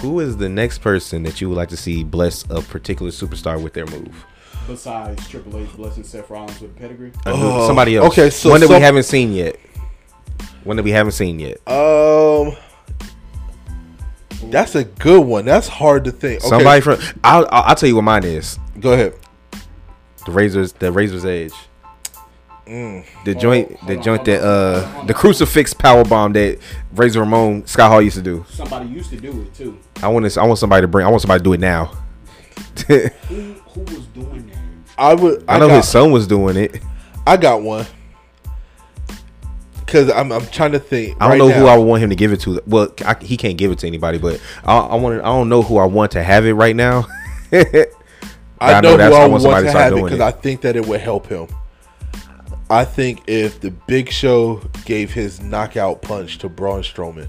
Speaker 3: Who is the next person that you would like to see bless a particular superstar with their move?
Speaker 1: Besides Triple H blessing Seth Rollins with pedigree,
Speaker 3: A new- somebody else.
Speaker 2: Oh, okay, so-
Speaker 3: one that
Speaker 2: so-
Speaker 3: we haven't seen yet. One that we haven't seen yet.
Speaker 2: Um, that's a good one. That's hard to think. Okay,
Speaker 3: Somebody from. I'll, I'll I'll tell you what mine is.
Speaker 2: go ahead.
Speaker 3: The razors, the razor's edge.
Speaker 2: Mm.
Speaker 3: The
Speaker 1: Hold
Speaker 3: joint,
Speaker 1: on, hold
Speaker 3: the
Speaker 1: on,
Speaker 3: joint
Speaker 1: hold
Speaker 3: that
Speaker 1: on,
Speaker 3: uh,
Speaker 1: hold on, hold
Speaker 3: the
Speaker 1: on.
Speaker 3: crucifix power bomb that Razor Ramon Sky Hall used to do.
Speaker 1: somebody used to do it too.
Speaker 3: I want to, I want somebody to bring, I want somebody to do it now. [laughs]
Speaker 1: Who who was doing that?
Speaker 2: I would. I,
Speaker 3: I know
Speaker 2: got,
Speaker 3: his son was doing it.
Speaker 2: I got one. Cause I'm I'm trying to think.
Speaker 3: I don't
Speaker 2: right
Speaker 3: know who
Speaker 2: now.
Speaker 3: I would want him to give it to. Well, I, he can't give it to anybody, but I, I want, I don't know who I want to have it right now. [laughs]
Speaker 2: I
Speaker 3: I
Speaker 2: know,
Speaker 3: know that's-
Speaker 2: who I
Speaker 3: I
Speaker 2: would
Speaker 3: want
Speaker 2: want
Speaker 3: somebody
Speaker 2: to
Speaker 3: to start
Speaker 2: have it
Speaker 3: doing
Speaker 2: because
Speaker 3: it.
Speaker 2: I think that it would help him. I think if the Big Show gave his knockout punch to Braun Strowman,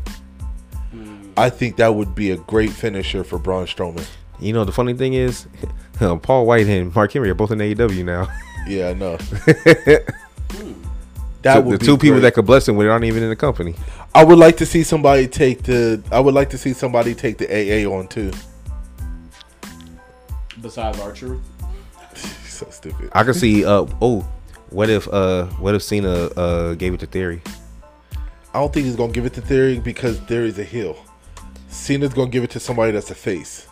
Speaker 2: I think that would be a great finisher for Braun Strowman.
Speaker 3: you know, the funny thing is, [laughs] Paul White and Mark Henry are both in AEW now.
Speaker 2: Yeah, I
Speaker 3: [laughs]
Speaker 2: know.
Speaker 3: The-
Speaker 2: that
Speaker 3: the
Speaker 2: would be
Speaker 3: two people that
Speaker 2: great.
Speaker 3: could bless him with aren't even in the company.
Speaker 2: I would like to see somebody take the. I would like to see somebody take the AA on too.
Speaker 1: Besides our truth,
Speaker 2: So stupid.
Speaker 3: I can see. Uh oh, what if uh what if Cena uh gave it to Theory?
Speaker 2: I don't think he's gonna give it to Theory because Theory's a heel. Cena's gonna give it to somebody that's a face.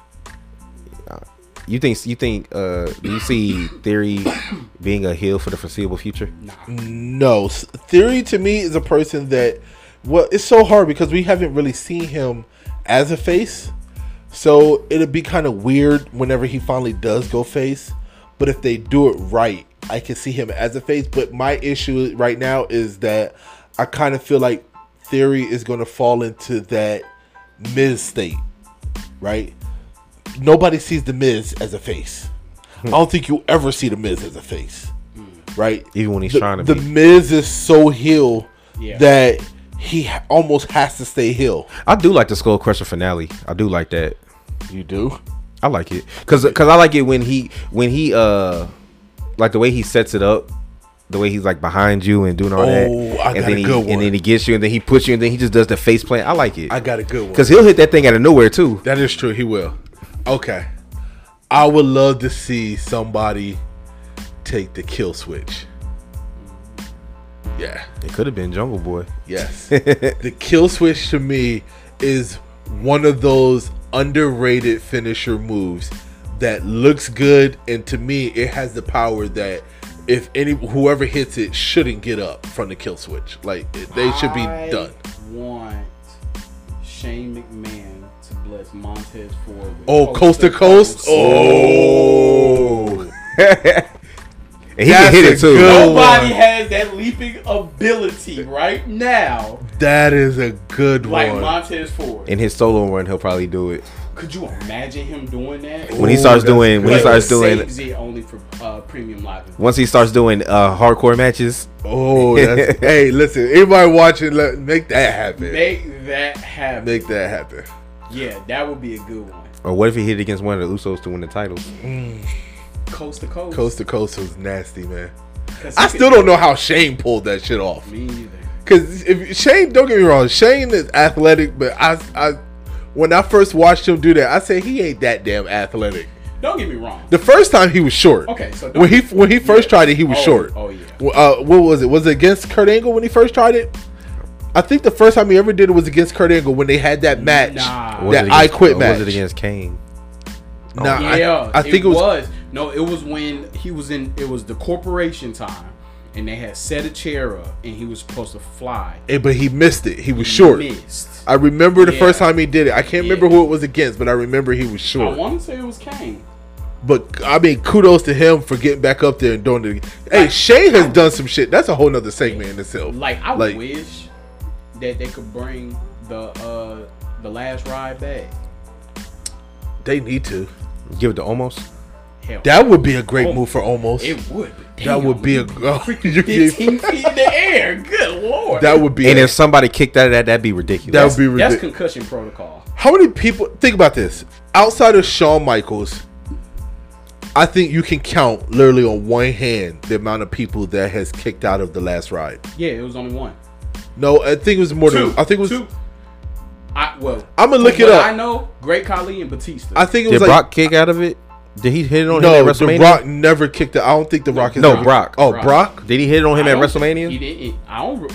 Speaker 3: You think you think uh do you see Theory being a heel for the foreseeable future?
Speaker 2: No, S- Theory to me is a person that, well, it's so hard because we haven't really seen him as a face. So it'll be kind of weird whenever he finally does go face. But if they do it right, I can see him as a face. But my issue right now is that I kind of feel like Theory is going to fall into that Miz state, right? Nobody sees the Miz as a face. I don't think you'll ever see the Miz as a face, right?
Speaker 3: Even when he's
Speaker 2: the,
Speaker 3: trying to
Speaker 2: the
Speaker 3: be.
Speaker 2: Miz is so heel
Speaker 1: Yeah.
Speaker 2: that he ha- almost has to stay heel.
Speaker 3: I do like the Skull Crusher finale. I do like that.
Speaker 2: You do?
Speaker 3: I like it because I like it when he when he uh like the way he sets it up. The way he's like behind you and doing all that,
Speaker 2: Oh, I got
Speaker 3: and then
Speaker 2: a
Speaker 3: he
Speaker 2: good one.
Speaker 3: and then he gets you, and then he puts you, and then he just does the face plant. I like it
Speaker 2: I got a good one.
Speaker 3: because he'll hit that thing out of nowhere too.
Speaker 2: That is true. He will. Okay. I would love to see somebody take the kill switch. Yeah.
Speaker 3: It could have been Jungle Boy.
Speaker 2: Yes. the kill switch to me is one of those underrated finisher moves that looks good and to me it has the power that if any whoever hits it shouldn't get up from the kill switch. Like it- they should be
Speaker 1: I
Speaker 2: done.
Speaker 1: Want Shane McMahon to bless Montez Ford. With
Speaker 2: Oh, coast to coast. Oh,
Speaker 3: And he can
Speaker 2: That's
Speaker 3: hit
Speaker 2: a
Speaker 3: it too.
Speaker 2: good-
Speaker 1: Nobody has that leaping ability right now,
Speaker 2: that is a good
Speaker 1: like
Speaker 2: one.
Speaker 1: Montez Ford.
Speaker 3: In his solo run, he'll probably do it.
Speaker 1: Could you imagine him doing that?
Speaker 3: When he
Speaker 2: Ooh,
Speaker 3: starts
Speaker 2: that's
Speaker 3: doing, when he
Speaker 2: good.
Speaker 3: starts
Speaker 1: Saves
Speaker 3: doing,
Speaker 1: it only for uh, premium live.
Speaker 3: once he starts doing uh, hardcore matches,
Speaker 2: Oh, that's, hey, listen, anybody watching, let, make that happen. Make,
Speaker 1: Make that happen.
Speaker 2: that happen.
Speaker 1: yeah, that would be a good one.
Speaker 3: or what if he hit against one of the Usos to win the title?
Speaker 1: Coast to coast.
Speaker 2: Coast to coast was nasty, man.
Speaker 1: 'Cause he
Speaker 2: I
Speaker 1: could-
Speaker 2: still don't know how Shane pulled that shit off.
Speaker 1: Me either.
Speaker 2: Cause if Shane, don't get me wrong, Shane is athletic, but I, I, when I first watched him do that, I said he ain't that damn athletic.
Speaker 1: Don't get me wrong.
Speaker 2: The first time he was short.
Speaker 1: Okay, so don't-
Speaker 2: when he when he first
Speaker 1: Yeah.
Speaker 2: tried it, he was
Speaker 1: Oh,
Speaker 2: short.
Speaker 1: oh, yeah.
Speaker 2: Well, Uh, what was it? Was it against Kurt Angle when he first tried it? I think the first time he ever did it was against Kurt Angle when they had that match.
Speaker 1: Nah.
Speaker 3: Or was
Speaker 2: That
Speaker 3: it
Speaker 2: I
Speaker 3: against-
Speaker 2: quit
Speaker 3: or
Speaker 2: match.
Speaker 3: Was it against Kane?
Speaker 2: Nah, I-
Speaker 1: yeah,
Speaker 2: I, think it was
Speaker 1: No, it was when he was in. It was the corporation time, and they had set a chair up, and he was supposed to fly.
Speaker 2: Eh, but he missed it. He was short.
Speaker 1: Missed.
Speaker 2: I remember the
Speaker 1: Yeah.
Speaker 2: first time he did it. I can't
Speaker 1: Yeah.
Speaker 2: remember who it was against, but I remember he was
Speaker 1: I
Speaker 2: short.
Speaker 1: want to say it was Kane.
Speaker 2: But I mean, kudos to him for getting back up there and doing it. Again. Hey, Shane has done some shit. That's a whole nother segment in itself.
Speaker 1: Like I
Speaker 2: Like-
Speaker 1: wish that they could bring the uh the last ride back.
Speaker 2: They need to.
Speaker 3: Give it to almost.
Speaker 1: Hell,
Speaker 2: That would be a great move for almost.
Speaker 1: Oh, it would. but
Speaker 2: that
Speaker 1: damn, [laughs]
Speaker 2: would be a [laughs] you get- [laughs]
Speaker 1: fifteen feet in the air. Good lord.
Speaker 2: that would be
Speaker 3: And
Speaker 2: a-
Speaker 3: if somebody kicked that at, that'd be ridiculous.
Speaker 2: that would be
Speaker 1: That's
Speaker 2: ridiculous.
Speaker 1: concussion protocol.
Speaker 2: How many people think about this? Outside of Shawn Michaels, I think you can count literally on one hand the amount of people that has kicked out of the last ride.
Speaker 1: Yeah, it was only one.
Speaker 2: No, I think it was more
Speaker 1: Two.
Speaker 2: than I think it was
Speaker 1: two. I well,
Speaker 2: I'ma
Speaker 1: from
Speaker 2: look it
Speaker 1: what
Speaker 2: up.
Speaker 1: I know Great Khali and Batista.
Speaker 2: I think it
Speaker 3: Did
Speaker 2: was
Speaker 3: Brock kick out of it? Did he hit it on
Speaker 2: like
Speaker 3: him
Speaker 2: no,
Speaker 3: at WrestleMania?
Speaker 2: the Rock never kicked out. I don't think the Rock has
Speaker 3: No,
Speaker 2: ever-
Speaker 3: Brock.
Speaker 2: Oh,
Speaker 1: Brock.
Speaker 2: Brock.
Speaker 3: Did he hit it on him
Speaker 1: I
Speaker 3: at
Speaker 1: don't think He
Speaker 3: WrestleMania?
Speaker 1: didn't. I don't. re-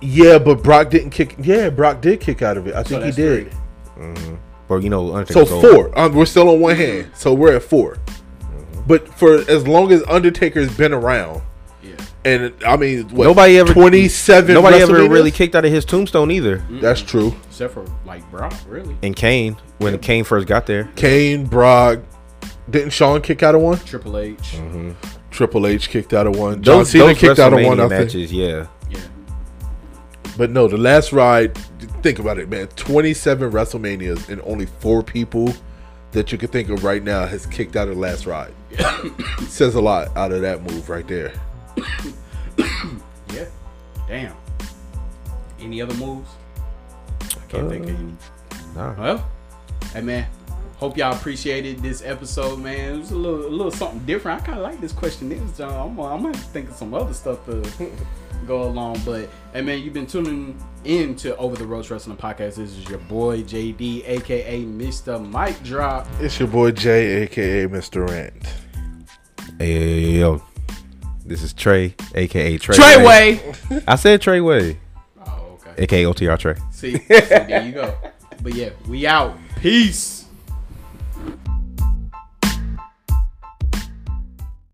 Speaker 2: Yeah, but Brock didn't kick. Yeah, Brock did kick out of it. I think he
Speaker 1: that's
Speaker 2: did.
Speaker 1: three.
Speaker 3: Or you know,
Speaker 2: So
Speaker 3: Undertaker sold.
Speaker 2: four. Um, we're still on one
Speaker 3: Mm-hmm.
Speaker 2: hand, so we're at 4 But for as long as Undertaker's been around,
Speaker 1: Yeah.
Speaker 2: and I mean, what,
Speaker 3: Nobody ever
Speaker 2: twenty-seven.
Speaker 3: Nobody ever really
Speaker 2: WrestleManias?
Speaker 3: kicked out of his tombstone either.
Speaker 1: Mm.
Speaker 2: That's true.
Speaker 1: Except for like Brock, really.
Speaker 3: And Kane, when Kane first got there,
Speaker 2: Kane, Brock. Didn't Sean kick out of one?
Speaker 1: Triple H.
Speaker 3: Mm-hmm.
Speaker 2: Triple H kicked out of one. John Cena kicked out of one.
Speaker 3: WrestleMania
Speaker 2: I think.
Speaker 3: matches, yeah.
Speaker 1: Yeah.
Speaker 2: But no, the last ride. Think about it, man. Twenty-seven WrestleManias and only four people that you could think of right now has kicked out of the last ride. Says a lot out of that move right there.
Speaker 1: Yeah. Damn. Any other moves? I can't think of any.
Speaker 3: Uh, nah.
Speaker 1: Well, hey man. Hope y'all appreciated this episode, man. It was a little, a little something different. I kind of like this questionnaire, John. I'm, gonna- I'm gonna have to think of some other stuff
Speaker 3: [laughs]
Speaker 1: to go along. But hey, man, you've been tuning in to Over the Ropes Wrestling Podcast. This is your boy JD, aka Mr. Mike Drop.
Speaker 2: It's your boy Jay, aka Mr. Rant.
Speaker 3: Hey, yo, yo, yo, yo. This is Trey, aka Trey. Way.
Speaker 1: Treyway.
Speaker 3: I said Trey Way,
Speaker 1: Oh, okay.
Speaker 3: aka OTR Trey.
Speaker 1: See, see, there you go. But yeah, we out. Peace.